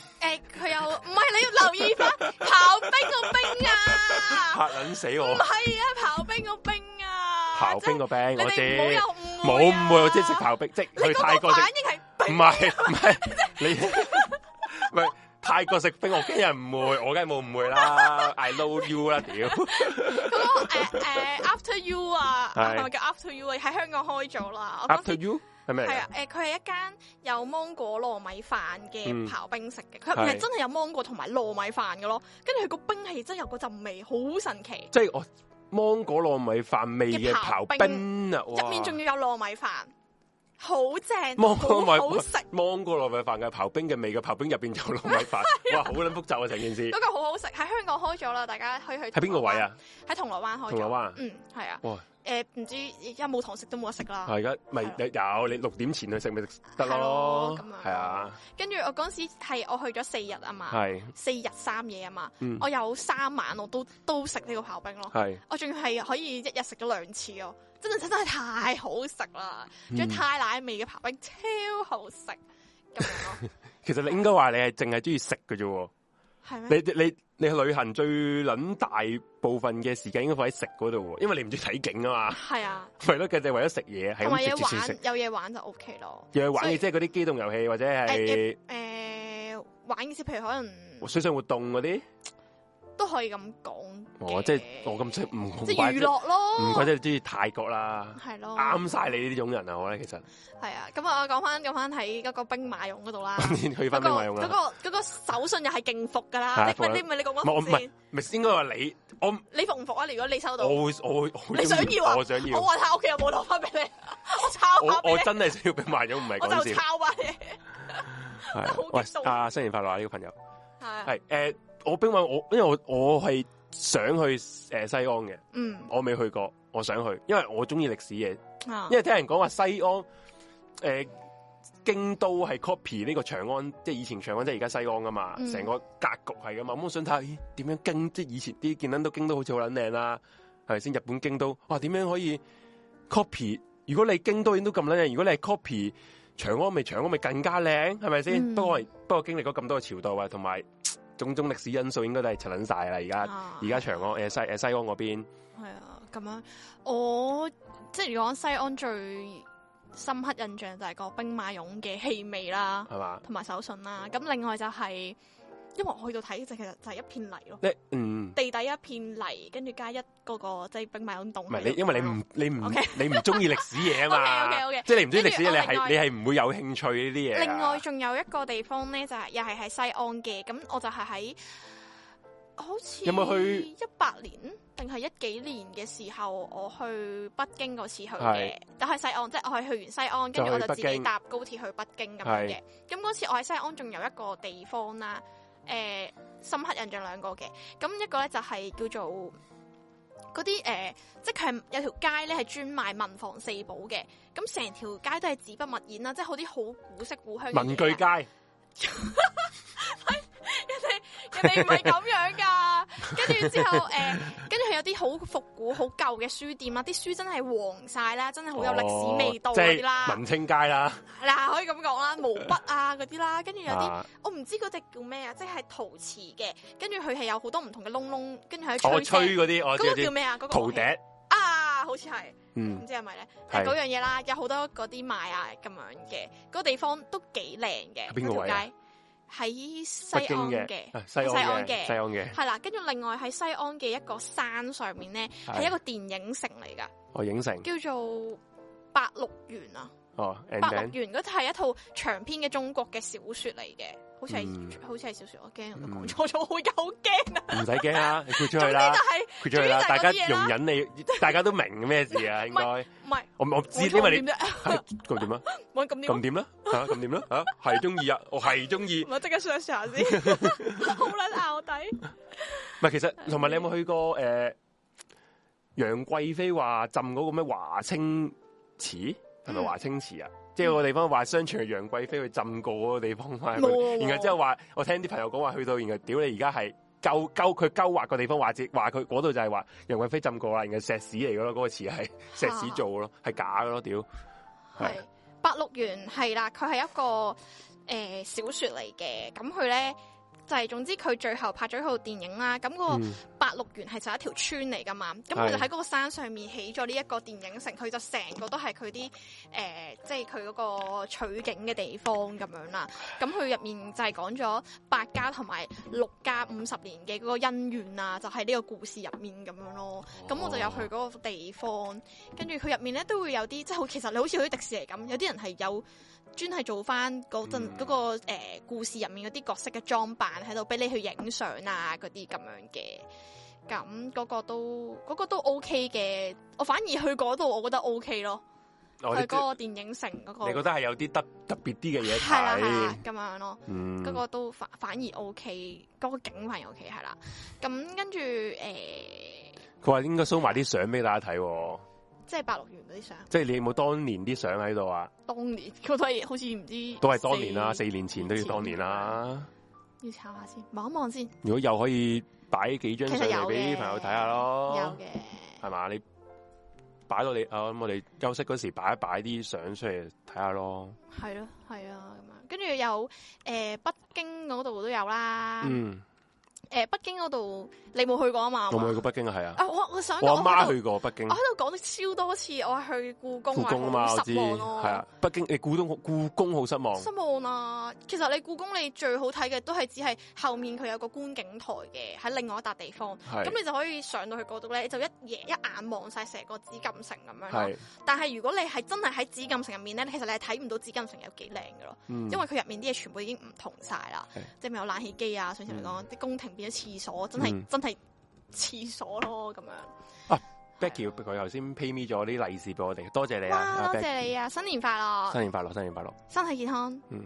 Speaker 1: 佢又唔係你要留意翻刨冰個冰啊，
Speaker 2: 嚇撚死
Speaker 1: 唔
Speaker 2: 我！
Speaker 1: 係啊，刨冰個冰啊，
Speaker 2: 刨冰個冰，
Speaker 1: 即係
Speaker 2: 我
Speaker 1: 你哋
Speaker 2: 知，
Speaker 1: 唔好
Speaker 2: 冇
Speaker 1: 有
Speaker 2: 誤會，我
Speaker 1: 即
Speaker 2: 知食刨冰，即
Speaker 1: 你
Speaker 2: 係去泰
Speaker 1: 嗰個
Speaker 2: 國
Speaker 1: 反
Speaker 2: 食。
Speaker 1: 應係
Speaker 2: 唔
Speaker 1: 冰，
Speaker 2: 係唔係，你唔係泰國食冰，我驚人誤會，我梗係冇誤會啦，I know you 啦，屌，
Speaker 1: 嗰個誒誒 After You 啊，
Speaker 2: 嗯係
Speaker 1: 係咪叫 After You 啊？喺香港開咗啦，我嗰陣時
Speaker 2: after you 係咩嚟㗎？
Speaker 1: 系啊，诶，佢係一間有芒果糯米飯嘅
Speaker 2: 嗯
Speaker 1: 刨冰食嘅，佢唔係
Speaker 2: 係
Speaker 1: 真係有芒果同埋糯米飯嘅咯，跟住佢個冰係真係有嗰陣味，好神奇，
Speaker 2: 即係我芒果糯米飯味嘅
Speaker 1: 嘅刨
Speaker 2: 刨冰啊，哇
Speaker 1: 入面仲要有糯米飯，好正，
Speaker 2: 芒
Speaker 1: 好
Speaker 2: 果糯米
Speaker 1: 好食，
Speaker 2: 芒果糯米飯嘅刨冰嘅味嘅刨冰入邊有糯米 飯，哇，好撚複雜啊成件事，
Speaker 1: 嗰個好好食，喺香港開咗啦，大家可以去。
Speaker 2: 喺邊個位？啊？
Speaker 1: 喺銅鑼灣開
Speaker 2: 銅鑼
Speaker 1: 咗。
Speaker 2: 灣。
Speaker 1: 嗯，係啊。
Speaker 2: 哇！
Speaker 1: 诶，唔知而家冇堂食都冇得食啦
Speaker 2: 係。而家咪有你六點前去食咪食得
Speaker 1: 啊係
Speaker 2: 咯
Speaker 1: 咯咁，樣
Speaker 2: 係啊，
Speaker 1: 跟住我嗰陣時係我去咗四日啊嘛，
Speaker 2: 係
Speaker 1: 四日三夜啊嘛
Speaker 2: 嗯，
Speaker 1: 我有三晚我都都食呢個刨冰咯。
Speaker 2: 係
Speaker 1: 我仲係可以一日食咗兩次咯，真係真係太好食啦！仲有
Speaker 2: 嗯
Speaker 1: 太奶味嘅刨冰超好食咁樣 咯，
Speaker 2: 其實你應該話你係淨係中意食嘅啫喎。
Speaker 1: 係
Speaker 2: 你
Speaker 1: 咩？
Speaker 2: 你你去旅行最捻大部分嘅時間應該放喺食嗰度喎，因為你唔中意睇景啊嘛，
Speaker 1: 係啊，
Speaker 2: 為咯，佢哋為咗食嘢，係
Speaker 1: 同埋
Speaker 2: 咁
Speaker 1: 有
Speaker 2: 食
Speaker 1: 嘢
Speaker 2: 食食食，
Speaker 1: 玩，有嘢玩就 O K 咯。
Speaker 2: 又去玩
Speaker 1: 所以
Speaker 2: 嘅，即係嗰啲機動遊戲或者係
Speaker 1: 誒玩嘅事，譬如可能
Speaker 2: 水上活動嗰啲。
Speaker 1: 都可以咁講嘅。
Speaker 2: 哦，即係我咁識，唔
Speaker 1: 即
Speaker 2: 唔
Speaker 1: 係
Speaker 2: 怪
Speaker 1: 娛
Speaker 2: 得
Speaker 1: 樂咯，哦
Speaker 2: 唔怪得你中意泰國啦，
Speaker 1: 係咯，
Speaker 2: 啱晒你呢種人啊！我咧其實
Speaker 1: 係啊。咁啊，講翻講翻喺嗰個兵馬俑嗰度 啦。
Speaker 2: 去
Speaker 1: 嗰
Speaker 2: 翻
Speaker 1: 個
Speaker 2: 兵馬俑
Speaker 1: 嗰
Speaker 2: 啦，
Speaker 1: 個嗰個手信又係勁服㗎
Speaker 2: 係啊
Speaker 1: 啦，你
Speaker 2: 服啦
Speaker 1: 你咪你講
Speaker 2: 啊唔係我唔
Speaker 1: 講
Speaker 2: 係
Speaker 1: 先，
Speaker 2: 咪應該話你我
Speaker 1: 你服唔服啊？如果你收到，
Speaker 2: 我會我會我會
Speaker 1: 你想要啊
Speaker 2: 我想
Speaker 1: 我
Speaker 2: 要，
Speaker 1: 話睇下屋企有冇攞翻俾你， 我抄
Speaker 2: 我
Speaker 1: 翻俾
Speaker 2: 我
Speaker 1: 你，
Speaker 2: 真係想要兵馬俑，唔係
Speaker 1: 我
Speaker 2: 講
Speaker 1: 就
Speaker 2: 笑。
Speaker 1: 抄翻你。
Speaker 2: 係
Speaker 1: 好激
Speaker 2: 喂
Speaker 1: 動，
Speaker 2: 啊，新年快樂啊！呢個朋友。
Speaker 1: 係啊
Speaker 2: 系诶、誒我冰運我，因為我我系想去诶、西安嘅，
Speaker 1: 嗯
Speaker 2: 我未去過，我想去，因為我中意歷史嘢。
Speaker 1: 啊
Speaker 2: 因，為聽人講話西安诶、京都係 copy 呢個長安，即係以前長安，即係而家西安噶嘛，
Speaker 1: 嗯
Speaker 2: 成、個格局係噶嘛。咁我想睇下咦點樣京，即係以前啲見撚到京都好似好撚靚啦，係咪先？日本京都，哇點樣可以 copy？如果你京都已經都咁撚靚，如果你係 copy 長安，咪長安咪更加靚，係咪先？
Speaker 1: 嗯
Speaker 2: 不過不過經歷咗咁多嘅朝代啊，同埋種種歷史因素，應該都係柒撚晒啦。而家而
Speaker 1: 而
Speaker 2: 家長安诶呃西诶西安嗰邊，
Speaker 1: 系啊，咁樣我即係如果講西安最深刻印象就係個兵馬俑嘅氣味啦，
Speaker 2: 係嘛？
Speaker 1: 同埋手信啦。咁另外就係因為我去到睇就其實就係一片泥咯，
Speaker 2: 你嗯。
Speaker 1: 地底一片泥，跟住加一嗰個即係兵馬俑洞喺度咁
Speaker 2: 唔
Speaker 1: 樣啊
Speaker 2: 係
Speaker 1: 咯。
Speaker 2: 你，因為你唔你唔
Speaker 1: ờ. OK
Speaker 2: 你唔中意歷史嘢啊嘛
Speaker 1: OK，OK，OK
Speaker 2: 即係你唔中意歷史
Speaker 1: 跟
Speaker 2: 嘢，
Speaker 1: 住我
Speaker 2: 你係你
Speaker 1: 另
Speaker 2: 係唔會有興趣呢啲嘢啊。
Speaker 1: 另外仲有一個地方咧，就係、又係喺西安嘅，咁我就係喺好似
Speaker 2: 有冇去
Speaker 1: 一八年定係一幾年嘅時候，我去北京嗰次去
Speaker 2: 係
Speaker 1: 嘅，但係西安，即係我係去完西安，跟住
Speaker 2: 就
Speaker 1: 我
Speaker 2: 去
Speaker 1: 就
Speaker 2: 北
Speaker 1: 自己
Speaker 2: 京
Speaker 1: 搭高鐵去北京咁樣嘅。咁嗰次我喺西安仲有一個地方啦，誒、深刻印象兩個嘅，咁一個咧就係叫做。嗰啲誒，即係佢係有條街咧係專賣文房四寶嘅，咁成條街都係紙筆墨砚啦，即係好啲好古色古香嘅嘢啊
Speaker 2: 文 具街
Speaker 1: 人哋唔係咁樣噶。跟住之後，誒、跟住佢有啲好復古、好舊嘅書店啦，啲書真係黃晒啦，真係好有歷史味道
Speaker 2: 哦即
Speaker 1: 嗰啲
Speaker 2: 係
Speaker 1: 啦。
Speaker 2: 文青街啦。
Speaker 1: 嗱、可以咁講啦，毛筆 啊嗰啲啦，跟住有啲、
Speaker 2: 啊
Speaker 1: 我唔知嗰只叫咩啊，即係陶瓷嘅，跟住佢係有好多唔同嘅窿窿，跟住喺
Speaker 2: 我
Speaker 1: 哦吹
Speaker 2: 吹
Speaker 1: 聲。
Speaker 2: 嗰啲，我知
Speaker 1: 嗰個叫
Speaker 2: 我知
Speaker 1: 咩啊？嗰個
Speaker 2: 陶
Speaker 1: 樂器
Speaker 2: 笛，
Speaker 1: 啊，好似係。
Speaker 2: 嗯
Speaker 1: 唔，知係咪咧？
Speaker 2: 係
Speaker 1: 但係嗰樣嘢啦，有好多嗰啲賣啊咁樣嘅，嗰、個地方都幾靚嘅。
Speaker 2: 喺邊個位啊
Speaker 1: 嗰條街？喺西
Speaker 2: 北
Speaker 1: 安
Speaker 2: 京
Speaker 1: 嘅，
Speaker 2: 啊西安
Speaker 1: 西安
Speaker 2: 嘅
Speaker 1: 嘅
Speaker 2: 西安嘅，
Speaker 1: 係啦。跟住另外喺西安嘅一個山上面咧，係一個電影城嚟噶，
Speaker 2: 我影城
Speaker 1: 叫做白鹿原啊。
Speaker 2: 哦，and
Speaker 1: 白鹿
Speaker 2: then
Speaker 1: 原嗰係一套長篇嘅中國嘅小說嚟嘅，好似係、
Speaker 2: 嗯
Speaker 1: 好似係小說。我驚我
Speaker 2: 嗯
Speaker 1: 講錯咗，我有驚啊！
Speaker 2: 唔使驚啦，你豁出去
Speaker 1: 總之就
Speaker 2: 啦，
Speaker 1: 係
Speaker 2: 豁出去啦，
Speaker 1: 總
Speaker 2: 大
Speaker 1: 之就係嗰
Speaker 2: 家
Speaker 1: 啲嘢
Speaker 2: 容
Speaker 1: 啦
Speaker 2: 忍你，大家都明咩事啊？應該
Speaker 1: 唔係
Speaker 2: 我我
Speaker 1: 我
Speaker 2: 知，因
Speaker 1: 咁
Speaker 2: 為你
Speaker 1: 點 啫？
Speaker 2: 係咁點啊？
Speaker 1: 我咁點啊
Speaker 2: 咁點啦？嚇咁點啦？嚇係中意啊！我係中意。
Speaker 1: 我即刻 search 下先， 好撚拗底。
Speaker 2: 唔係，其實同埋你有冇去過诶、呃楊貴妃話浸嗰個咩華清池，係咪
Speaker 1: 嗯
Speaker 2: 華清池啊？即係有個地方話相傳係楊貴妃去浸過嗰個地方翻去
Speaker 1: 冇啊喎，
Speaker 2: 然後之後話我聽啲朋友講話去到，然後屌你而家係鳩鳩佢鳩劃個地方話自話佢嗰度就係話楊貴妃浸過啦，然後石屎嚟噶咯，嗰、個 池係石屎做嘅咯，係假嘅咯，屌係
Speaker 1: 係白鹿原係啦，佢係一個诶、呃小说嚟嘅，咁佢咧就係總之佢最後拍咗一套電影啦，咁、個
Speaker 2: 嗯
Speaker 1: 白鹿原係就一條村嚟噶嘛，咁
Speaker 2: 係
Speaker 1: 佢就喺嗰個山上面起咗呢一個電影城，佢就成個都係佢啲诶，即係佢嗰個取景嘅地方咁樣啦。咁佢入面就係講咗百家同埋六家五十年嘅嗰個恩怨啊，就喺、呢個故事入面咁樣咯。
Speaker 2: 哦
Speaker 1: 咁我就有去嗰個地方，跟住佢入面咧都會有啲，即係好其實你好似去迪士尼咁，有啲人係有專係做翻嗰陣
Speaker 2: 嗯
Speaker 1: 嗰個、呃故事入面嗰啲角色嘅裝扮喺度，俾你去影相啊嗰啲咁樣嘅。咁嗰個都嗰、個都 OK 嘅，我反而去嗰度我覺得 OK 咯，
Speaker 2: 哦我
Speaker 1: 去
Speaker 2: 哋
Speaker 1: 嗰個電影城嗰、個
Speaker 2: 你覺得係有啲特特別啲嘅嘢
Speaker 1: 係啦係啦
Speaker 2: 睇，
Speaker 1: 咁樣咯。
Speaker 2: 嗯，
Speaker 1: 嗰個都反反而 O K，嗰個景反而 O K 係啦。咁跟住呃誒，
Speaker 2: 佢話應該 show 埋啲相俾大家睇喎。
Speaker 1: 即係白鹿原嗰啲相，
Speaker 2: 即係你有冇當年啲相喺度啊？
Speaker 1: 當年嗰都係好似唔知
Speaker 2: 都係當年啦，四
Speaker 1: 四
Speaker 2: 年前都要當年啦。
Speaker 1: 要查下先，望一望先，
Speaker 2: 如果又可以擺幾張相
Speaker 1: 其實
Speaker 2: 嚟
Speaker 1: 有
Speaker 2: 俾
Speaker 1: 嘅
Speaker 2: 朋友睇下
Speaker 1: 有
Speaker 2: 咯，
Speaker 1: 嘅。
Speaker 2: 係嘛？你擺到你啊，咁我哋休息嗰時擺一擺啲相出嚟睇下咯。
Speaker 1: 係咯，係啊，咁樣跟住有誒、北京嗰度都有啦。誒、
Speaker 2: 嗯，
Speaker 1: 北京嗰度你冇去過啊嘛？
Speaker 2: 我冇去
Speaker 1: 係嘛
Speaker 2: 過北京啊，係啊，
Speaker 1: 啊！我我想
Speaker 2: 我
Speaker 1: 講
Speaker 2: 阿媽
Speaker 1: 我喺度
Speaker 2: 去過北京
Speaker 1: 我。喺度講咗超多次，我係去故宮
Speaker 2: 故宮啊嘛，
Speaker 1: 好
Speaker 2: 我知
Speaker 1: 失望咯。
Speaker 2: 係啊，北京誒故東故宮好失望，
Speaker 1: 失望啊！其實你故宮你最好睇嘅都係只係後面佢有個觀景台嘅，喺另外一笪地方。
Speaker 2: 係
Speaker 1: 咁你就可以上到去嗰度咧，你就一夜一眼望晒成個紫禁城咁樣咯。
Speaker 2: 係
Speaker 1: 但係如果你係真係喺紫禁城入面咧，其實你係睇唔到紫禁城有幾靚嘅咯，
Speaker 2: 嗯
Speaker 1: 因為佢入面啲嘢全部已經唔同晒啦
Speaker 2: 係，
Speaker 1: 即係咪有冷氣機啊？上次嚟講啲宮廷變咗廁所，真係、
Speaker 2: 嗯啊
Speaker 1: 真係廁所咯咁樣。
Speaker 2: Becky 佢頭先 pay me 咗啲利是俾我哋，多謝你啊
Speaker 1: 哇！
Speaker 2: 啊
Speaker 1: 多
Speaker 2: ，Becky
Speaker 1: 謝你啊！新年快樂，
Speaker 2: 新年快樂，新年快樂。
Speaker 1: 身體健康。
Speaker 2: 嗯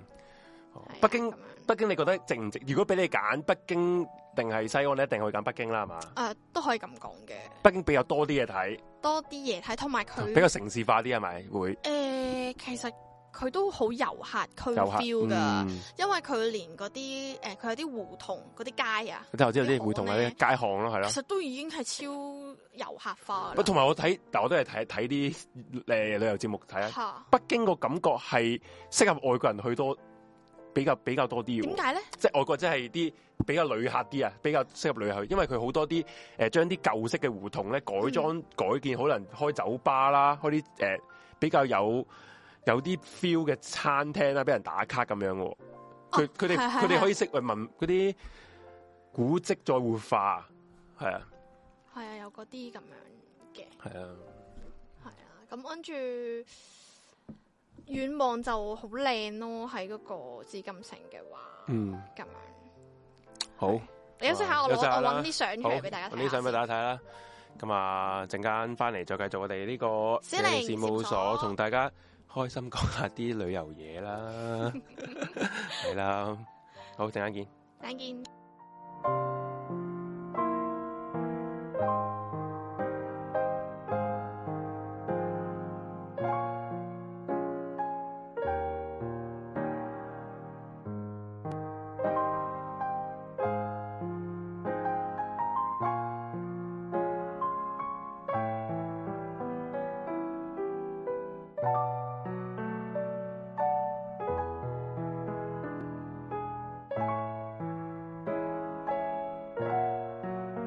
Speaker 1: 係啊，
Speaker 2: 北京
Speaker 1: 咁樣
Speaker 2: 北京你覺得值唔值？如果俾你揀北京定係西安，你一定去揀北京啦，係嘛？
Speaker 1: 诶、呃都可以咁講嘅，
Speaker 2: 北京比較多啲嘢睇，
Speaker 1: 多啲嘢睇，同埋佢
Speaker 2: 啊比較城市化啲係咪？會
Speaker 1: 诶、其實佢都好遊客區
Speaker 2: 遊客
Speaker 1: feel 噶，
Speaker 2: 嗯
Speaker 1: 因為佢連嗰啲诶，佢、有啲胡同嗰啲街啊，
Speaker 2: 即係我知道啲會同嗰
Speaker 1: 啲
Speaker 2: 啲街巷咯，係咯
Speaker 1: 其。實都已經係超遊客化
Speaker 2: 喂
Speaker 1: 啦。
Speaker 2: 同埋我睇，但啊我都係睇睇啲誒旅遊節目睇啊。
Speaker 1: 吓，
Speaker 2: 北京個感覺係適合外國人去多，比較比較多啲
Speaker 1: 點
Speaker 2: 喎。
Speaker 1: 解咧？
Speaker 2: 即係外國真係啲比較旅客啲啊，比較適合旅客去，因為佢好多啲誒將啲舊式嘅胡同咧改
Speaker 1: 嗯
Speaker 2: 裝、改建，可能開酒吧啦，開啲誒、呃比較有有啲 feel 嘅餐廳啦，俾人打卡咁樣喎。佢
Speaker 1: 哦
Speaker 2: 佢
Speaker 1: 係
Speaker 2: 哋
Speaker 1: 係
Speaker 2: 佢哋
Speaker 1: 係
Speaker 2: 可以識文嗰啲古蹟再活化，係啊
Speaker 1: 係啊，有嗰啲咁樣嘅，
Speaker 2: 係啊，
Speaker 1: 係啊。咁跟住遠望就好靚咯，喺嗰個紫禁城嘅話，
Speaker 2: 嗯
Speaker 1: 咁樣。
Speaker 2: 好。
Speaker 1: 你休息下，我攞
Speaker 2: 休息下
Speaker 1: 我
Speaker 2: 啦
Speaker 1: 搵啲相出
Speaker 2: 好，
Speaker 1: 嚟俾大家
Speaker 2: 搵啲
Speaker 1: 睇下
Speaker 2: 相俾
Speaker 1: 先。
Speaker 2: 大家睇啦。咁啊，陣間翻嚟再繼續我哋呢個
Speaker 1: 小玲
Speaker 2: 事務
Speaker 1: 事務所
Speaker 2: 所，同大家開心講下啲旅遊 嘢啦，係啦。好，陣間見。
Speaker 1: 再見。
Speaker 3: Hãy subscribe cho kênh Ghiền Mì Gõ Để không bỏ lỡ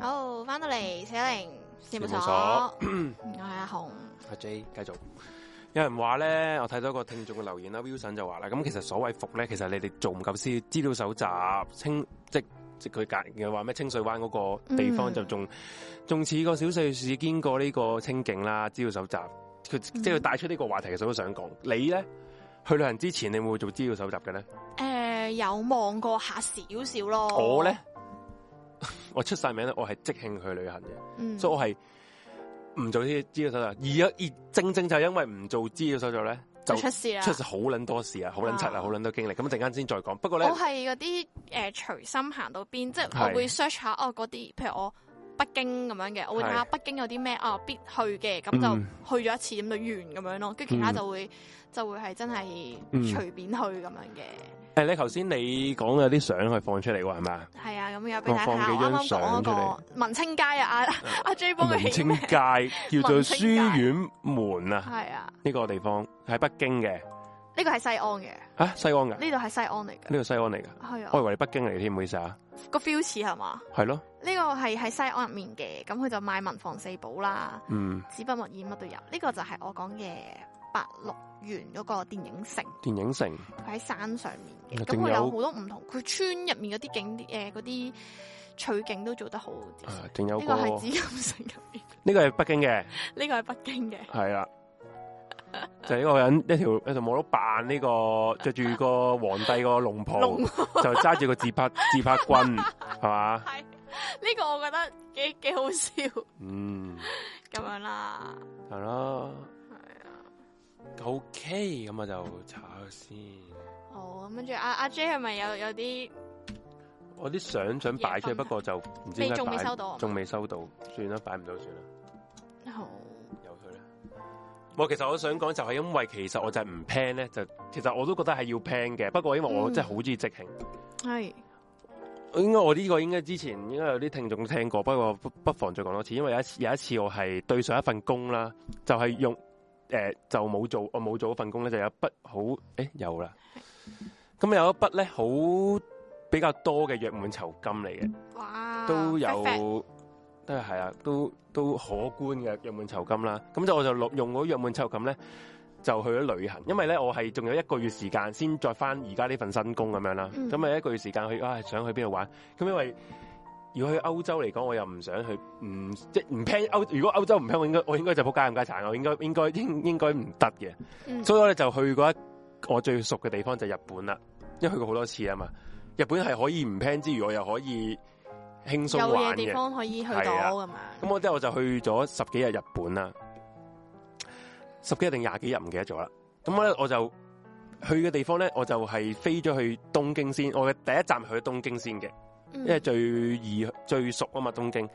Speaker 1: 好，翻到嚟寫靈事務
Speaker 2: 事務
Speaker 1: 所，嗯
Speaker 2: 所
Speaker 1: 我係阿紅，
Speaker 2: 阿 J 繼續。有人話咧，我睇到一個聽眾嘅留言啦，Wilson 就話啦，咁其實所謂服咧，其實你哋做唔夠資資料搜集，清即即佢隔嘅話咩清水灣嗰個地方
Speaker 1: 嗯
Speaker 2: 就仲仲似個小瑞士經過呢個清境啦，資料搜集，佢
Speaker 1: 嗯
Speaker 2: 即係佢帶出呢個話題，其實我都想講，你咧去旅行之前，你會唔會做資料搜集嘅咧？
Speaker 1: 誒、有望過下少少咯，
Speaker 2: 我咧， 我出晒名咧，我係即興去旅行嘅。
Speaker 1: 嗯，
Speaker 2: 所以我係唔做呢啲資料搜集，而而正正就係因為唔做資料搜集咧，就
Speaker 1: 就出事啦，
Speaker 2: 出咗好撚多事啊，好撚柒
Speaker 1: 啊
Speaker 2: 啊，好撚多經歷。咁陣間先再講。不過咧
Speaker 1: 我，係嗰啲誒隨心行到邊，即係
Speaker 2: 係
Speaker 1: 我會 search 下哦嗰啲，譬如我北京咁樣嘅，我會睇下
Speaker 2: 係
Speaker 1: 北京有啲咩啊必去嘅，咁
Speaker 2: 嗯
Speaker 1: 就去咗一次咁就完咁樣咯，跟住其他
Speaker 2: 嗯
Speaker 1: 就會就會係真係
Speaker 2: 嗯
Speaker 1: 隨便去咁樣嘅，
Speaker 2: 誒，你頭先你講有啲相係放出嚟喎，係咪啊？
Speaker 1: 係啊，咁又俾大家睇
Speaker 2: 我放
Speaker 1: 下
Speaker 2: 幾
Speaker 1: 我
Speaker 2: 張
Speaker 1: 啱啱講
Speaker 2: 相出嗯
Speaker 1: 嗰個文青街啊，阿阿 J 幫
Speaker 2: 文
Speaker 1: 佢起
Speaker 2: 青
Speaker 1: 名，
Speaker 2: 街叫做書院門啊，
Speaker 1: 係啊，
Speaker 2: 呢個地方喺北京嘅，
Speaker 1: 呢個係西安嘅，
Speaker 2: 啊西安㗎，呢
Speaker 1: 呢度係西安嚟嘅，
Speaker 2: 個西安嚟㗎，
Speaker 1: 係
Speaker 2: 我以
Speaker 1: 啊，
Speaker 2: 為你北京嚟添，唔好意思啊，
Speaker 1: 個 feel 似係嘛？
Speaker 2: 係咯，
Speaker 1: 呢個係喺西安入面嘅，咁佢就賣文房四寶啦。
Speaker 2: 嗯，
Speaker 1: 紙筆墨硯乜都有。呢、個就係我講嘅白鹿原嗰個電影城，
Speaker 2: 電影城
Speaker 1: 佢喺山上面嘅，咁
Speaker 2: 啊仲
Speaker 1: 佢
Speaker 2: 有
Speaker 1: 有好多唔同，佢村入面嗰啲景誒嗰啲取景都做得好啲。
Speaker 2: 啊
Speaker 1: 呢、
Speaker 2: 仲有
Speaker 1: 個
Speaker 2: 個
Speaker 1: 係紫禁城入面，
Speaker 2: 呢個係北京嘅。
Speaker 1: 呢、個係北京 嘅，
Speaker 2: 系啦，就係呢個人一條一條冇碌扮呢個着住個皇帝個龍袍，
Speaker 1: 龍
Speaker 2: 就揸住個自拍自拍棍， 係嘛？
Speaker 1: 係呢個我覺得幾幾好笑
Speaker 2: 嗯，
Speaker 1: 咁樣啦。
Speaker 2: 係咯
Speaker 1: 係啊，
Speaker 2: ，OK，咁我就查下先。
Speaker 1: 好咁跟住阿阿 J 係咪有有啲
Speaker 2: 我啲相想擺出
Speaker 1: 夜
Speaker 2: 去，
Speaker 1: 瞓
Speaker 2: 不過就唔知點
Speaker 1: 你
Speaker 2: 解
Speaker 1: 仲未
Speaker 2: 擺
Speaker 1: 收，到啊？
Speaker 2: 仲未收到，算啦，擺唔到算啦，
Speaker 1: 好
Speaker 2: 由佢啦。我其實我想講就係因為其實我就係唔 plan 咧，就其實我都覺得係要 plan 嘅，不過因為我
Speaker 1: 嗯
Speaker 2: 真係好中意即興。
Speaker 1: 係
Speaker 2: 應該我呢個應該之前應該有啲聽眾聽過，不過不不妨再講多次，因為有一次有一次我係對上一份工啦，就係、用誒、呃就冇做我冇做嗰份工咧，就有一筆好誒、欸有啦，咁有一筆咧好比較多嘅約滿酬金嚟嘅，
Speaker 1: 哇，
Speaker 2: 都有
Speaker 1: fat fat
Speaker 2: 都係啊，都都可觀嘅約滿酬金啦。咁就我就落用嗰約滿酬金咧。就去咗旅行，因為咧我係仲有一個月時間先再翻而家呢份新工咁樣啦。
Speaker 1: 嗯
Speaker 2: 咁咪、一個月時間去啊，想去邊度玩？咁因為如果去歐洲嚟講，我又唔想去，唔即係唔 plan 歐。如果歐洲唔 plan，我應該我應該就仆街咁家產，我應該應該應應該唔得嘅。
Speaker 1: 嗯
Speaker 2: 所以我咧就去過一我最熟嘅地方就係日本啦，因為去過好多次啊嘛。日本係可以唔 plan 之餘，我又可以輕鬆
Speaker 1: 有嘢
Speaker 2: 玩
Speaker 1: 地
Speaker 2: 嘅。
Speaker 1: 方可以去到
Speaker 2: 係啊
Speaker 1: 咁樣。
Speaker 2: 咁我之後我就去咗十幾日日本啦，十幾日定廿幾日唔記得咗啦。咁我咧我就去嘅地方咧，我就係飛咗去東京先。我嘅第一站係去東京先嘅，
Speaker 1: 嗯
Speaker 2: 因為最易最熟啊嘛東京。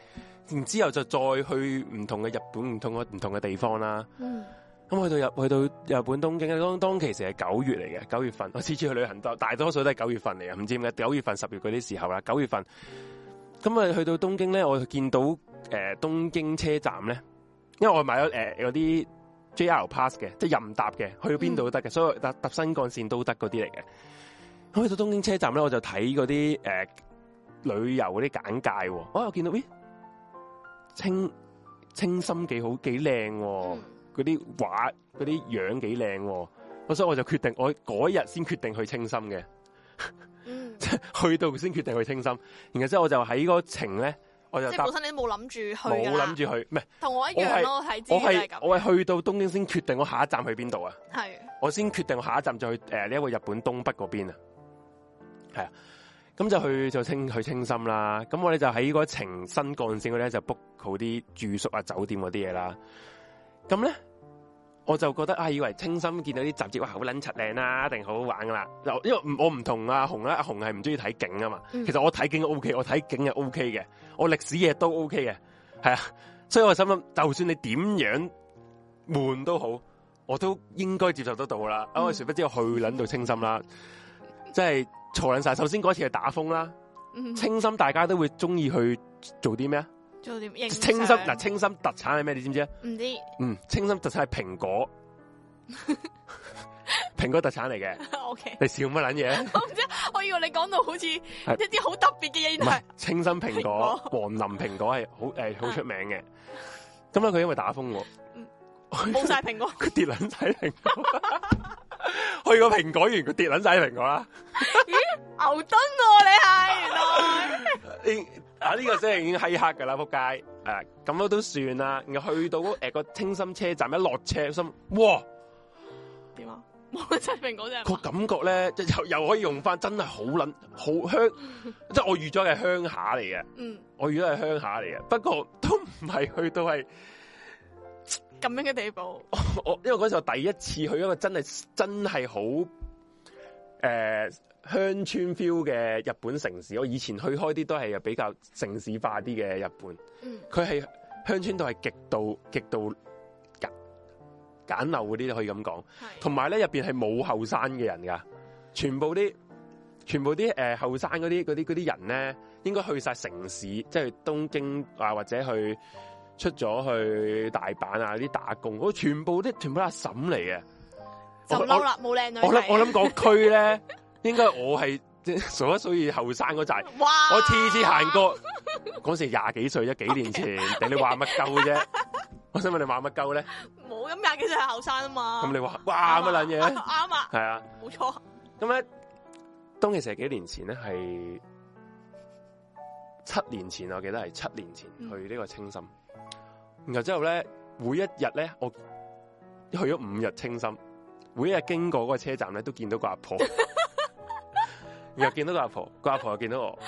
Speaker 2: 然之後就再去唔同嘅日本唔同嘅唔同嘅地方啦。
Speaker 1: 嗯
Speaker 2: 咁去到日去到日本東京咧，當當其時係九月嚟嘅，九月份我 次次去旅行都大多數都係九月份嚟嘅，唔知點解九月份、十月嗰啲時候啦，九月份咁啊去到東京咧，我見到誒、呃、東京車站咧，因為我買咗誒有啲 JR pass 嘅，即係任搭嘅，去到邊度都得嘅，所以搭搭新幹線都得嗰啲嚟嘅。咁去到東京車站咧，我就睇嗰啲誒旅遊嗰啲簡介喎，哦我又見到咦清清心幾好幾靚喎。
Speaker 1: 嗯
Speaker 2: 嗰啲畫嗰啲樣幾靚喎，咁所以我就決定我嗰日先決定去清心嘅，
Speaker 1: 嗯，即
Speaker 2: 去到先決定去清心，然後之後我就喺嗰程咧，我就
Speaker 1: 系
Speaker 2: 搭
Speaker 1: 本身你都冇諗住去
Speaker 2: 冇
Speaker 1: 噶
Speaker 2: 諗
Speaker 1: 啦
Speaker 2: 住，去，唔係
Speaker 1: 同我一樣咯，睇資
Speaker 2: 我
Speaker 1: 料係
Speaker 2: 係
Speaker 1: 咁，
Speaker 2: 我係去到東京先決定我下一站去邊度啊，
Speaker 1: 係
Speaker 2: 我先決定我下一站就去誒呢一個日本東北嗰邊啊，係啊，咁就去就清去清心啦，咁我哋就喺嗰程新幹線嗰咧就 book 好啲住宿啊酒店嗰啲嘢啦，咁咧。我就覺得啊，以為清心見到啲雜誌哇，好撚柒靚啊啦，一定好好玩噶啦。就因為唔我唔同阿紅啦，阿紅係唔中意睇景啊嘛。
Speaker 1: 嗯
Speaker 2: 其實我睇景 O K，我睇景係 O K 嘅，我歷史嘢都 O K 嘅，係啊。所以我心諗，就算你點樣悶都好，我都應該接受得到啦。因為
Speaker 1: 嗯
Speaker 2: 殊不知我去撚到清心啦，即係嘈撚晒。首先嗰次係打風啦，
Speaker 1: 嗯
Speaker 2: 清心大家都會中意去做啲咩啊？
Speaker 1: 做點影
Speaker 2: 清心嗱，清心特產係咩？你知唔知啊？
Speaker 1: 唔知
Speaker 2: 嗯，清心特產係蘋 果，蘋果特產嚟嘅。
Speaker 1: ，OK，
Speaker 2: 你笑乜撚嘢？
Speaker 1: 我唔知，我呢個你講到好似一啲好特別嘅嘢，原
Speaker 2: 唔係
Speaker 1: 來
Speaker 2: 清新蘋果、黃林蘋果係 好诶好出名嘅。咁咧佢因為打風 喎
Speaker 1: 嗯，冇
Speaker 2: 佢
Speaker 1: 晒蘋果，
Speaker 2: 佢跌撚晒蘋果， 去個蘋果園佢跌撚晒蘋果啦。
Speaker 1: 牛頓喎、你係原來
Speaker 2: 呢啊呢個真係已經閪黑噶啦，仆街！诶咁都算啦。然後去到诶個清新車站一落車，心哇
Speaker 1: 點啊？冇晒蘋果啫係
Speaker 2: 個
Speaker 1: 嘛，
Speaker 2: 感覺咧，即係又又可以用翻，真係好撚好鄉，即係我預咗係鄉下嚟嘅。
Speaker 1: 嗯，
Speaker 2: 我遇到係鄉下嚟嘅，不過都唔係去到係
Speaker 1: 咁樣嘅地步，
Speaker 2: 我，因為嗰時候第一次去一個真係真係好誒鄉村 feel 嘅日本城市。我以前去開啲都係比較城市化啲嘅日本，
Speaker 1: 嗯，
Speaker 2: 佢係鄉村度係極度極度簡簡陋嗰啲可以咁講。
Speaker 1: 係
Speaker 2: 同埋咧入邊係冇後生嘅人噶，全部啲全部啲誒後生嗰啲嗰啲嗰啲人咧，應該去晒城市，即係東京啊，或者去出咗去大阪啊啲打工，我全部啲全部都阿嬸嚟嘅。
Speaker 1: 就
Speaker 2: 我
Speaker 1: 嬲啦，冇靚女仔
Speaker 2: 我諗我諗個區咧， 應該我係即係數一數二後生嗰陣。
Speaker 1: 哇！
Speaker 2: 我次次行過嗰時廿幾歲啫，幾 年前，定你話乜鳩啫？我想問你話乜鳩咧？
Speaker 1: 冇咁廿幾歲係後生啊嘛，
Speaker 2: 咁你話
Speaker 1: 啱
Speaker 2: 哇
Speaker 1: 啊
Speaker 2: 乜撚嘢？
Speaker 1: 啱啊，
Speaker 2: 係啊。
Speaker 1: 冇錯，
Speaker 2: 咁咧，當其時係幾年前咧，係七年前，我記得係七年前
Speaker 1: 嗯
Speaker 2: 去呢個清心。然後之後咧，每一日咧，我去咗五日清心，每一日經過嗰個車站咧，都見到個阿 婆，然後見到個阿婆，個阿婆又見到我。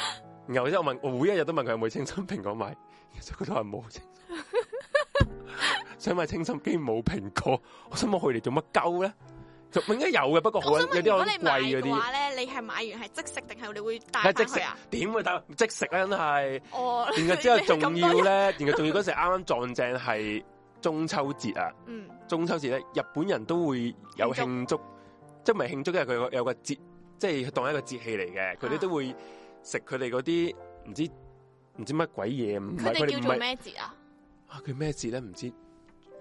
Speaker 2: 然後之後我問，我每一日都問佢有冇清心蘋果買，其實佢都話冇 清心。想買清心竟然冇蘋果，我心諗佢哋做乜鳩咧？就應該有嘅，不過好
Speaker 1: 我想
Speaker 2: 啊撚有
Speaker 1: 問如
Speaker 2: 啲好
Speaker 1: 果
Speaker 2: 撚
Speaker 1: 你買
Speaker 2: 貴
Speaker 1: 嘅
Speaker 2: 嗰啲。
Speaker 1: 話咧，你係買完係即食定係你會帶
Speaker 2: 梗係
Speaker 1: 翻
Speaker 2: 即
Speaker 1: 去
Speaker 2: 食
Speaker 1: 啊？，
Speaker 2: 點會得即食啊？真係，
Speaker 1: 哦，
Speaker 2: 然後之後仲要
Speaker 1: 你咁多人，
Speaker 2: 咧，然後仲要嗰時啱啱撞正係中秋節啊！
Speaker 1: 嗯，
Speaker 2: 中秋節咧，日本人都會有慶祝，即係唔係慶祝，因為佢有有個節，即係當係一個節氣嚟嘅，佢哋
Speaker 1: 啊
Speaker 2: 都會食佢哋嗰啲唔知唔知乜鬼嘢，唔
Speaker 1: 佢哋
Speaker 2: 係佢哋
Speaker 1: 叫
Speaker 2: 唔
Speaker 1: 做
Speaker 2: 係
Speaker 1: 咩節啊？
Speaker 2: 啊佢咩節咧？唔知，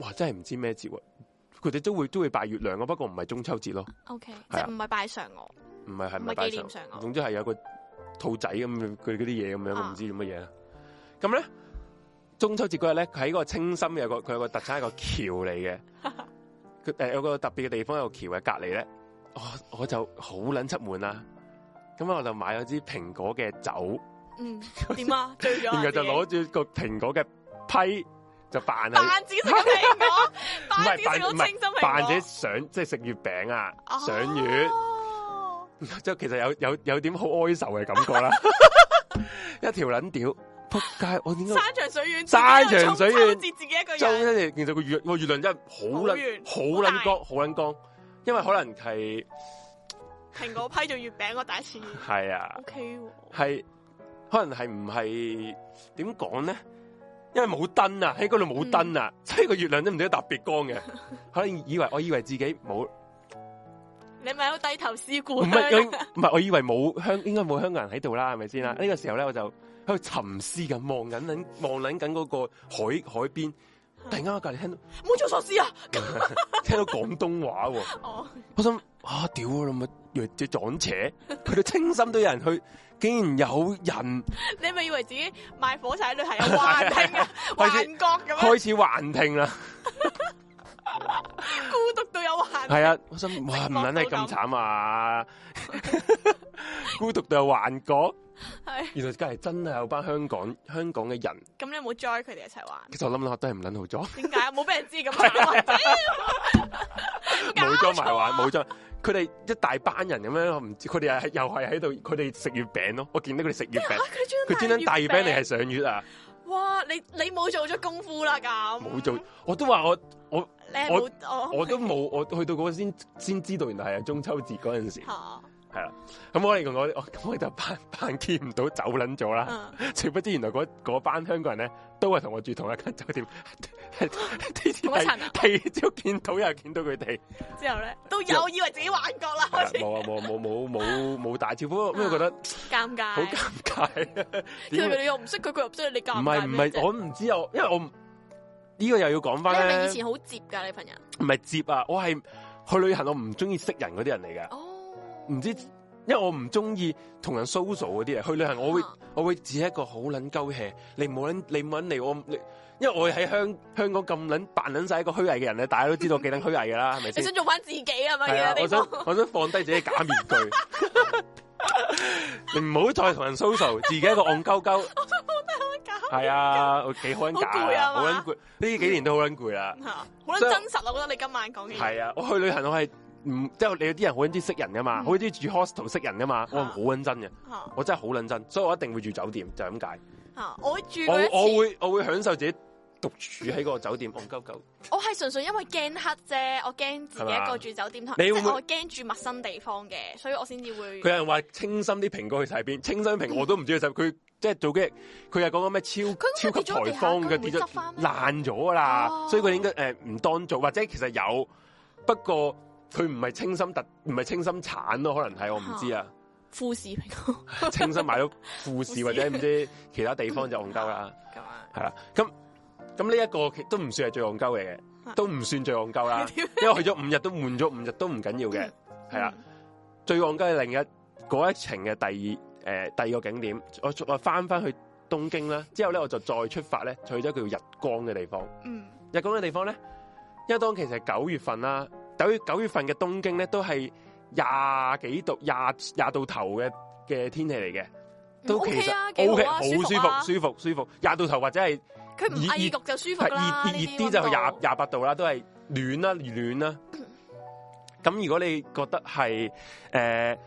Speaker 2: 哇真係唔知咩節喎！佢哋都會都會拜月亮啊，不過唔係中秋節咯，
Speaker 1: O K，即
Speaker 2: 係
Speaker 1: 係
Speaker 2: 啊
Speaker 1: 唔係拜嫦娥，
Speaker 2: 唔係係
Speaker 1: 唔
Speaker 2: 咪
Speaker 1: 係
Speaker 2: 拜
Speaker 1: 紀
Speaker 2: 壽
Speaker 1: 念？嫦娥。
Speaker 2: 總之係有個兔仔咁樣佢嗰啲嘢咁樣，我
Speaker 1: 啊
Speaker 2: 唔知做乜嘢啦。咁咧中秋節嗰日咧，佢喺個清心有個佢有個特產係個橋嚟 嘅，佢誒、有個特別嘅地方有個橋嘅隔離咧，我我就好撚出門啦。咁我就買咗支蘋果嘅酒，
Speaker 1: 嗯，點啊？醉咗啊，
Speaker 2: 然後
Speaker 1: 自己
Speaker 2: 就攞住個蘋果嘅批就扮係
Speaker 1: 扮自己食緊蘋果，
Speaker 2: 唔
Speaker 1: 啊扮自己
Speaker 2: 係
Speaker 1: 食到啊
Speaker 2: 扮唔係
Speaker 1: 清新蘋果，
Speaker 2: 扮者想即係食月餅啊，賞月。
Speaker 1: 哦
Speaker 2: 即係其實有有有點好哀愁嘅感覺 啦，一條撚屌，仆街！我點解
Speaker 1: 山長水遠，
Speaker 2: 山長水遠
Speaker 1: 自己喺度沖秋節自己一個
Speaker 2: 周
Speaker 1: 人，
Speaker 2: 一其實個月個月亮真係好
Speaker 1: 好
Speaker 2: 撚
Speaker 1: 圓
Speaker 2: 好
Speaker 1: 好大
Speaker 2: 撚光好撚光，因為可能係
Speaker 1: 蘋果批做月餅，我第一次
Speaker 2: 係啊
Speaker 1: O K 喎，
Speaker 2: 係可能係唔係點講咧？因為冇燈啊，喺嗰度冇燈
Speaker 1: 嗯
Speaker 2: 啊，所以個月亮都唔知特別光 嘅，可能以為我以為自己冇
Speaker 1: 你咪喺度低頭思故
Speaker 2: 唔
Speaker 1: 鄉
Speaker 2: 係唔係，我以為冇香，應該冇香港人喺度啦，係咪先啦？呢、
Speaker 1: 嗯
Speaker 2: 個時候咧，我就喺度沉思緊，望緊緊望緊緊嗰個海海 邊，突然間我隔離聽到
Speaker 1: 唔好做傻事啊！
Speaker 2: 聽到廣東話喎。
Speaker 1: 哦，
Speaker 2: 我心啊，屌你咪弱只撞邪， 去到清心都有人去，竟然有人
Speaker 1: 你咪以為自己賣火柴女係有幻聽 啊、
Speaker 2: 開
Speaker 1: 幻
Speaker 2: 始
Speaker 1: 覺咁樣，
Speaker 2: 開始幻聽啦，
Speaker 1: 孤獨到有幻
Speaker 2: 係啊，我心哇唔撚係咁慘啊，孤獨到有幻覺，
Speaker 1: 係。
Speaker 2: 原來隔離真係有班香港香港嘅人，
Speaker 1: 咁你有冇 join 佢哋一齊 玩？
Speaker 2: 其實我諗諗下都係唔撚好 咗。
Speaker 1: 點解啊冇俾人知咁慘啊？
Speaker 2: 冇裝埋玩，冇裝。佢哋一大班人咁樣，我唔知佢哋係又係喺度，佢哋食月餅咯。我見到佢哋食月餅， 佢專登帶月餅
Speaker 1: 你
Speaker 2: 嚟係上月啊！
Speaker 1: 哇！你你冇做足功夫啦咁，
Speaker 2: 冇做，我都話我我
Speaker 1: 你係冇哦
Speaker 2: 我都冇，我去到嗰個先先知道，原來係中秋節嗰陣時
Speaker 1: 嚇
Speaker 2: 係啦。咁我哋 我我咁我就扮扮見唔到走撚咗啦。
Speaker 1: 嗯
Speaker 2: 殊不知原來嗰嗰班香港人咧，都係同我住同一間酒店，係 係
Speaker 1: 同一層啊
Speaker 2: 第第二朝見到又見到佢 哋。
Speaker 1: 之後 咧都有以為自己幻覺啦，
Speaker 2: 係啦
Speaker 1: 開始
Speaker 2: 冇啊冇冇冇冇冇打招呼，不過覺得。
Speaker 1: 尷
Speaker 2: 好
Speaker 1: 尬。
Speaker 2: 尷尬。啊
Speaker 1: 其
Speaker 2: 點
Speaker 1: 實
Speaker 2: 會
Speaker 1: 你又唔識啊佢，佢又唔識你，你尷
Speaker 2: 唔
Speaker 1: 尬
Speaker 2: 係唔
Speaker 1: 咩
Speaker 2: 係，
Speaker 1: 啫
Speaker 2: 我唔知我，因為我唔呢、個又要講
Speaker 1: 你係咪
Speaker 2: 翻
Speaker 1: 以
Speaker 2: 咧，
Speaker 1: 前好接㗎？你朋友
Speaker 2: 唔係接啊，我係去旅行我唔中意識人嗰啲人嚟嘅，
Speaker 1: 哦，
Speaker 2: 唔知因為我唔中意同人 social 嗰啲啊，去旅行我會
Speaker 1: 啊
Speaker 2: 我會自己一個好撚鳩 hea，你唔好撚你唔好撚嚟我，你因為我喺香香港咁撚扮撚晒一個虛偽嘅人咧，大家都知道我幾撚虛偽 噶啦，係咪
Speaker 1: 你
Speaker 2: 先
Speaker 1: 想？做翻自己係咪？
Speaker 2: 係啊
Speaker 1: 呢，個
Speaker 2: 我
Speaker 1: 地
Speaker 2: 想
Speaker 1: 方
Speaker 2: 我想放低自己嘅假面具， 你唔好再同人 social，自己一個戇鳩鳩。 係啊，我幾好撚假
Speaker 1: 好攰啊嘛
Speaker 2: 好撚攰，呢幾年都好撚攰啦。
Speaker 1: 嚇好撚
Speaker 2: 所以
Speaker 1: 真實啊！我覺得你今晚講嘅嘢
Speaker 2: 係啊，我去旅行我係唔即係你有啲人好撚知識人噶嘛，
Speaker 1: 嗯
Speaker 2: 好撚知住 hostel 識人噶嘛，我
Speaker 1: 啊
Speaker 2: 好撚真嘅，
Speaker 1: 嚇
Speaker 2: 我真係好撚真，所以我一定會住酒店就係咁解。
Speaker 1: 嚇，我住
Speaker 2: 我
Speaker 1: 過一
Speaker 2: 我
Speaker 1: 次，
Speaker 2: 會我會享受自己獨處喺個酒店戇鳩鳩。
Speaker 1: 我係純粹因為驚黑啫，我驚自己
Speaker 2: 係
Speaker 1: 一
Speaker 2: 嘛
Speaker 1: 個住酒店，同
Speaker 2: 你
Speaker 1: 即
Speaker 2: 會唔會
Speaker 1: 係我驚住陌生地方嘅，所以我先至會
Speaker 2: 佢有人話清心啲蘋果去晒邊，清心蘋果我都唔知去晒邊。佢即係早幾日，佢又講緊咩超
Speaker 1: 嗯佢
Speaker 2: 超
Speaker 1: 應該
Speaker 2: 級
Speaker 1: 跌咗
Speaker 2: 颱
Speaker 1: 地下
Speaker 2: 風
Speaker 1: 佢
Speaker 2: 嘅
Speaker 1: 唔會
Speaker 2: 跌
Speaker 1: 執
Speaker 2: 咗
Speaker 1: 返咩
Speaker 2: 爛咗啦，
Speaker 1: 哦
Speaker 2: 所以佢應該誒唔當做，或者其實有，不過佢唔係清心特，唔係清心產咯，可能係我唔知 啊。
Speaker 1: 富士蘋果
Speaker 2: 清心買咗富
Speaker 1: 富
Speaker 2: 士
Speaker 1: 士
Speaker 2: 或者唔知其他地方就戇鳩啦，
Speaker 1: 咁啊。，
Speaker 2: 係啦。咁咁呢一個其都唔算係最戇鳩嚟嘅，都唔算最戇鳩啦
Speaker 1: 啊 點啊嗯
Speaker 2: 因為去咗五日都悶咗五日都唔緊要嘅，係啦。最戇鳩係另一嗰一程嘅第二诶、第二個景點，我我翻翻去東京啦，之後咧我就再出發咧，去咗一個叫日光嘅地方。
Speaker 1: 嗯，
Speaker 2: 日光嘅地方咧，因為當其實係九月份啦，九月九月份嘅東京咧都係廿幾度廿廿度頭嘅嘅天氣嚟嘅，都其
Speaker 1: OK
Speaker 2: 實
Speaker 1: 啊幾
Speaker 2: O
Speaker 1: 好
Speaker 2: K
Speaker 1: 啊
Speaker 2: 好
Speaker 1: 舒服啊
Speaker 2: 舒服舒服舒服，廿度頭或者係
Speaker 1: 佢唔翳焗就舒服
Speaker 2: 係
Speaker 1: 啦，
Speaker 2: 熱熱
Speaker 1: 呢
Speaker 2: 熱啲就
Speaker 1: 溫
Speaker 2: 廿
Speaker 1: 度
Speaker 2: 廿八度啦，都係暖啦暖啦。咁如果你覺得係誒、呃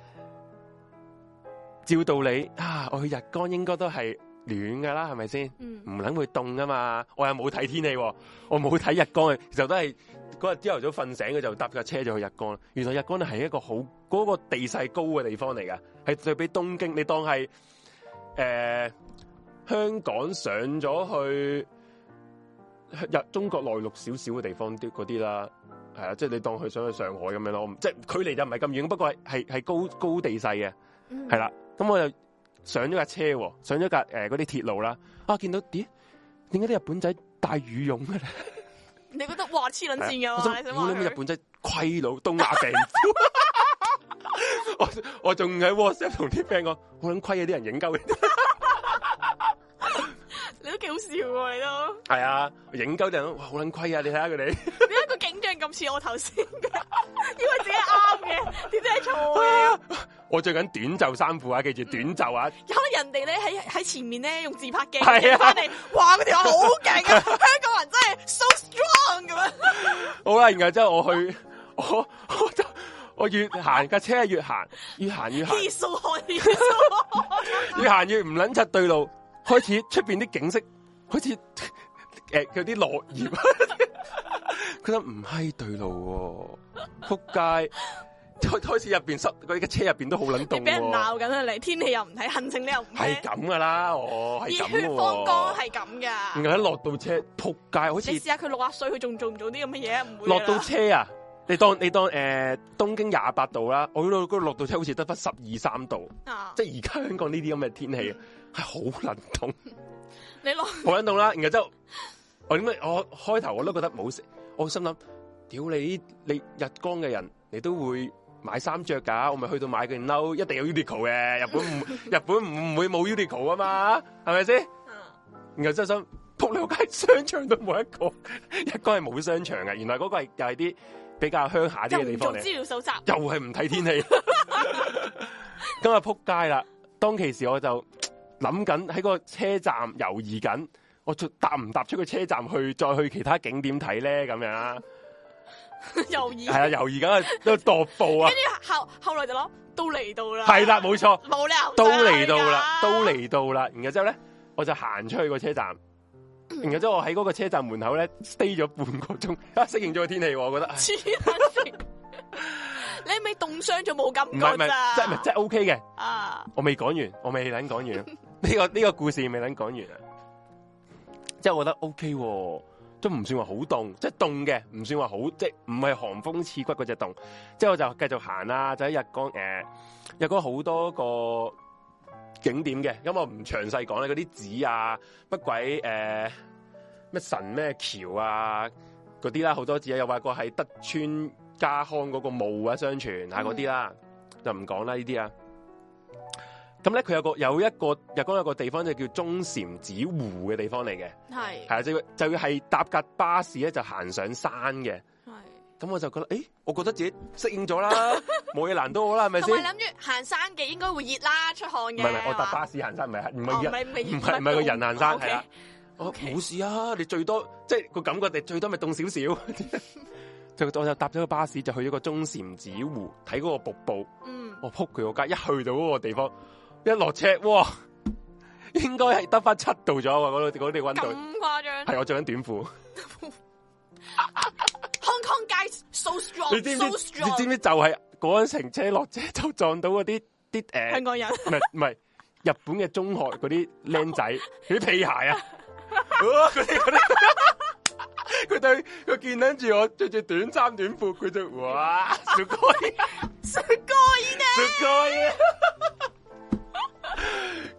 Speaker 2: 照道理啊，我去日光應該都係暖噶啦，係咪先？
Speaker 1: 嗯，
Speaker 2: 唔撚會凍噶嘛？我又冇睇天氣喎，我冇睇日光嘅，其實都係嗰日朝頭早瞓醒，佢就搭架車就去日光啦。原來日光咧係一個好嗰、個地勢高嘅地方嚟㗎，係對比東京，你當係誒、呃香港上咗去日中國內陸少少嘅地方啲嗰啲啦。係啊，即係你當佢上去上海咁樣咯，我唔即係距離就唔係咁遠，不過係係係高高地勢嘅。
Speaker 1: 嗯
Speaker 2: 系，啦，咁我就上咗架車喎，上咗架诶嗰啲鐵路啦，啊見到咦，點解啲日本仔戴羽絨嘅咧？
Speaker 1: 你覺得哇黐撚線
Speaker 2: 係
Speaker 1: 㗎
Speaker 2: 啊我
Speaker 1: 嘛？
Speaker 2: 心
Speaker 1: 你想
Speaker 2: 屌
Speaker 1: 話
Speaker 2: 你咩日
Speaker 1: 佢
Speaker 2: 本仔虧佬東亞病夫。 我我仲喺 WhatsApp 同啲 friend 講，好撚虧啊！啲人影鳩，
Speaker 1: 你都幾好笑喎，你都
Speaker 2: 係啊，影鳩啲人，哇，好撚虧啊！你睇下佢哋，
Speaker 1: 點解個景象咁似我頭先嘅？以為自己啱嘅，點知係錯嘅？
Speaker 2: 我着緊短袖衫褲啊， 記住短袖啊，
Speaker 1: 可能人哋咧喺喺前面咧用自拍鏡
Speaker 2: 係啊
Speaker 1: 影翻嚟，哇！嗰條友好勁 啊！香港人真係 so strong 咁樣。
Speaker 2: 好啦，然後之後我去，我我就我越行架車越行，越行越行。
Speaker 1: He's so hot，he's so hot
Speaker 2: 越行越唔捻柒對路，開始出边啲景色好似诶有啲落葉，佢得唔閪對路喎，扑街！開開始入边塞，佢嘅車入边都好撚
Speaker 1: 你
Speaker 2: 凍
Speaker 1: 俾人
Speaker 2: 喎，
Speaker 1: 鬧緊啊！你天氣又唔睇，行程你又唔
Speaker 2: 係
Speaker 1: 睇，
Speaker 2: 咁噶啦，我係
Speaker 1: 熱
Speaker 2: 咁
Speaker 1: 血
Speaker 2: 嘅
Speaker 1: 方剛
Speaker 2: 喎。
Speaker 1: 係咁㗎。
Speaker 2: 然後一落到車，扑街，好似
Speaker 1: 你試下佢六啊歲，佢仲做唔做啲咁嘅嘢啊？唔會㗎
Speaker 2: 落
Speaker 1: 啦
Speaker 2: 到車啊！你當你當诶、呃、東京廿八度啦，我嗰度落到車好似得翻十二三度，
Speaker 1: 啊！
Speaker 2: 即係而家香港呢啲咁嘅天氣係好撚凍。
Speaker 1: 你落
Speaker 2: 好撚凍啦，然後之後我點解我開頭我都覺得冇事，我心諗，屌你你日光嘅人，你都會買衫着㗎，我咪去到買件褸，一定有 Uniqlo 嘅，日本唔日本唔會冇 Uniqlo 啊嘛，係咪先？
Speaker 1: 啊
Speaker 2: 然後真係想仆你個街商場都冇一個，日光係冇商場嘅，原來嗰個係又係啲比較鄉下
Speaker 1: 就
Speaker 2: 啲嘅地
Speaker 1: 唔
Speaker 2: 方
Speaker 1: 做
Speaker 2: 嚟。
Speaker 1: 資料搜集。
Speaker 2: 又係唔睇天氣，今日扑街啦！當其時我就諗緊喺個車站猶豫緊，我就搭唔搭出個車站去，再去其他景點睇咧咁樣啊？
Speaker 1: 又意，
Speaker 2: 係啊，猶豫緊啊，都踱 步啊
Speaker 1: 跟，住後後來就攞都嚟到啦，
Speaker 2: 係啦，冇錯，
Speaker 1: 冇理由唔哎
Speaker 2: 都
Speaker 1: 上
Speaker 2: 嚟
Speaker 1: 去
Speaker 2: 到啦，
Speaker 1: 㗎
Speaker 2: 都，嚟到啦。然後之後咧，我就行出去個車站，然後之後我喺嗰個車站門口咧 stay 咗半個鐘，啊適應咗個天氣喎，我覺得唉
Speaker 1: 黐撚線！你係咪凍傷咗冇感
Speaker 2: 唔 係唔
Speaker 1: 覺
Speaker 2: 係，
Speaker 1: 咋？
Speaker 2: 即係唔係即係 OK 嘅。
Speaker 1: 啊！
Speaker 2: 我未講完，我未捻講完，呢、個呢、個故事未捻講完啊！即係我覺得 O K，喎，都唔算話好凍，即係凍嘅，唔算話好，即係唔係寒風刺骨嗰只凍。即係我就繼續行啦，就喺日光诶、呃日光好多個景點嘅，咁我唔詳細講啦，嗰啲寺啊，乜鬼诶咩神咩橋啊，嗰啲啦，好多寺啊，又話過係德川家康嗰個墓啊，相傳啊嗰啲啦，就唔講啦呢啲啊。咁咧佢有個有一個日光有個地方就叫中禪寺湖嘅地方嚟嘅，
Speaker 1: 係
Speaker 2: 係啊，就要就要係搭架巴士咧就行上山嘅。
Speaker 1: 係。
Speaker 2: 咁我就覺得，誒，我覺得自己適 應咗啦，冇嘢難到我啦，係咪先？
Speaker 1: 同埋諗住行山嘅應該會熱啦，出汗
Speaker 2: 唔
Speaker 1: 嘅。
Speaker 2: 係唔係，我搭巴士行山，唔係唔
Speaker 1: 哦
Speaker 2: 係
Speaker 1: 唔係唔
Speaker 2: 人
Speaker 1: 係
Speaker 2: 唔係唔係個人行山
Speaker 1: OK
Speaker 2: 係啦啊我
Speaker 1: OK
Speaker 2: 冇事啊！你最多即係個感覺，你最多咪凍少少。 就我就搭咗個巴士，就去咗個中禪寺湖睇嗰個瀑布。
Speaker 1: 嗯，
Speaker 2: 我撲佢個街，一去到嗰個地方，一落車，哇！應該係得翻七度左右啊嗰度嗰啲温度。
Speaker 1: 咁誇張。
Speaker 2: 係我啊着緊短褲，
Speaker 1: Hong Kong guys so
Speaker 2: 你知
Speaker 1: strong,
Speaker 2: 唔
Speaker 1: Oh, so
Speaker 2: 知？
Speaker 1: strong。
Speaker 2: 你知唔知就係嗰陣乘車落車就撞到嗰啲啲誒
Speaker 1: 香，港人
Speaker 2: 唔係唔係日本嘅中學嗰啲 僆仔，嗰啲屁鞋啊，嗰啲嗰啲。佢對 佢見撚住我着住短衫短褲，佢就哇，小哥，
Speaker 1: ，so good
Speaker 2: 小哥，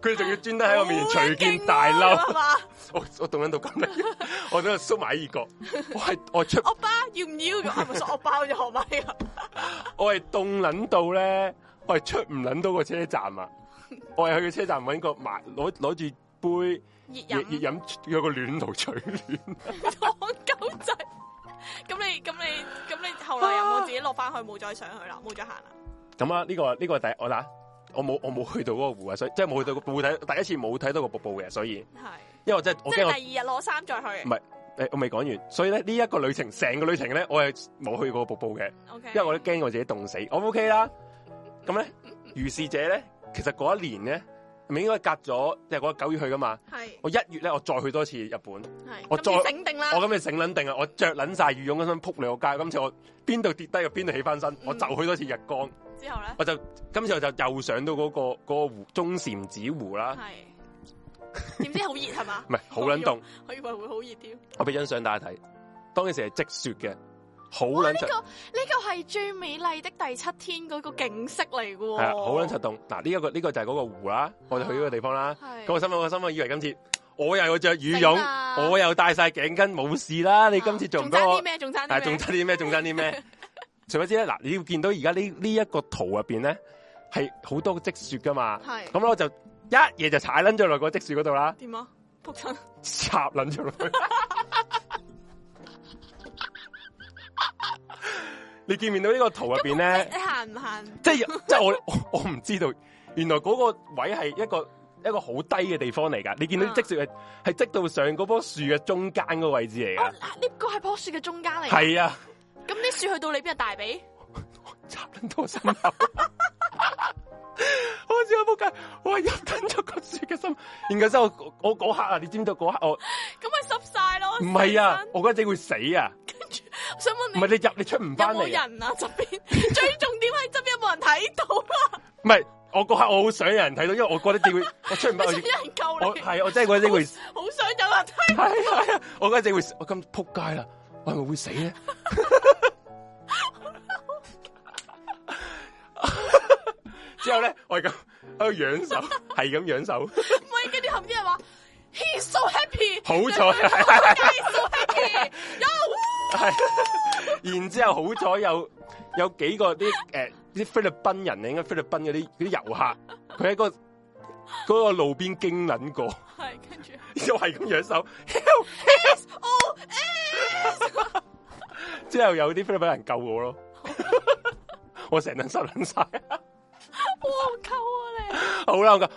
Speaker 2: 佢仲要專登喺我面前隨見大褸，
Speaker 1: 啊嘛？
Speaker 2: 我我凍緊到咁樣，我喺度縮埋耳角，我係我出
Speaker 1: 我爸要唔要咁？係咪想我包咗學咪啊？
Speaker 2: 我係凍撚到咧，我係出唔撚到個車站 啊！我係去個車站揾個買攞攞住杯
Speaker 1: 熱
Speaker 2: 熱
Speaker 1: 飲
Speaker 2: 熱飲，有個暖爐取暖。
Speaker 1: 糖狗仔。 咁你咁你咁你後來有冇自己落翻去冇再上去啦？冇再行啦？
Speaker 2: 咁啊，呢、個呢、個第我嗱，我冇我冇去到嗰個湖啊，所以即係冇去到個冇睇第一次冇睇到個瀑布嘅，所以
Speaker 1: 係，
Speaker 2: 因為我真係我
Speaker 1: 即
Speaker 2: 驚我
Speaker 1: 係第二日攞衫再去。
Speaker 2: 唔係誒我未講完，所以咧呢一、個旅程成個旅程咧，我係冇去過瀑布嘅，
Speaker 1: O K，
Speaker 2: 因為我都驚我自己凍死，我 OK 啦。咁咧，如是者咧，其實嗰一年咧，咪應該隔咗即係嗰九月去噶嘛，
Speaker 1: 係
Speaker 2: 我一月咧我再去多次日本。
Speaker 1: 係，
Speaker 2: 我
Speaker 1: 咁你
Speaker 2: 再
Speaker 1: 整定啦
Speaker 2: 我。今日醒撚定啊！我着撚晒羽絨咁樣撲你個街。今次我邊度跌低就邊度起翻
Speaker 1: 嗯
Speaker 2: 身，我就去多次日光，
Speaker 1: 之後咧
Speaker 2: 我就今次我就又上到嗰、個嗰個湖中禪寺湖啦。
Speaker 1: 係，點知好熱係嘛
Speaker 2: 唔？係好撚凍，
Speaker 1: 我以為會好熱添。呢
Speaker 2: 我俾張相大家睇。當其時係積雪嘅，好撚
Speaker 1: 個
Speaker 2: 柒，
Speaker 1: 個係最美麗的第七天嗰個景色嚟嘅喎。
Speaker 2: 係啊，好撚柒凍。嗱呢一個呢、個就係嗰個湖啦，我哋去呢個地方啦。
Speaker 1: 係
Speaker 2: 咁我心諗，我心諗以為今次我又有着羽
Speaker 1: 頂啊
Speaker 2: 絨，我又戴晒頸巾，冇事啦。你今次做唔到
Speaker 1: 仲爭
Speaker 2: 我
Speaker 1: 啲。咩？仲爭
Speaker 2: 但
Speaker 1: 啲
Speaker 2: 啊係仲
Speaker 1: 咩？
Speaker 2: 爭啲咩？仲爭 啲咩？除非知咧，嗱，你要見到而家呢呢一個圖入邊咧，係好多積雪噶嘛。
Speaker 1: 係
Speaker 2: 咁我就一嘢就踩撚咗落個積雪嗰度啦，
Speaker 1: 點啊？仆親
Speaker 2: 插撚咗落 去。你見唔見到呢個圖入邊咧
Speaker 1: 你？行唔行？
Speaker 2: 即係即係我我我唔知道，原來嗰個位係一個一個好低嘅地方嚟㗎。你見到啲積雪係係積到上嗰棵樹嘅中間嗰個位置嚟
Speaker 1: 哦，
Speaker 2: 㗎。
Speaker 1: 呢個係樖樹嘅中間嚟。
Speaker 2: 係啊。
Speaker 1: 咁啲樹去到你邊啊？大髀？
Speaker 2: 插捻到我心口，好似 我仆街，我係入捻咗個雪嘅心，然後之後我我嗰刻啊，你知唔知道嗰刻我
Speaker 1: 咁咪濕晒咯。
Speaker 2: 唔係啊
Speaker 1: 成，身
Speaker 2: 我嗰陣會死啊，
Speaker 1: 想問
Speaker 2: 唔
Speaker 1: 你
Speaker 2: 係你入你出唔
Speaker 1: 有
Speaker 2: 翻
Speaker 1: 冇
Speaker 2: 嚟啊，
Speaker 1: 人啊？側邊 最重點係側邊有冇人睇到啊？
Speaker 2: 唔係我嗰刻我好想有人睇到，因為我覺得自己會我出唔
Speaker 1: 你
Speaker 2: 翻，我
Speaker 1: 想有人救
Speaker 2: 我
Speaker 1: 你？
Speaker 2: 係啊我真係覺得自己會係
Speaker 1: 好想有人睇。
Speaker 2: 係啊，我嗰陣會我咁仆街啦，我係咪會 死咧？ 之後咧，我係咁喺度仰手，係咁仰手。
Speaker 1: 唔係，跟住後邊人話，He's so happy。
Speaker 2: 好彩
Speaker 1: ，He's so happy。
Speaker 2: 系， 然之后好彩有有幾個啲诶啲菲律賓人咧，應該菲律賓嗰啲嗰啲遊客，佢喺個嗰個路邊經撚過，
Speaker 1: 係，跟住
Speaker 2: 又係咁樣手，
Speaker 1: 哦，
Speaker 2: 之後有啲菲律賓人救 我咯，我成身濕撚晒，
Speaker 1: 哇，溝啊你！
Speaker 2: 好啦， 我講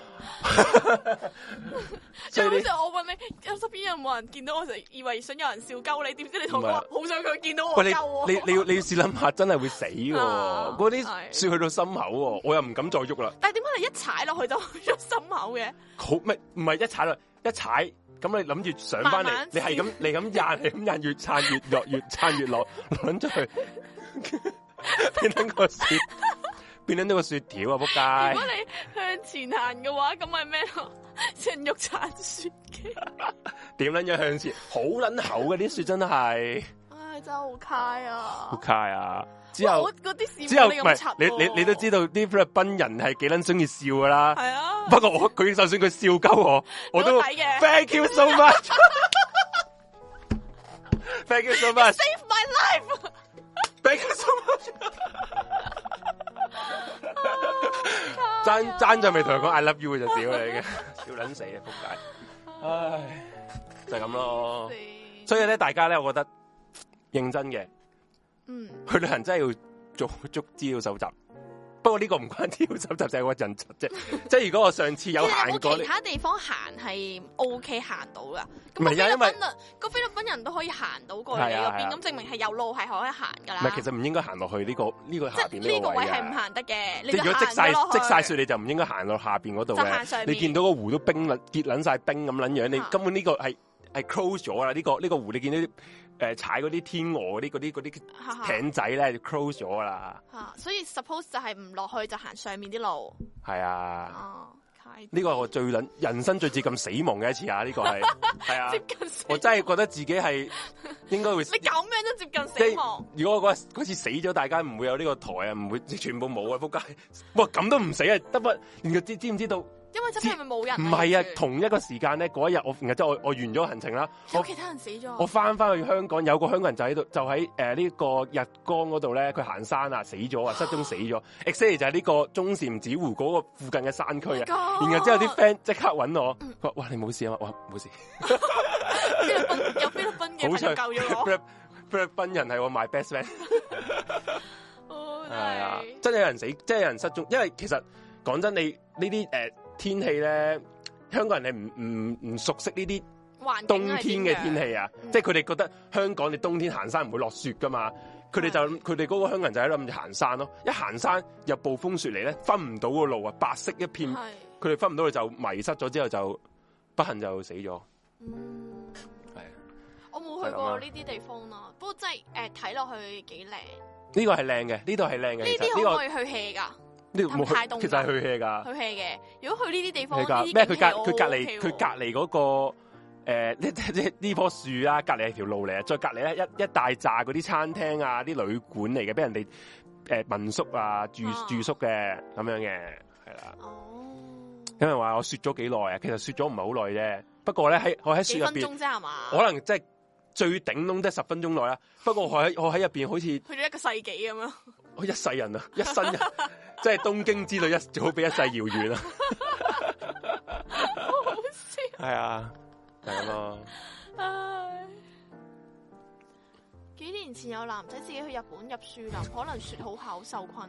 Speaker 1: 最
Speaker 2: 所以
Speaker 1: 好
Speaker 2: 你
Speaker 1: 笑，我問你，有身邊有冇人見到我，就以為想有人笑鳩你，點知你同我話好想佢見到我
Speaker 2: 喂
Speaker 1: 鳩我。
Speaker 2: 你你你要你要試諗下，真係會死喎，
Speaker 1: 啊
Speaker 2: 嗰啲
Speaker 1: 係
Speaker 2: 雪去到心口喎，我又唔敢再喐啦。
Speaker 1: 但係點解你一踩落去就去咗心口嘅？
Speaker 2: 好咩？唔係一踩落，一踩咁你諗住上翻
Speaker 1: 慢慢
Speaker 2: 嚟，你係咁你咁硬，係咁硬，越撐越落，越撐越落，落撚出去， 變緊個雪，變緊咗個雪條啊！
Speaker 1: 如果
Speaker 2: 仆街，
Speaker 1: 你向前行嘅話，咁係咩咯？ 人肉鏟雪機，
Speaker 2: 點撚樣向前？好撚厚嘅啲雪真係，
Speaker 1: 唉，真係好揩
Speaker 2: 仆
Speaker 1: 啊！
Speaker 2: 街啊！之後
Speaker 1: 我嗰啲事
Speaker 2: 之後
Speaker 1: 冇
Speaker 2: 唔
Speaker 1: 啊你咁
Speaker 2: 係
Speaker 1: 柒
Speaker 2: 你你你都知道啲菲律賓人係幾撚中意笑噶啦。
Speaker 1: 係啊，
Speaker 2: 不過我佢就算佢笑鳩我，我都
Speaker 1: 都抵嘅
Speaker 2: Thank you so much。Thank you so much。
Speaker 1: 哎 save my life，
Speaker 2: Thank you so much。爭爭就未同佢講 I love you 就屌你 嘅，屌撚死啊！仆街，唉，就係咁咯。哦 所以咧，大家咧，我覺得認真嘅，
Speaker 1: 嗯，
Speaker 2: 去旅行真係要做 足資料搜集。不過呢個唔關資料搜集，就係我人質 啫。即係如果我上次有行
Speaker 1: 即係
Speaker 2: 過
Speaker 1: 有其，他地方行係 O K 行到噶，咁個菲
Speaker 2: 唔係啊
Speaker 1: 律
Speaker 2: 因為
Speaker 1: 賓人個菲律賓人都可以行到過去你
Speaker 2: 係啊
Speaker 1: 嗰
Speaker 2: 係啊
Speaker 1: 邊，咁證明係有路係可以行噶啦。
Speaker 2: 唔係其實唔應該行落去呢個呢個
Speaker 1: 啊即
Speaker 2: 下
Speaker 1: 係
Speaker 2: 邊
Speaker 1: 呢個
Speaker 2: 呢個
Speaker 1: 位
Speaker 2: 位
Speaker 1: 係唔
Speaker 2: 啊。
Speaker 1: 行得嘅，你
Speaker 2: 即係
Speaker 1: 就
Speaker 2: 如果積
Speaker 1: 行
Speaker 2: 晒
Speaker 1: 咗落去
Speaker 2: 積晒雪，你就唔應該行落下邊嗰度
Speaker 1: 就行
Speaker 2: 嘅。
Speaker 1: 上
Speaker 2: 你見
Speaker 1: 面
Speaker 2: 到個湖都冰冷結撚晒冰咁撚樣，你
Speaker 1: 啊
Speaker 2: 根本呢個係係 close 咗啦。呢、個呢、個湖你見到啲誒踩嗰啲天鵝嗰啲嗰啲嗰啲
Speaker 1: 哈哈
Speaker 2: 艇仔咧就 close 咗㗎啦。
Speaker 1: 啊所以 suppose 就係唔落去就行上面啲路。
Speaker 2: 係啊，
Speaker 1: 哦，係
Speaker 2: 呢、個我最撚人生最接近死亡嘅一次啊！呢、個係 係啊，
Speaker 1: 接近死
Speaker 2: 我真係覺得自 己係應該會。
Speaker 1: 你咁樣都接近
Speaker 2: 即
Speaker 1: 死
Speaker 2: 係
Speaker 1: 亡，
Speaker 2: 如果我嗰嗰次死咗，大家唔會有呢個台啊，唔會全部冇啊！仆街，哇咁都唔死啊！得不連個知知唔知道？唔
Speaker 1: 因為真係咪冇人？
Speaker 2: 係啊
Speaker 1: 跟，住
Speaker 2: 同一個時間咧，嗰一日我然後即係我我完咗行程啦，我
Speaker 1: 有其他人死
Speaker 2: 我
Speaker 1: 咗。
Speaker 2: 翻翻去香港，有個香港人就喺度，就喺誒呢個日光嗰度咧，佢行山啊，死咗 啊，失蹤死咗。exactly 就係呢個中禪寺湖嗰個附近嘅山
Speaker 1: Oh
Speaker 2: 區啊。然後之後啲 friend 即刻揾我，
Speaker 1: 嗯
Speaker 2: 佢話：哇，你冇事啊嘛？哇，冇事。
Speaker 1: 菲律賓 有菲律賓嘅
Speaker 2: 好彩
Speaker 1: 朋友救咗
Speaker 2: 菲律 菲律賓人係我 my best friend，
Speaker 1: 我， 哦
Speaker 2: 係
Speaker 1: 真
Speaker 2: 啊
Speaker 1: 係，
Speaker 2: 真係有人死，真係有人失蹤。因為其實講真，你呢啲誒天氣咧，香港人你唔唔唔熟悉呢啲。
Speaker 1: 環
Speaker 2: 冬
Speaker 1: 境係點
Speaker 2: 天嘅
Speaker 1: 樣
Speaker 2: 天氣啊，
Speaker 1: 嗯
Speaker 2: 即係佢哋覺得香港你冬天行山唔會落雪噶嘛，佢哋就
Speaker 1: 係
Speaker 2: 佢哋嗰個香港人就喺度諗住行山咯，一行山有暴風雪嚟咧，分唔到個路啊，白色一片，
Speaker 1: 係，
Speaker 2: 佢哋分唔到佢就迷失咗之後就不幸就死咗，
Speaker 1: 嗯，
Speaker 2: 係啊
Speaker 1: 我冇去過呢啲地方啦，不過真係誒睇落去幾靚。呢
Speaker 2: 呢個係靚嘅，呢度係靚嘅，其實
Speaker 1: 啲可唔
Speaker 2: 呢個啊
Speaker 1: 可以去 hea 㗎？
Speaker 2: 呢度
Speaker 1: 太
Speaker 2: 冇
Speaker 1: 凍
Speaker 2: 去，其實係去 hea 噶
Speaker 1: 去 hea 嘅。如果去呢啲地方，
Speaker 2: ，hea
Speaker 1: 呢
Speaker 2: 噶
Speaker 1: 啲
Speaker 2: 咩？佢
Speaker 1: 景氣
Speaker 2: 隔
Speaker 1: 我
Speaker 2: 佢
Speaker 1: OK
Speaker 2: 隔離
Speaker 1: 喎
Speaker 2: 佢隔離嗰個。誒呢呢呢棵樹啊，隔離係條路嚟啊，再隔離咧一一大扎嗰啲餐廳啊，啲旅館嚟嘅，俾人哋誒、民宿啊住
Speaker 1: 啊
Speaker 2: 住宿嘅咁樣嘅，係啦。
Speaker 1: 哦，
Speaker 2: 有人話我雪咗幾耐啊？其實雪咗唔係好耐啫。不過咧喺我喺雪
Speaker 1: 幾
Speaker 2: 入
Speaker 1: 分
Speaker 2: 邊，
Speaker 1: 鐘啫係嘛？
Speaker 2: 可能即係最頂窿得十分鐘內啦。不過我喺我喺入邊好似
Speaker 1: 去咗一個世紀咁樣。
Speaker 2: 我一世人啊，一生人， 即係東京之旅一早比一世遙遠啊。好笑。係啊，係咁咯。
Speaker 1: 唉，幾年前有男仔自己去日本入樹林，可能雪好厚受困。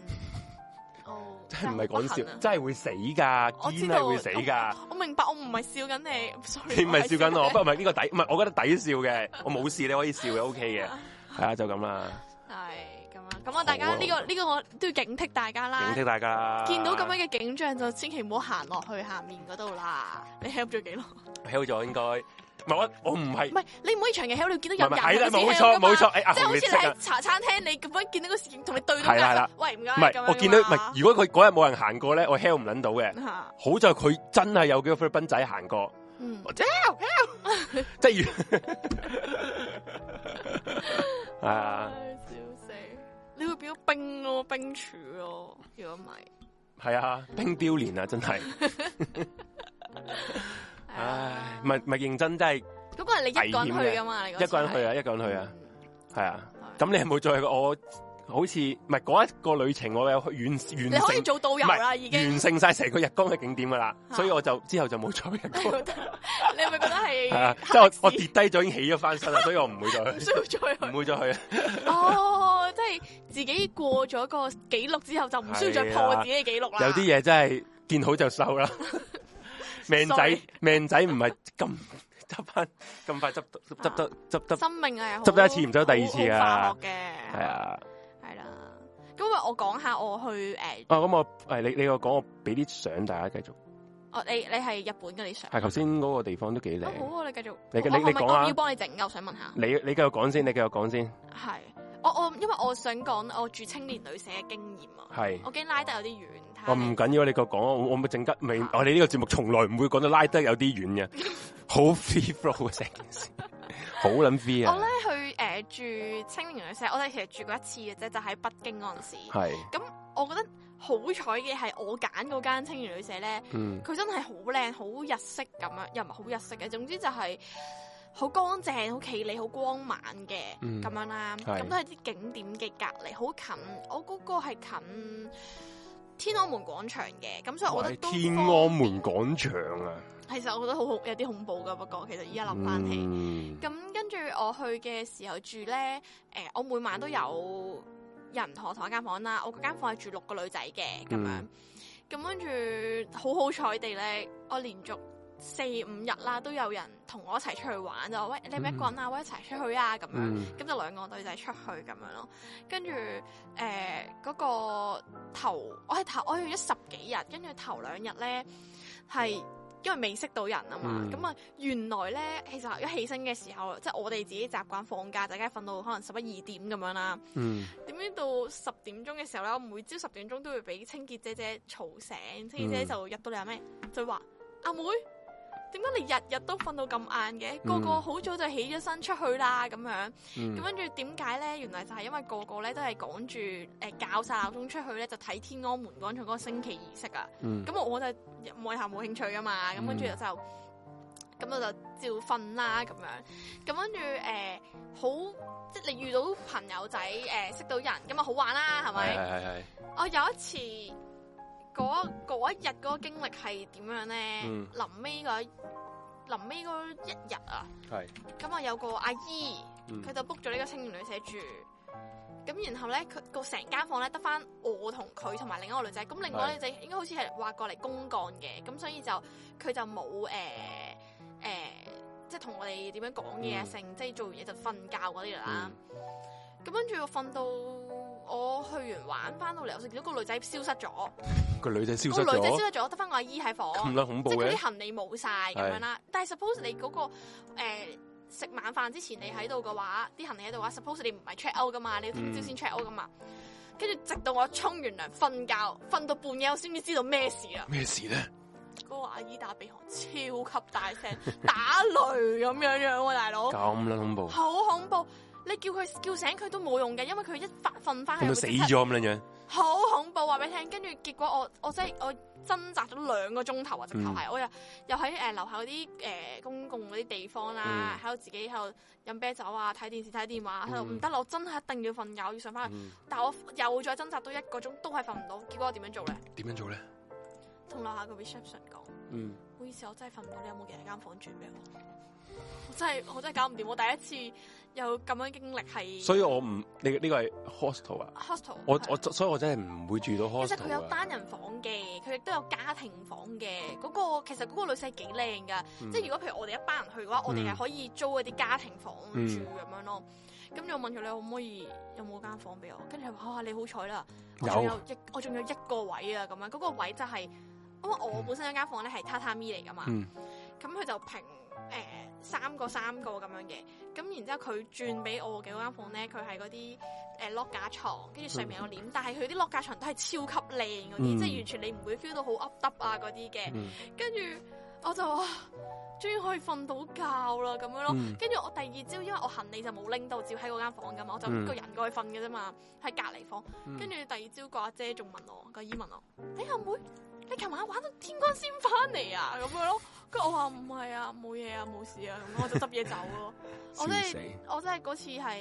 Speaker 1: 哦，
Speaker 2: 真係唔係
Speaker 1: 真係好不
Speaker 2: 講
Speaker 1: 幸
Speaker 2: 笑，
Speaker 1: 啊
Speaker 2: 真係會死噶，
Speaker 1: 我
Speaker 2: 堅
Speaker 1: 知道
Speaker 2: 係會死噶。
Speaker 1: 我。我明白，我唔係笑緊你，sorry。
Speaker 2: 你唔係笑緊我，
Speaker 1: 係
Speaker 2: 不過唔係呢個抵，唔係我覺得抵笑嘅。我冇事，你可以笑嘅，OK 嘅。係啊，就咁啦。
Speaker 1: 係咁啊，咁啊，大家
Speaker 2: 好啊
Speaker 1: 呢、個呢、個我都要警惕大家啦
Speaker 2: 警。惕大家啦。
Speaker 1: 啊見到咁樣嘅景象就千祈唔好行落去下面嗰度啦。你 help 咗幾耐？
Speaker 2: ，hell 咗應該。唔係我，我唔係
Speaker 1: 唔，係你唔可以長期 help，你見到有
Speaker 2: 唔係唔係
Speaker 1: 人
Speaker 2: 係啦，
Speaker 1: 你先
Speaker 2: 冇
Speaker 1: help
Speaker 2: 錯
Speaker 1: 㗎嘛
Speaker 2: 冇錯。。哎阿
Speaker 1: 即係好似
Speaker 2: 紅你
Speaker 1: 你
Speaker 2: 識啊
Speaker 1: 喺？茶餐廳，你咁樣見到個侍應同你對到
Speaker 2: 係啦係啦
Speaker 1: 眼，喂唔該，啊
Speaker 2: 唔係，我見到唔係，
Speaker 1: 係
Speaker 2: 如果佢嗰日冇人行過咧，我 hell 唔撚到嘅。好在佢真係有幾個菲律賓仔行過，
Speaker 1: 嗯，
Speaker 2: 我 hell hell，即係如 係啊。
Speaker 1: 唉笑死！你會變咗冰咯，冰柱咯。如果唔係，
Speaker 2: 系啊，冰雕年啊，真系，
Speaker 1: 係
Speaker 2: 唉
Speaker 1: 啊，
Speaker 2: 唔系唔系认真，真系
Speaker 1: 嗰個係你一個人
Speaker 2: 危險嘅
Speaker 1: 去噶嘛？你
Speaker 2: 一個人去啊，一個人去啊，系啊。
Speaker 1: 咁
Speaker 2: 咁你有冇再去過？我好似唔係嗰一個旅程，我有去完
Speaker 1: 你
Speaker 2: 完
Speaker 1: 可以
Speaker 2: 成
Speaker 1: 做導遊啦，已經。
Speaker 2: 完成晒成個日光嘅景點噶啦，
Speaker 1: 啊
Speaker 2: 所以我就之後就冇再去 日光，
Speaker 1: 你係咪覺得係
Speaker 2: 係啊，
Speaker 1: 黑
Speaker 2: 即係我
Speaker 1: 市
Speaker 2: 我跌低咗已經起咗翻身啦，所以我唔會 再
Speaker 1: 唔
Speaker 2: 去，
Speaker 1: 需要再去
Speaker 2: 唔會再去，啊
Speaker 1: 哦，即係自己過咗個記錄之後，就唔需要再破自己嘅記錄啦。
Speaker 2: 有啲嘢真係見好就 收啦，命仔
Speaker 1: Sorry
Speaker 2: 命仔唔係咁執翻咁快執執執得執得，
Speaker 1: 生命係好
Speaker 2: 執得一次唔執得第二次㗎
Speaker 1: 好好化學嘅
Speaker 2: 係，啊。
Speaker 1: 係啦。咁啊，我講下我去誒，
Speaker 2: 哦，咁我诶，你你我講，我俾啲相大家繼續。啊
Speaker 1: 我你你係日本嘅你想
Speaker 2: 係頭先嗰個地方都幾
Speaker 1: 哦
Speaker 2: 靚。
Speaker 1: 好啊，你繼續，
Speaker 2: 你
Speaker 1: 我
Speaker 2: 你你
Speaker 1: 我咪
Speaker 2: 講啊
Speaker 1: 我要幫你整㗎，我想問下。
Speaker 2: 你你繼續講先，你繼續講先。
Speaker 1: 係，我我因為我想講我住青年旅社嘅經驗啊，
Speaker 2: 係，
Speaker 1: 我驚拉得有啲遠。睇下
Speaker 2: 我唔緊要，你繼續講。我我咪陣間未，我哋呢個節目從來唔會講到拉得有啲遠嘅，好 free flow 嘅成件事，好撚 free
Speaker 1: 我
Speaker 2: 啊
Speaker 1: 咧！去誒、呃住青年旅社，我哋其實住過一次嘅啫，就喺北京嗰陣時。
Speaker 2: 係，
Speaker 1: 我覺得好彩嘅係我揀嗰間青年旅社咧，
Speaker 2: 嗯，
Speaker 1: 佢真係好靚，好日式咁樣，又唔係好日式嘅，總之就係好乾淨、好企理、好光猛嘅咁、啊
Speaker 2: 嗯
Speaker 1: 樣啦。
Speaker 2: 係
Speaker 1: 咁都係啲景點嘅隔離，好近。我嗰個係近天安門廣場嘅，咁所以我覺得都
Speaker 2: 天
Speaker 1: 方
Speaker 2: 安門廣場啊，
Speaker 1: 其實我覺得好好有啲恐怖噶，不過其實依家諗翻起，
Speaker 2: 嗯
Speaker 1: 咁跟住我去嘅時候住咧，誒、我每晚都有人同我同一間房啦，我嗰間房係住六個女仔嘅咁樣
Speaker 2: 嗯，
Speaker 1: 咁跟住好好彩地咧，我連續四五日啦都有人同我一齊出去玩就話喂你咪一個人啊，喂一齊出去啊咁樣。
Speaker 2: 嗯
Speaker 1: 咁就兩個女仔出去咁樣咯，跟住誒嗰個頭，我係頭，我去咗十幾日，跟住頭兩日咧係因為未識到人啊嘛，
Speaker 2: 嗯
Speaker 1: 咁啊、原來咧其實一起身嘅時候，即係我哋自己習慣放假就梗係瞓到可能十一二點咁樣啦，
Speaker 2: 嗯
Speaker 1: 點知到十點鐘嘅時候咧，我每朝十點鐘都會俾清潔姐姐嘈醒，清潔姐姐
Speaker 2: 嗯
Speaker 1: 就入到嚟係咩，就話阿妹。點解你日日都瞓到咁晏嘅？個個
Speaker 2: 嗯
Speaker 1: 好早就起咗身出去啦，咁樣。
Speaker 2: 嗯
Speaker 1: 咁跟住點解咧？原來就係因為個個咧都係趕住誒教晒鬧鐘出去咧，就睇天安門廣場嗰個升旗儀式啊。
Speaker 2: 嗯
Speaker 1: 咁我就外校冇興趣噶嘛，咁跟住就
Speaker 2: 嗯
Speaker 1: 咁我就照瞓啦咁樣。咁跟住誒好，即係你遇到朋友仔誒、呃、識到人，咁啊好玩啦，係
Speaker 2: 係
Speaker 1: 咪？
Speaker 2: 係係係，
Speaker 1: 我有一次嗰嗰一日嗰個經歷係點樣咧？
Speaker 2: 嗯
Speaker 1: 臨尾嗰臨尾嗰一日啊，
Speaker 2: 係
Speaker 1: 咁啊有個阿姨。
Speaker 2: 嗯
Speaker 1: 佢就 book 咗呢個青年旅社住。咁然後咧，佢個成間房咧得翻我同佢同埋另一個女仔，咁另外一個女仔應該好似係話過嚟公幹嘅，咁所以就佢就冇誒誒，即係同我哋點樣講嘢啊，
Speaker 2: 嗯
Speaker 1: 成、即係做完嘢就瞓覺嗰啲啦
Speaker 2: 嗯。
Speaker 1: 咁跟住我瞓到我去完玩翻到嚟，我就見到個女仔消失咗，
Speaker 2: 嗯個女仔消
Speaker 1: 個
Speaker 2: 失
Speaker 1: 女仔消
Speaker 2: 咗，
Speaker 1: 失咗，得翻個阿姨喺房。
Speaker 2: 咁撚恐怖
Speaker 1: 即係嗰
Speaker 2: 嘅
Speaker 1: 啲，行李冇晒咁樣啦。但係 suppose 你嗰、個、呃、食晚飯之前你喺度嘅話，啲行李喺度嘅話，suppose 你唔係 check out 噶嘛，你要聽朝先 check out 噶嘛。跟住直到我沖完涼瞓覺，瞓到半夜我先至知道咩事啊！
Speaker 2: 咩事咧？
Speaker 1: 嗰、個阿姨打鼻鼾超級大 聲，打雷咁樣樣喎、大佬，
Speaker 2: 咁撚恐怖，
Speaker 1: 好恐怖！你叫佢叫醒佢都冇用嘅，因為佢一發瞓翻
Speaker 2: 咁
Speaker 1: 係
Speaker 2: 佢
Speaker 1: 會
Speaker 2: 死
Speaker 1: 即刻
Speaker 2: 咗咁撚樣，
Speaker 1: 好恐怖，話俾你聽。跟住結果我我真係我掙扎咗兩個鐘頭啊，
Speaker 2: 嗯
Speaker 1: 直頭係我又又喺誒樓下嗰啲誒公共嗰啲地方啦，喺度、自己喺度飲啤酒啊，睇電視睇電話，喺度
Speaker 2: 嗯
Speaker 1: 唔得啦，我真係一定要瞓覺，要上翻去。
Speaker 2: 嗯
Speaker 1: 但我又再掙扎多一個鐘，都係瞓唔到。結果我點樣做咧？
Speaker 2: 點樣做咧？
Speaker 1: 同樓下個 reception 講，唔
Speaker 2: 嗯，
Speaker 1: 好意思，我真係瞓唔到，你有冇其他間房轉俾我？我真係我真係搞唔掂，我第一次有咁樣經歷係。
Speaker 2: 所以我唔呢呢個係 hostel 啊，
Speaker 1: hostel，
Speaker 2: 我
Speaker 1: 係
Speaker 2: 我所以我真係唔會住到
Speaker 1: 其實佢
Speaker 2: hostel
Speaker 1: 有
Speaker 2: 啊，
Speaker 1: 單人房嘅，佢亦都有家庭房嘅。嗰、個其實嗰個女仔幾靚噶，
Speaker 2: 嗯
Speaker 1: 即係如果譬如我哋一班人去嘅話，我哋係可以租一啲家庭房住
Speaker 2: 嗯
Speaker 1: 咁樣咯。咁我問佢你可唔可以有冇間房俾我？跟住佢話：哇，你好彩啦，我仲
Speaker 2: 有
Speaker 1: 有一我仲有一個位啊咁樣。嗰、個位就係、因為我本身有間房咧係榻榻米嚟噶嘛，
Speaker 2: 嗯
Speaker 1: 咁佢、就平誒、呃三個三個咁樣嘅。咁然之後佢轉俾我嘅嗰間房咧，佢係嗰啲誒 lock 架床，跟住上面有簾，但係佢啲 lock 架床都係超級靚嗰啲，
Speaker 2: 嗯
Speaker 1: 即係完全你唔會 feel 到好噏耷啊嗰啲嘅。
Speaker 2: 嗯
Speaker 1: 跟住我就哇，終於可以瞓到覺啦咁樣咯。
Speaker 2: 嗯
Speaker 1: 跟住我第二朝，因為我行李就冇拎到，照喺嗰間房噶嘛，我就
Speaker 2: 嗯
Speaker 1: 個人過去瞓嘅啫嘛，喺隔離房。
Speaker 2: 嗯
Speaker 1: 跟住第二朝個阿姐仲問我，個姨問我：你阿妹，你琴晚玩到天光先翻嚟啊？咁樣咯。跟住我話唔係啊，冇嘢啊，冇事啊，咁樣我就執嘢走咯。 我真
Speaker 2: 笑死
Speaker 1: 係我真係嗰次係，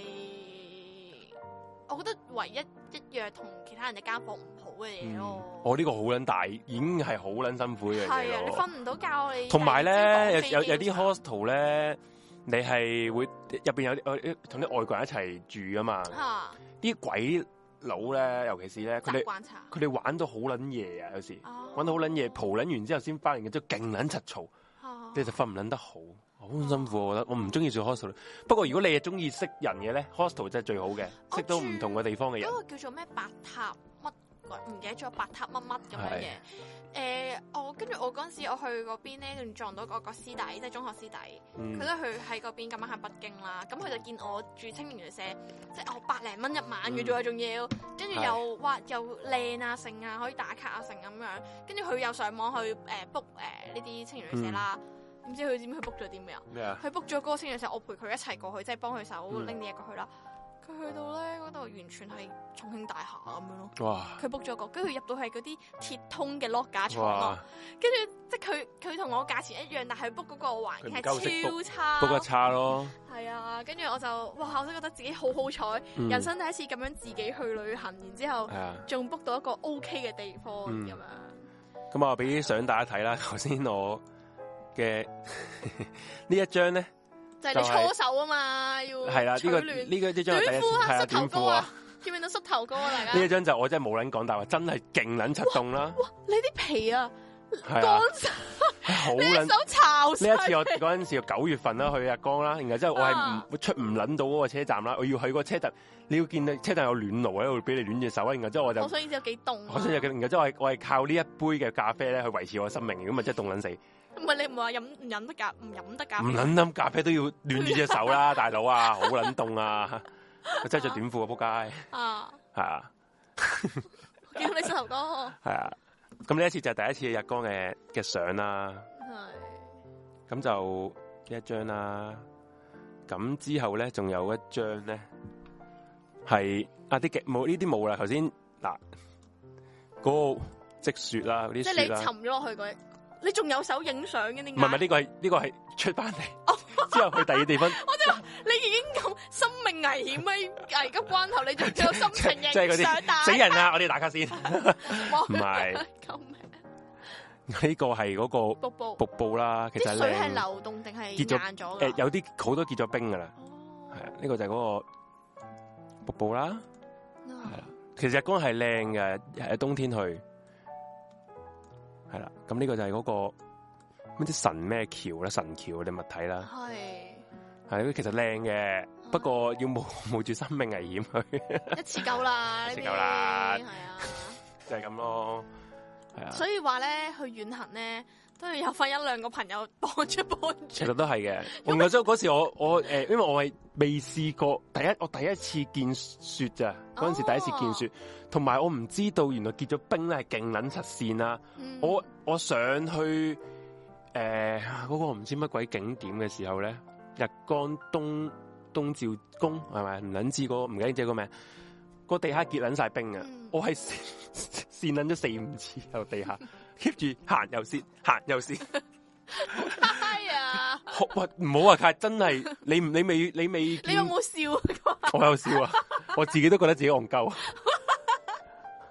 Speaker 1: 我覺得唯一一樣同其他人嘅間房唔好嘅嘢咯。
Speaker 2: 嗯我呢個好撚大，已經係好撚辛苦嘅
Speaker 1: 係啊，
Speaker 2: 嘢
Speaker 1: 你
Speaker 2: 咯。
Speaker 1: 瞓唔到覺，你
Speaker 2: 同埋咧，有有有啲
Speaker 1: 開
Speaker 2: hostel 咧，你係會入邊有啲呃有同啲外國人一齊住噶嘛？
Speaker 1: 嚇
Speaker 2: 啲鬼佬咧，尤其是咧，佢
Speaker 1: 啊習
Speaker 2: 哋
Speaker 1: 慣茶
Speaker 2: 佢哋玩到好撚夜啊，有時
Speaker 1: 哦
Speaker 2: 玩到好撚夜，蒲撚完之後先翻嚟嘅，之後勁撚柒嘈，
Speaker 1: 嚇
Speaker 2: 你就瞓唔撚得好，好辛苦我覺得。我唔中意住 hostel，不過如果你係中意識人嘅咧，hostel 真係最好嘅，
Speaker 1: 我
Speaker 2: 識到唔同嘅地方嘅人
Speaker 1: 嗰。個叫做咩白塔乜鬼唔記得咗白塔乜乜咁樣
Speaker 2: 係
Speaker 1: 嘢。誒、我跟住我嗰陣時，我去嗰邊咧，仲撞到嗰個師弟，即係中學師弟，佢
Speaker 2: 嗯
Speaker 1: 都去喺嗰邊咁啱喺北京啦。咁佢就見我住青年旅社，即係我百零蚊一晚嘅啫喎，仲要跟住
Speaker 2: 嗯係
Speaker 1: 又哇又靚啊，成啊可以打卡啊，成咁樣。跟住佢又上網去誒 book 誒呢啲青年旅社啦。
Speaker 2: 嗯
Speaker 1: 唔知佢知唔知佢 book 咗啲咩啊？
Speaker 2: 咩啊？
Speaker 1: 佢 book 咗嗰個星期日，我陪佢一齊過去，即係幫佢手
Speaker 2: 嗯
Speaker 1: 拎啲嘢過去啦。佢去到咧嗰度完全係重慶大廈咁樣咯。
Speaker 2: 哇
Speaker 1: 佢 book 咗個，跟住入到係嗰啲鐵通嘅 lock 架床咯
Speaker 2: 哇，！
Speaker 1: 跟住即係佢佢同我價錢一樣，但係佢 book 嗰個環境
Speaker 2: 佢唔夠識
Speaker 1: 係超差
Speaker 2: 不過，差咯。
Speaker 1: 係啊，啦，跟住我就哇，我都覺得自己好好彩，
Speaker 2: 嗯
Speaker 1: 人生第一次咁樣自己去旅行，然之後
Speaker 2: 係啊。
Speaker 1: 仲 book 到一個 OK 嘅地方
Speaker 2: 嗯
Speaker 1: 咁樣。
Speaker 2: 咁啊，俾啲相大家睇啦。頭先我嘅呢一張咧，
Speaker 1: 就係你
Speaker 2: 就係
Speaker 1: 搓手啊嘛，要
Speaker 2: 係啦，呢
Speaker 1: 取
Speaker 2: 個
Speaker 1: 暖
Speaker 2: 呢個呢張係第
Speaker 1: 短
Speaker 2: 一
Speaker 1: 褲
Speaker 2: 係
Speaker 1: 啊，
Speaker 2: 啊
Speaker 1: 膝頭
Speaker 2: 短
Speaker 1: 哥
Speaker 2: 褲啊
Speaker 1: 啊，，見唔見到膝頭哥啊？大家
Speaker 2: 呢一張就我真係冇撚講大話，真係勁撚出凍啦，
Speaker 1: 你啲皮啊，
Speaker 2: 係啊
Speaker 1: 乾，晒，
Speaker 2: 好
Speaker 1: 你隻
Speaker 2: 撚。
Speaker 1: 手潮晒。
Speaker 2: 呢一次我嗰陣時九月份啦，去日光啦，然後之後我係唔出唔撚到嗰個車站啦，我要去個車站，你要見到車站有暖爐喺度俾你暖住手啊，然後之後我就
Speaker 1: 我想知有幾凍啊。
Speaker 2: 我想有嘅，然後之後我係我係靠呢一杯嘅咖啡咧去維持我生命，如果咪真係凍撚死，
Speaker 1: 唔係你唔係話飲唔飲得咖唔飲得咖
Speaker 2: 唔
Speaker 1: 啡？
Speaker 2: 撚飲咖啡都要暖住隻 手啦，大佬啊，好撚凍啊，我真係着短褲啊，仆街，
Speaker 1: 啊！
Speaker 2: 係啊
Speaker 1: 我見到你膝頭哥
Speaker 2: 係啊，咁呢一次就係第一次嘅日光嘅嘅相啦。
Speaker 1: 係
Speaker 2: 咁就呢一張啦。咁之後咧，仲有一張咧，係啊啲嘅冇呢啲冇啦。頭先嗱，嗰、個積雪啦，嗰
Speaker 1: 即
Speaker 2: 啲
Speaker 1: 係
Speaker 2: 雪
Speaker 1: 你
Speaker 2: 啦
Speaker 1: 沉，咗落去嗰，你仲有手影相嘅點
Speaker 2: 唔
Speaker 1: 解？
Speaker 2: 係唔係呢個係呢、個係出 翻
Speaker 1: 哦
Speaker 2: 嚟之後去第二地方，
Speaker 1: 你已經咁生命危險嘅危急關頭，你仲有心
Speaker 2: 即係
Speaker 1: 情
Speaker 2: 即係嗰
Speaker 1: 影相打
Speaker 2: 啲死人啊！我哋打卡先。
Speaker 1: 哇
Speaker 2: 唔係
Speaker 1: 救命！
Speaker 2: 呢個係嗰個
Speaker 1: 瀑布
Speaker 2: 瀑布啦，其實
Speaker 1: 啲水係
Speaker 2: 靚。
Speaker 1: 流啊動定係
Speaker 2: 結咗
Speaker 1: 硬咗
Speaker 2: 誒、
Speaker 1: 㗎？
Speaker 2: 有啲好多結咗冰噶啦，
Speaker 1: 哦
Speaker 2: 係啊，呢、個就係嗰個瀑布啦。
Speaker 1: 啊
Speaker 2: 係啦其實日光係靚嘅，喺冬天去係啦。咁呢個就係嗰、個咩啲神咩橋啦，神橋你咪睇啦。
Speaker 1: 係
Speaker 2: 係其實靚嘅，不過要冒冒住生命危險去，
Speaker 1: 一次夠啦，
Speaker 2: 一次
Speaker 1: 呢啲
Speaker 2: 夠啦
Speaker 1: 係啊。
Speaker 2: 就係咁咯。係啊，
Speaker 1: 所以話咧，去遠行咧都要有翻一兩個朋友幫住幫
Speaker 2: 其
Speaker 1: 住。
Speaker 2: 實都係嘅。我嗰嗰時我我誒、因為我係未試過第一，我第一次見雪咋，嗰陣時第一次見
Speaker 1: 哦
Speaker 2: 雪，同埋、我唔知道原來結咗冰咧係勁撚出線啦、
Speaker 1: 嗯
Speaker 2: 啊我我上去诶嗰、個唔知乜鬼景點嘅時候咧，日光東東照宮係咪？唔撚知嗰、個唔記得咗個名，個地下結撚晒冰啊！
Speaker 1: 嗯
Speaker 2: 我係 跣跣撚咗四五次喺地下，keep 住行又跣，行又跣。
Speaker 1: 係啊，
Speaker 2: 學喂唔好啊！但係 真係你唔你未你未
Speaker 1: 你有
Speaker 2: 見，
Speaker 1: 冇笑過？
Speaker 2: 我有笑啊！我自己都覺得自己戇鳩啊，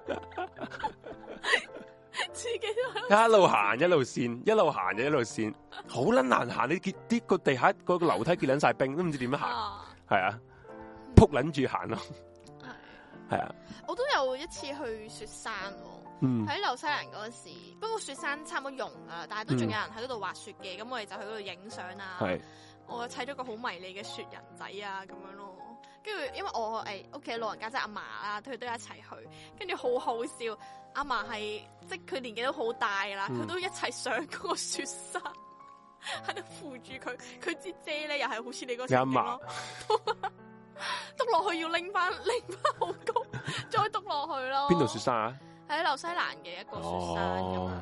Speaker 1: 自己都係
Speaker 2: 啊一路行一路跣，一路行就一路跣，好撚難行！你結啲個地下嗰、個樓梯結撚晒冰，都唔知點樣行。
Speaker 1: 啊，
Speaker 2: 系啊，扑捻住行咯，
Speaker 1: 係
Speaker 2: 系啊，
Speaker 1: 我都有一次去雪山喎。
Speaker 2: 嗯，
Speaker 1: 喺紐西蘭嗰陣時，不過雪山差唔多融啊，但係都仲有人喺嗰度滑雪嘅，咁、我哋就喺嗰度影相啊。
Speaker 2: 系，
Speaker 1: 我砌咗個好迷你嘅雪人仔啊，咁樣咯。跟住因為我誒屋企老人家即係阿嫲啦，佢都一齊去，跟住好好笑。阿嫲係即係佢年紀都好大啦，
Speaker 2: 嗯
Speaker 1: 佢都一齊上嗰個雪山， 喺度扶住佢。佢支遮咧又係好似你嗰
Speaker 2: 你阿嫲
Speaker 1: 隻咯， 篤落去要拎翻 拎翻好高，再篤落去咯。
Speaker 2: 边度雪？山啊？
Speaker 1: 喺紐西蘭嘅一個雪山咁樣。
Speaker 2: 哦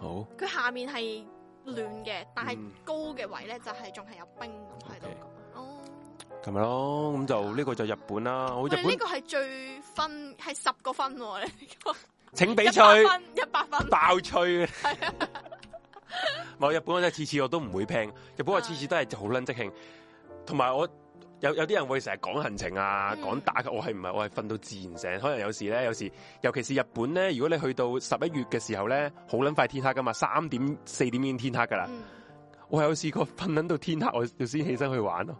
Speaker 2: 好，
Speaker 1: 佢下面係暖嘅，但係
Speaker 2: 嗯
Speaker 1: 高嘅位咧就係仲係有冰咁喺度咁樣。哦，
Speaker 2: 咁咪咯，咁就呢個就日本啦，好
Speaker 1: 我
Speaker 2: 日
Speaker 1: 哋呢
Speaker 2: 本，
Speaker 1: 個係最分係十個分喎，呢個
Speaker 2: 請
Speaker 1: 一
Speaker 2: 俾
Speaker 1: 百
Speaker 2: 吹，
Speaker 1: 分一百分。
Speaker 2: 爆 吹，
Speaker 1: 啊
Speaker 2: 冇日本我真係次次我都唔會拼，日
Speaker 1: 啊
Speaker 2: 本我次次都係好撚即興，同埋我。有有啲人會成日講行程啊，
Speaker 1: 嗯
Speaker 2: 講打卡，我係唔係我係瞓到自然醒，可能有時咧，有時尤其是日本咧，如果你去到十一月嘅時候咧，好撚快天黑噶嘛，三點四點已經天黑噶啦，
Speaker 1: 嗯，
Speaker 2: 我有試過瞓撚到天黑，我 就先起身去玩咯，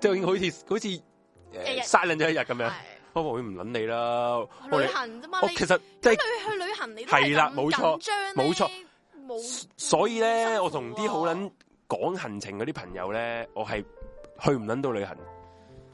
Speaker 2: 即係好似好似
Speaker 1: 日日
Speaker 2: 诶嘥撚咗一日咁樣。
Speaker 1: 係
Speaker 2: 我會唔撚你啦，啊我
Speaker 1: 旅
Speaker 2: 哋
Speaker 1: 行啫嘛。
Speaker 2: 我
Speaker 1: 你
Speaker 2: 其實即係
Speaker 1: 你去旅行你都
Speaker 2: 係啦冇錯
Speaker 1: 緊張
Speaker 2: 冇錯，
Speaker 1: 冇
Speaker 2: 所以
Speaker 1: 辛
Speaker 2: 咧，
Speaker 1: 苦啊
Speaker 2: 我同啲好撚講行程嗰啲朋友咧，我係去唔撚到旅行，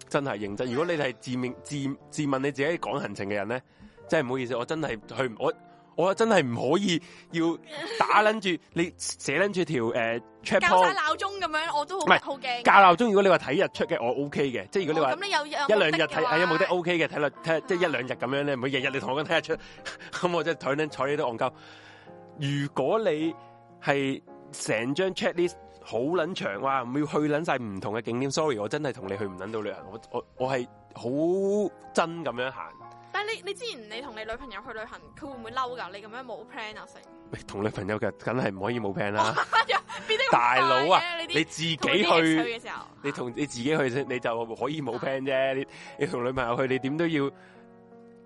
Speaker 2: 真係認真。如果你係自命自自問你自己講行程嘅人咧，真係唔好意思，我真係去唔我。我真係唔可以要打撚 住你寫撚住條誒 check
Speaker 1: 教
Speaker 2: point
Speaker 1: 晒鬧鐘咁樣，我都好
Speaker 2: 唔係
Speaker 1: 好驚。
Speaker 2: 教鬧鐘。如果你話睇日出嘅，我 OK 嘅，即係如果你話
Speaker 1: 哦咁你有一
Speaker 2: 一兩日睇係
Speaker 1: 有
Speaker 2: 有哦
Speaker 1: 目的
Speaker 2: 冇得
Speaker 1: 嘅話
Speaker 2: OK 嘅睇落睇即係一兩日咁樣咧，唔會日日你同我講睇日出， 咁我真係睇撚睬你都戇鳩。如果你係成張 checklist 好撚長，哇，唔要去撚晒唔同嘅景點，sorry，我真係同你去唔撚到旅行，我我我係好真咁樣行，
Speaker 1: 但係你你之前你同你女朋友去旅行，佢會唔會嬲㗎？你咁樣冇 plan 啊成？
Speaker 2: 喂同女朋友嘅梗係唔可以冇 plan 啦，
Speaker 1: 邊啲咁
Speaker 2: 大佬
Speaker 1: 快
Speaker 2: 啊
Speaker 1: 嘅，
Speaker 2: 你
Speaker 1: 啲
Speaker 2: 自己
Speaker 1: 同啲 ex
Speaker 2: 去。
Speaker 1: 嘅時候，
Speaker 2: 你同你自己去先，你就可以冇 plan 啫。你你同女朋友去，你點都要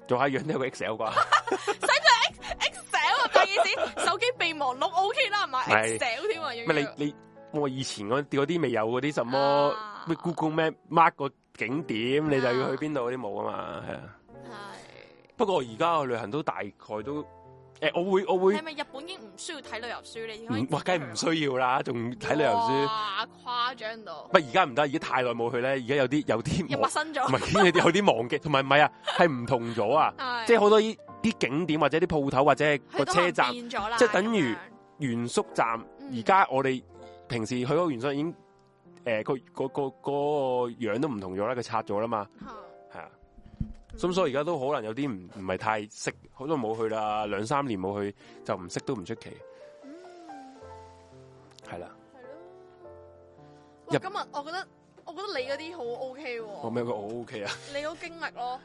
Speaker 2: 做下樣都有個 Excel 啩。
Speaker 1: Excel 啊，第二件事手機備忘錄 OK 啦，唔係
Speaker 2: 係
Speaker 1: Excel 添啊，要
Speaker 2: 咩？你你我以前嗰嗰啲未有嗰啲什麼
Speaker 1: 啊
Speaker 2: 咩 Google Map mark 個景點，你就
Speaker 1: 啊
Speaker 2: 要去邊度嗰啲冇啊嘛。係啊，
Speaker 1: 係
Speaker 2: 不過而家我旅行都大概都誒，我會我會
Speaker 1: 係咪日本已經唔需要睇旅遊書？你已經可以
Speaker 2: 唔哇，梗係啊哦唔需要啦，
Speaker 1: 自
Speaker 2: 仲
Speaker 1: 己去
Speaker 2: 睇旅遊書。
Speaker 1: 哇，誇張到
Speaker 2: 不過而家唔得，而家太耐冇去咧，而家有啲有啲
Speaker 1: 又
Speaker 2: 忘
Speaker 1: 陌生
Speaker 2: 唔
Speaker 1: 咗，
Speaker 2: 係有啲忘記，同埋唔係啊，係唔同咗啊。
Speaker 1: 係
Speaker 2: 即係好多呢啲景點或者啲鋪頭或者係
Speaker 1: 佢都
Speaker 2: 個
Speaker 1: 可
Speaker 2: 車
Speaker 1: 能
Speaker 2: 站
Speaker 1: 變咗啦，
Speaker 2: 即係等於
Speaker 1: 咁樣
Speaker 2: 元宿站，
Speaker 1: 嗯
Speaker 2: 而家我哋平時去嗰個元宿已呃經誒個個個嗰個樣都唔同咗啦，佢拆咗啦嘛，
Speaker 1: 嚇
Speaker 2: 係啊，
Speaker 1: 嗯
Speaker 2: 咁所以而家都可能有啲唔唔係太識，好多冇去啦，兩三年冇去就唔識都唔出奇，
Speaker 1: 嗯
Speaker 2: 係啦。
Speaker 1: 係咯。哇，今
Speaker 2: 入
Speaker 1: 日我覺得，我覺得你嗰啲好 OK
Speaker 2: 我
Speaker 1: 喎，
Speaker 2: 咩佢我 OK 啊，
Speaker 1: 你嗰經歷咯，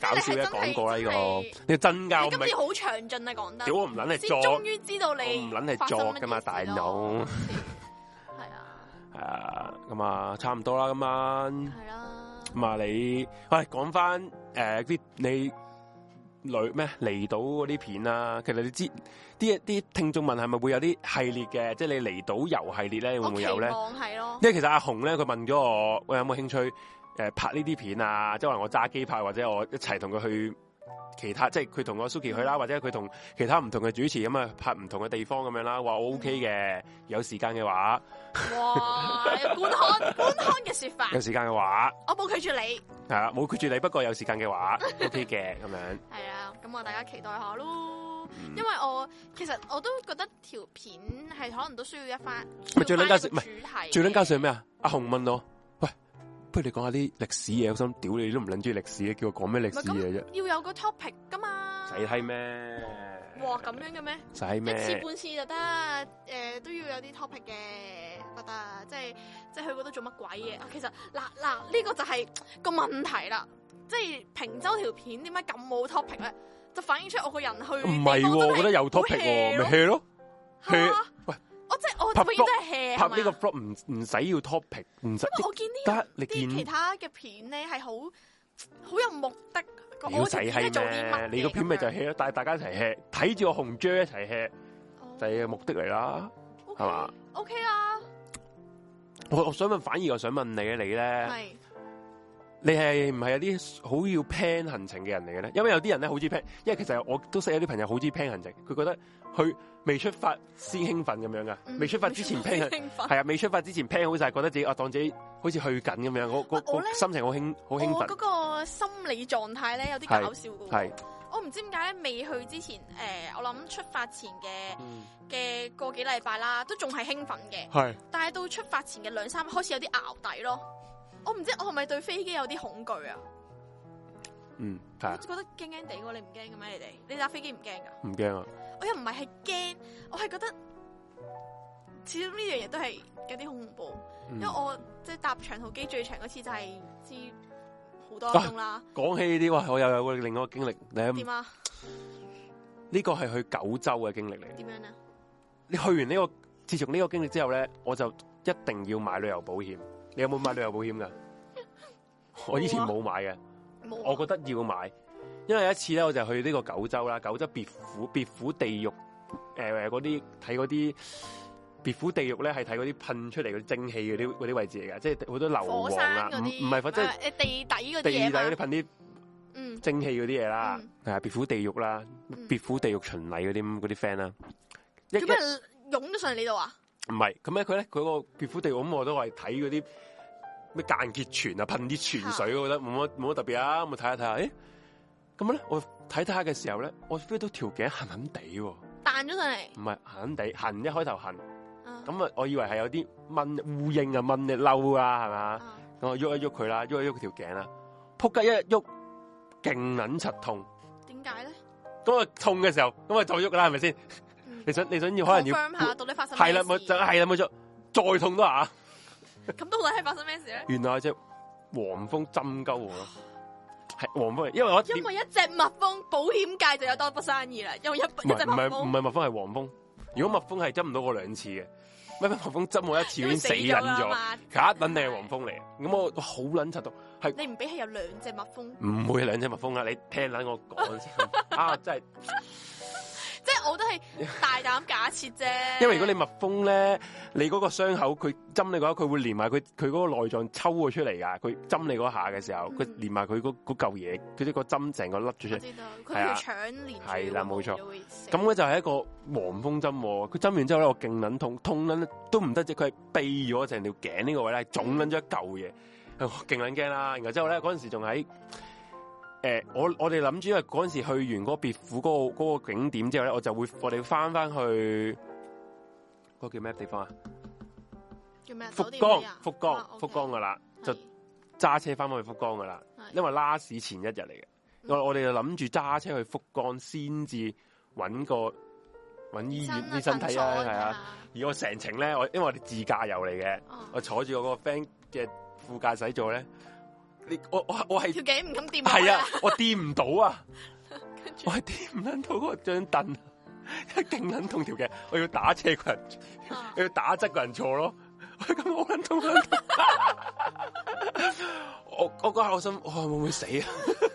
Speaker 2: 搞笑
Speaker 1: 你
Speaker 2: 咧
Speaker 1: 係真係
Speaker 2: 講過啦呢
Speaker 1: 真
Speaker 2: 個，你真
Speaker 1: 你
Speaker 2: 㗎我唔
Speaker 1: 今次
Speaker 2: 係
Speaker 1: 好詳盡啊，講得
Speaker 2: 屌。我唔撚係
Speaker 1: 先
Speaker 2: 作，
Speaker 1: 終
Speaker 2: 我
Speaker 1: 於知道你
Speaker 2: 唔撚係作㗎嘛，大佬
Speaker 1: 佬。 係啊，
Speaker 2: 係啊，咁啊差唔多啦今晚。
Speaker 1: 係啦，
Speaker 2: 咁啊，你喂講翻誒啲你女咩離島嗰啲片啦，其實你知啲啲聽眾問係咪會有啲系列嘅，即係你離島遊系列咧會
Speaker 1: 我
Speaker 2: 唔會
Speaker 1: 期
Speaker 2: 有咧？
Speaker 1: 望係咯，
Speaker 2: 因為其實阿紅咧佢問咗我，喂有冇興趣誒、呃拍呢啲片啊？即係可能我揸機拍，或者我一齊同佢去其他，即係佢同我 Suki 去啦，或者佢同其他唔同嘅主持咁啊拍唔同嘅地方咁樣啦。話我 OK
Speaker 1: 嗯
Speaker 2: 嘅，有時間嘅話，
Speaker 1: 哇，有官腔官腔嘅說法
Speaker 2: 有，時間嘅話，
Speaker 1: 我冇拒絕你，
Speaker 2: 係啊冇拒絕你，不過有時間嘅話 OK 嘅咁樣。
Speaker 1: 係啊，咁我大家期待下咯。
Speaker 2: 嗯
Speaker 1: 因為我其實我都覺得條片係可能都需要一番，
Speaker 2: 咪最撚
Speaker 1: 加
Speaker 2: 搞
Speaker 1: 主
Speaker 2: 笑
Speaker 1: 題，
Speaker 2: 最撚搞笑係咩啊？阿紅問我：喂，不如你講下啲歷史嘢。我心屌你都唔撚中意歷史嘅，叫我講咩歷史嘢啫？
Speaker 1: 要有個 topic 噶嘛，
Speaker 2: 使睇咩？
Speaker 1: 哇咁樣嘅咩？
Speaker 2: 使
Speaker 1: 一次
Speaker 2: 咩？
Speaker 1: 半次就得，誒、都要有啲 topic 嘅，覺得即係即係去嗰度做乜鬼嘢？啊其實嗱嗱呢個就係個問題啦，即係平洲條片點解咁冇 topic 咧？就反映出我個人去
Speaker 2: 唔係喎，我覺得有 topic 喎，咪 hea 咯。
Speaker 1: 係
Speaker 2: hea
Speaker 1: 啊
Speaker 2: 喂，
Speaker 1: 我即係我
Speaker 2: 拍
Speaker 1: 永遠都係 hea
Speaker 2: 拍
Speaker 1: 係咪
Speaker 2: 呢個
Speaker 1: 啊
Speaker 2: vlog 唔唔使要 topic，唔使
Speaker 1: 因為我見呢
Speaker 2: 得你
Speaker 1: 啲其
Speaker 2: 見
Speaker 1: 他嘅片咧係好好有目的，個
Speaker 2: 屌
Speaker 1: 我
Speaker 2: 使
Speaker 1: 條片係做啲
Speaker 2: 咩
Speaker 1: 乜？
Speaker 2: 你個片咪就係
Speaker 1: 係
Speaker 2: hea 咯，帶大家一齊 hea，睇住個紅 J 一齊 hea，就係目的嚟啦。
Speaker 1: 哦
Speaker 2: 係嘛
Speaker 1: ？O K 啊，
Speaker 2: 我我想問，反而我想問你咧，你咧？
Speaker 1: 係
Speaker 2: 你係唔係有啲好要 plan 行程嘅人嚟嘅咧？因為有啲人咧好中意 plan，因為其實我都識有啲朋友好中意 plan 行程，佢覺得佢未出發先興奮咁樣噶，
Speaker 1: 嗯
Speaker 2: 未出發之前 plan
Speaker 1: 興奮
Speaker 2: 係啊，未出發之前 plan 好晒，覺得自己啊當自己好似去緊咁樣，嗰嗰
Speaker 1: 我呢
Speaker 2: 嗰心情好興好興
Speaker 1: 我
Speaker 2: 奮
Speaker 1: 嗰，個心理狀態咧有啲搞笑嘅喎
Speaker 2: 係，
Speaker 1: 我唔知點解咧未去之前，誒、我諗出發前嘅嘅個幾禮拜啦，都仲係興奮嘅，
Speaker 2: 係
Speaker 1: 但係到出發前嘅兩三日開始有啲淆底咯。我唔知我係咪對飛機有啲恐懼啊？我
Speaker 2: 嗯係啊，
Speaker 1: 覺得驚驚地喎，你唔驚嘅咩？你哋你搭飛機唔驚噶？
Speaker 2: 唔驚啊，
Speaker 1: 我又唔係係驚，我係覺得始終呢樣嘢都係有啲恐怖，
Speaker 2: 嗯
Speaker 1: 因為我即係搭長途機最長嗰次就係知好多個
Speaker 2: 啊
Speaker 1: 鐘啦。
Speaker 2: 講起呢啲哇，我又有個另外一個經歷，你
Speaker 1: 點啊？
Speaker 2: 呢個係去九州嘅經歷嚟。
Speaker 1: 點樣啊？
Speaker 2: 你去完呢、個，自從呢個經歷之後咧，我就一定要買旅遊保險。你有冇買旅遊保 險噶？我以前冇買嘅，
Speaker 1: 冇啊。
Speaker 2: 我覺得要買，因為有一次咧，我就去呢個九州啦，九州別府別府地獄，誒誒嗰啲睇嗰啲別府地獄咧，係睇嗰啲噴出嚟嗰啲蒸汽嗰啲嗰啲位置嚟嘅，即係好多硫
Speaker 1: 火
Speaker 2: 磺
Speaker 1: 山
Speaker 2: 啊，
Speaker 1: 嗰
Speaker 2: 唔
Speaker 1: 啲
Speaker 2: 唔係火，即係
Speaker 1: 誒地底嗰啲
Speaker 2: 地
Speaker 1: 嘢
Speaker 2: 底嗰啲
Speaker 1: 嘛，
Speaker 2: 噴啲
Speaker 1: 嗯
Speaker 2: 蒸汽嗰啲嘢啦，係啊別府地獄啦
Speaker 1: 嗯，
Speaker 2: 別府地獄巡禮嗰啲嗰啲 friend 啦，一
Speaker 1: 做咩湧咗上嚟呢度啊？
Speaker 2: 唔係，咁咧佢咧佢個別府地獄咁，我都係睇嗰啲咩間歇泉啊，噴啲泉水，我覺得冇乜冇乜特別啊，咁我睇下睇下，誒，咁咧我睇睇下嘅時候咧，我 feel 到條頸痕痕地喎，唔
Speaker 1: 彈咗上嚟，
Speaker 2: 係痕痕地，痕一開頭痕，
Speaker 1: 啊
Speaker 2: 咁啊我以為係有啲蚊烏蠅啊蚊嘅嬲啊，係嘛，
Speaker 1: 啊
Speaker 2: 咁我喐一喐佢啦，喐一喐佢條頸啦，仆街一喐，勁撚柒痛，
Speaker 1: 點解咧？
Speaker 2: 咁啊痛嘅時候，咁啊就喐啦，係咪先？
Speaker 1: 嗯
Speaker 2: 你想你想要可能要
Speaker 1: confirm 下到底發生咩
Speaker 2: 係啦，冇
Speaker 1: 事
Speaker 2: 就係啦，冇錯，再痛都下。
Speaker 1: 咁到底係發生咩事咧？
Speaker 2: 原來係只黃蜂針鳩我咯，係黃蜂嚟，因為我一
Speaker 1: 因
Speaker 2: 點
Speaker 1: 為一隻蜜蜂，保險界就有多筆生意啦。因為一一
Speaker 2: 唔
Speaker 1: 隻
Speaker 2: 係唔
Speaker 1: 蜜
Speaker 2: 係唔
Speaker 1: 蜂，
Speaker 2: 係蜜蜂係黃蜂，如果蜜蜂係針唔到我兩次嘅，咩咩黃蜂針我一次已
Speaker 1: 因
Speaker 2: 經
Speaker 1: 為
Speaker 2: 死撚
Speaker 1: 啦
Speaker 2: 咗，
Speaker 1: 嘛
Speaker 2: 佢一撚你係黃蜂嚟，咁我我好撚柒到，係
Speaker 1: 你唔俾係有兩隻蜜蜂，
Speaker 2: 唔會係兩隻蜜蜂啊！你聽撚我講 先啊！真係，
Speaker 1: 即係我都係大膽假設啫。
Speaker 2: 因為如果你蜜蜂咧，你嗰個傷口佢針你嘅話，佢會連埋佢佢嗰個內臟抽咗出嚟噶。佢針你嗰下嘅時候，佢、
Speaker 1: 嗯
Speaker 2: 連埋佢嗰嗰嚿嘢，佢啲個針成個甩咗出
Speaker 1: 我
Speaker 2: 嚟。
Speaker 1: 知道 佢
Speaker 2: 係啊
Speaker 1: 條腸連住
Speaker 2: 係啦冇錯
Speaker 1: 咁
Speaker 2: 咁咧就係一個黃蜂針喎，佢針完之後咧，我勁撚痛，痛撚都唔得啫，佢係痹咗成條頸呢個位咧，係腫撚咗一嚿嘢，我勁撚驚啦。然後之後咧，嗰陣時仲喺誒，我我哋諗住，因為嗰陣時去完嗰個別府嗰、個嗰個景點之後咧，我就會我哋翻翻去嗰、個叫咩地方啊？
Speaker 1: 叫咩？
Speaker 2: 福
Speaker 1: 酒店
Speaker 2: 江
Speaker 1: 嗰啲啊，
Speaker 2: 福江
Speaker 1: 啊，OK
Speaker 2: 福江噶啦，就
Speaker 1: 係
Speaker 2: 揸車翻返去福江噶啦。
Speaker 1: 係
Speaker 2: 因為拉屎前一日嚟嘅，
Speaker 1: 嗯
Speaker 2: 我我哋就諗住揸車去福岡先至揾個揾醫院醫生睇啦，係啊。，而我成程咧，我因為我哋自駕遊嚟嘅，我
Speaker 1: 我
Speaker 2: 坐住我個 friend 嘅副駕駛座咧，你我我我係
Speaker 1: 條頸 唔敢掂我
Speaker 2: 係啊
Speaker 1: 啦，，
Speaker 2: 我掂唔到啊，
Speaker 1: 跟住
Speaker 2: 我係掂唔撚到嗰張凳，勁撚痛條嘅，我要打斜個人，
Speaker 1: 啊
Speaker 2: 我要打側個人坐咯， 我係咁我撚痛撚痛，我我嗰下我心，我會唔會死啊？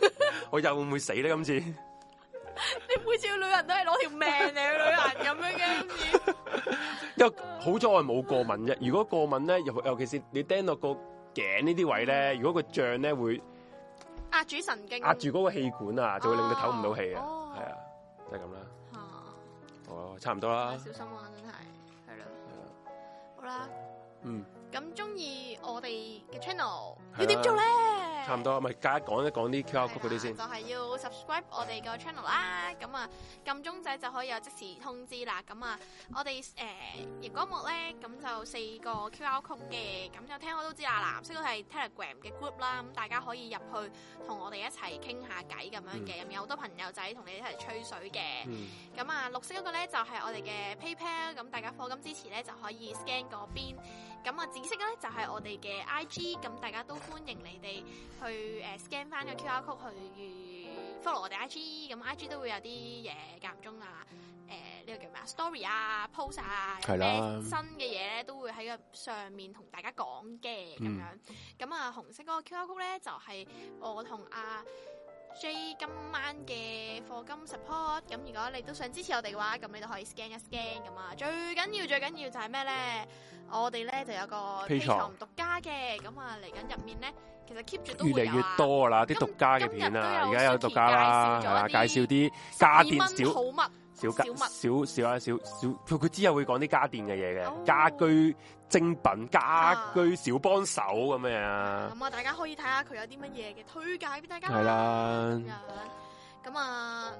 Speaker 2: 我又會唔會死咧？今次？
Speaker 1: 你每次去旅行都係攞條命嚟去旅行咁樣嘅，跟住
Speaker 2: 因為好彩我係冇過敏啫。如果過敏咧，尤尤其是你釘落個頸呢啲位咧，如果個脹咧會
Speaker 1: 壓住神經，
Speaker 2: 壓住嗰個氣管啊，就會令你唞唔到氣啊。
Speaker 1: 哦
Speaker 2: 係啊，就係咁啦。
Speaker 1: 啊
Speaker 2: 哦，差唔多啦。
Speaker 1: 小心啊，真係係咯，好啦，
Speaker 2: 嗯，
Speaker 1: 咁中意我哋嘅 channel
Speaker 2: 係啦
Speaker 1: 要點做咧？
Speaker 2: 差唔多。咪加講一講啲 QR code 嗰啲先
Speaker 1: 係。啦啊就係要 subscribe 我哋個 channel 啦，咁啊撳鐘仔就可以有即時通知啦。咁啊，我哋誒熒光幕咧，咁就四個 QR code 嘅，咁就聽我都知啦。藍色嗰係 Telegram 嘅 group 啦，咁大家可以入去同我哋一齊傾下偈咁樣嘅，咁有好多朋友仔同你一齊吹水嘅。
Speaker 2: 嗯，
Speaker 1: 咁啊，綠色嗰個咧就係、我哋嘅 PayPal，咁大家課金支持咧就可以 scan 嗰邊。咁啊，紫色咧就係、我哋嘅 IG，咁大家都歡迎你哋去誒、呃 scan 翻個 QR code 去 follow 我哋 IG，咁 IG 都會有啲嘢間唔中啊，誒、呢個叫咩啊 story 啊 post 啊，
Speaker 2: 係啦
Speaker 1: 咩新嘅嘢咧都會喺個上面同大家講嘅咁
Speaker 2: 嗯
Speaker 1: 樣。咁啊，紅色嗰個 QR code 咧就係、我同阿、J 今晚嘅課金 support，咁如果你都想支持我哋嘅話，咁你都可以 scan 一 scan 咁啊！最緊要最緊要就係咩咧？我哋咧就有個
Speaker 2: Patreon
Speaker 1: 獨家嘅，咁啊嚟緊入面咧，其實 keep 住都
Speaker 2: 越
Speaker 1: 會
Speaker 2: 嚟
Speaker 1: 有
Speaker 2: 越
Speaker 1: 啊
Speaker 2: 多啦，
Speaker 1: 今
Speaker 2: 啲獨家嘅片啊，而
Speaker 1: 今日都有
Speaker 2: 家有獨家啦，係啦，介
Speaker 1: Suki 介紹
Speaker 2: 紹啲家電
Speaker 1: 12蚊
Speaker 2: 小
Speaker 1: 好物，小
Speaker 2: 小家
Speaker 1: 物
Speaker 2: 小小啊小小，佢佢之後會講啲家電嘅嘢
Speaker 1: 哦
Speaker 2: 嘅，家居精品、家
Speaker 1: 啊
Speaker 2: 居小幫手咁樣啊。
Speaker 1: 咁啊大家可以睇下佢有啲乜嘢嘅推介俾大家
Speaker 2: 系啦
Speaker 1: 咁，樣咁啊，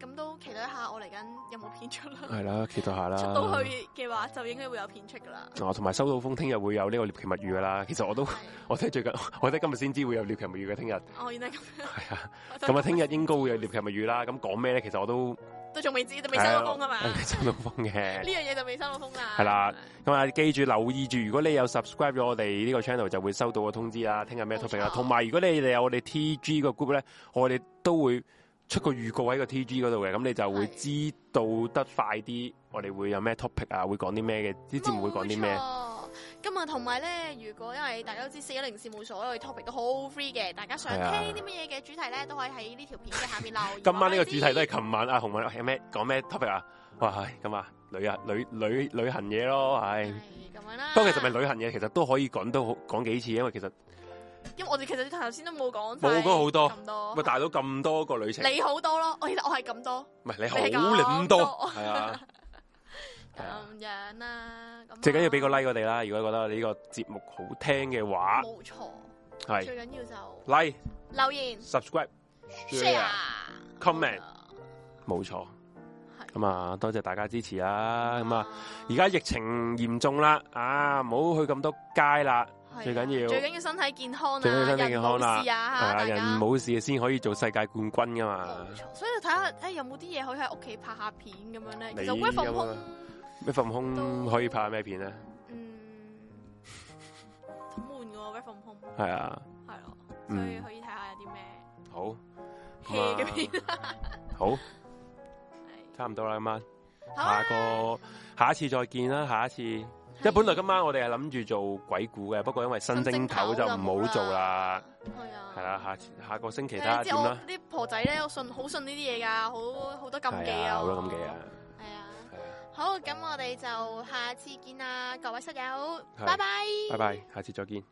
Speaker 1: 咁都期待一下我嚟緊有冇片出啦。
Speaker 2: 系啦，期待下啦。
Speaker 1: 出到去嘅話，就應該會有片出噶啦。
Speaker 2: 啊，同埋收到風，聽日會有呢個獵奇物語噶啦。其實我都
Speaker 1: 係
Speaker 2: 我睇最近，我睇今日先知會有獵奇物語嘅。 聽日
Speaker 1: 哦，原來咁樣。
Speaker 2: 係啊，
Speaker 1: 我真係
Speaker 2: 咁啊，聽日應該會有獵奇物語啦。咁講咩咧？其實我都
Speaker 1: 都仲未知，都未收到風啊嘛。
Speaker 2: 係啊
Speaker 1: 呢
Speaker 2: 未收到風嘅。
Speaker 1: 樣嘢就未收到風啦。
Speaker 2: 係啦咁啊，記住留意住，如果你有 subscribe 咗我哋呢個 channel，就會收到個通知啦。聽日咩 topic
Speaker 1: 冇
Speaker 2: 啦，
Speaker 1: 錯
Speaker 2: 同埋如果你哋有我哋 TG 個 group 咧，我哋都會出個預告喺個 TG 嗰度嘅，咁你就會知道得快啲，我哋會有咩 topic 啊，會講啲咩嘅，啲節目會講啲咩
Speaker 1: 冇。錯？咁啊，同埋咧，如果因為大家都知四一零事務所我哋 topic 都好 free 嘅，大家想
Speaker 2: 係啊
Speaker 1: 聽啲乜嘢嘅主題咧，都可以喺呢條片嘅下面留言。
Speaker 2: 今晚呢個主題都
Speaker 1: 係
Speaker 2: 係琴晚阿紅問係咩講咩 topic 啊？哇，係咁啊，旅啊旅旅旅行嘢咯，唉。
Speaker 1: 咁樣啦。
Speaker 2: 不過其實咪旅行嘢，其實都可以講都好講幾次，因為其實
Speaker 1: 因為我哋其實頭先都冇講晒
Speaker 2: 冇講好多
Speaker 1: 咁多
Speaker 2: 喂，大佬咁多個旅程，
Speaker 1: 哦你好多咯，我其實我係咁多
Speaker 2: 唔係你好
Speaker 1: 你
Speaker 2: 撚
Speaker 1: 咁
Speaker 2: 多
Speaker 1: 多，
Speaker 2: 係啊，係啊
Speaker 1: 咁樣啦。咁啊
Speaker 2: 最緊要俾個 like 我哋啦。如果覺得呢個節目好聽嘅話，
Speaker 1: 冇錯，
Speaker 2: 係
Speaker 1: 最緊要就
Speaker 2: like
Speaker 1: 留言
Speaker 2: subscribe
Speaker 1: share 啊
Speaker 2: comment 冇錯。
Speaker 1: 係
Speaker 2: 咁啊，多謝大家支持啦。咁啊，
Speaker 1: 啊
Speaker 2: 而家疫情嚴重啦，啊，唔好去咁多街啦。
Speaker 1: 係啊
Speaker 2: 最緊要
Speaker 1: 最緊要身體健康啊，
Speaker 2: 最緊要身體健康啦
Speaker 1: 人冇事啊，
Speaker 2: 係啊，
Speaker 1: 大家
Speaker 2: 人冇事先可以做世界冠軍噶嘛
Speaker 1: 冇。錯所以就睇下哎誒有冇啲嘢可以喺屋企拍下片咁樣咧。其實
Speaker 2: 你
Speaker 1: work from
Speaker 2: 有冇
Speaker 1: home，
Speaker 2: 咩份空可以拍咩片啊咧？
Speaker 1: 嗯，好悶嘅喎 work from home，
Speaker 2: 係啊，
Speaker 1: 係咯，所
Speaker 2: 嗯
Speaker 1: 以可以睇下有啲咩
Speaker 2: 好
Speaker 1: hea 嘅片。
Speaker 2: 咁啊好，差唔多啦，今晚
Speaker 1: 係好
Speaker 2: 下
Speaker 1: 啊，
Speaker 2: 個下一次再見啦，下一次即係本來今晚我哋係諗住做鬼故嘅，不過因為新正頭就唔好做啦，。
Speaker 1: 係啊，
Speaker 2: 係啦，下次下個星期睇
Speaker 1: 係啊
Speaker 2: 下
Speaker 1: 知
Speaker 2: 點
Speaker 1: 我
Speaker 2: 啦，
Speaker 1: 啲婆仔咧，我信好信呢啲嘢噶，好好多禁忌
Speaker 2: 係
Speaker 1: 啊，
Speaker 2: 啊，好多禁忌啊，
Speaker 1: 係啊。
Speaker 2: 係啊
Speaker 1: 好，咁我哋就下次見啦，各位室友，
Speaker 2: 係
Speaker 1: 拜拜。
Speaker 2: 拜拜，下次再見。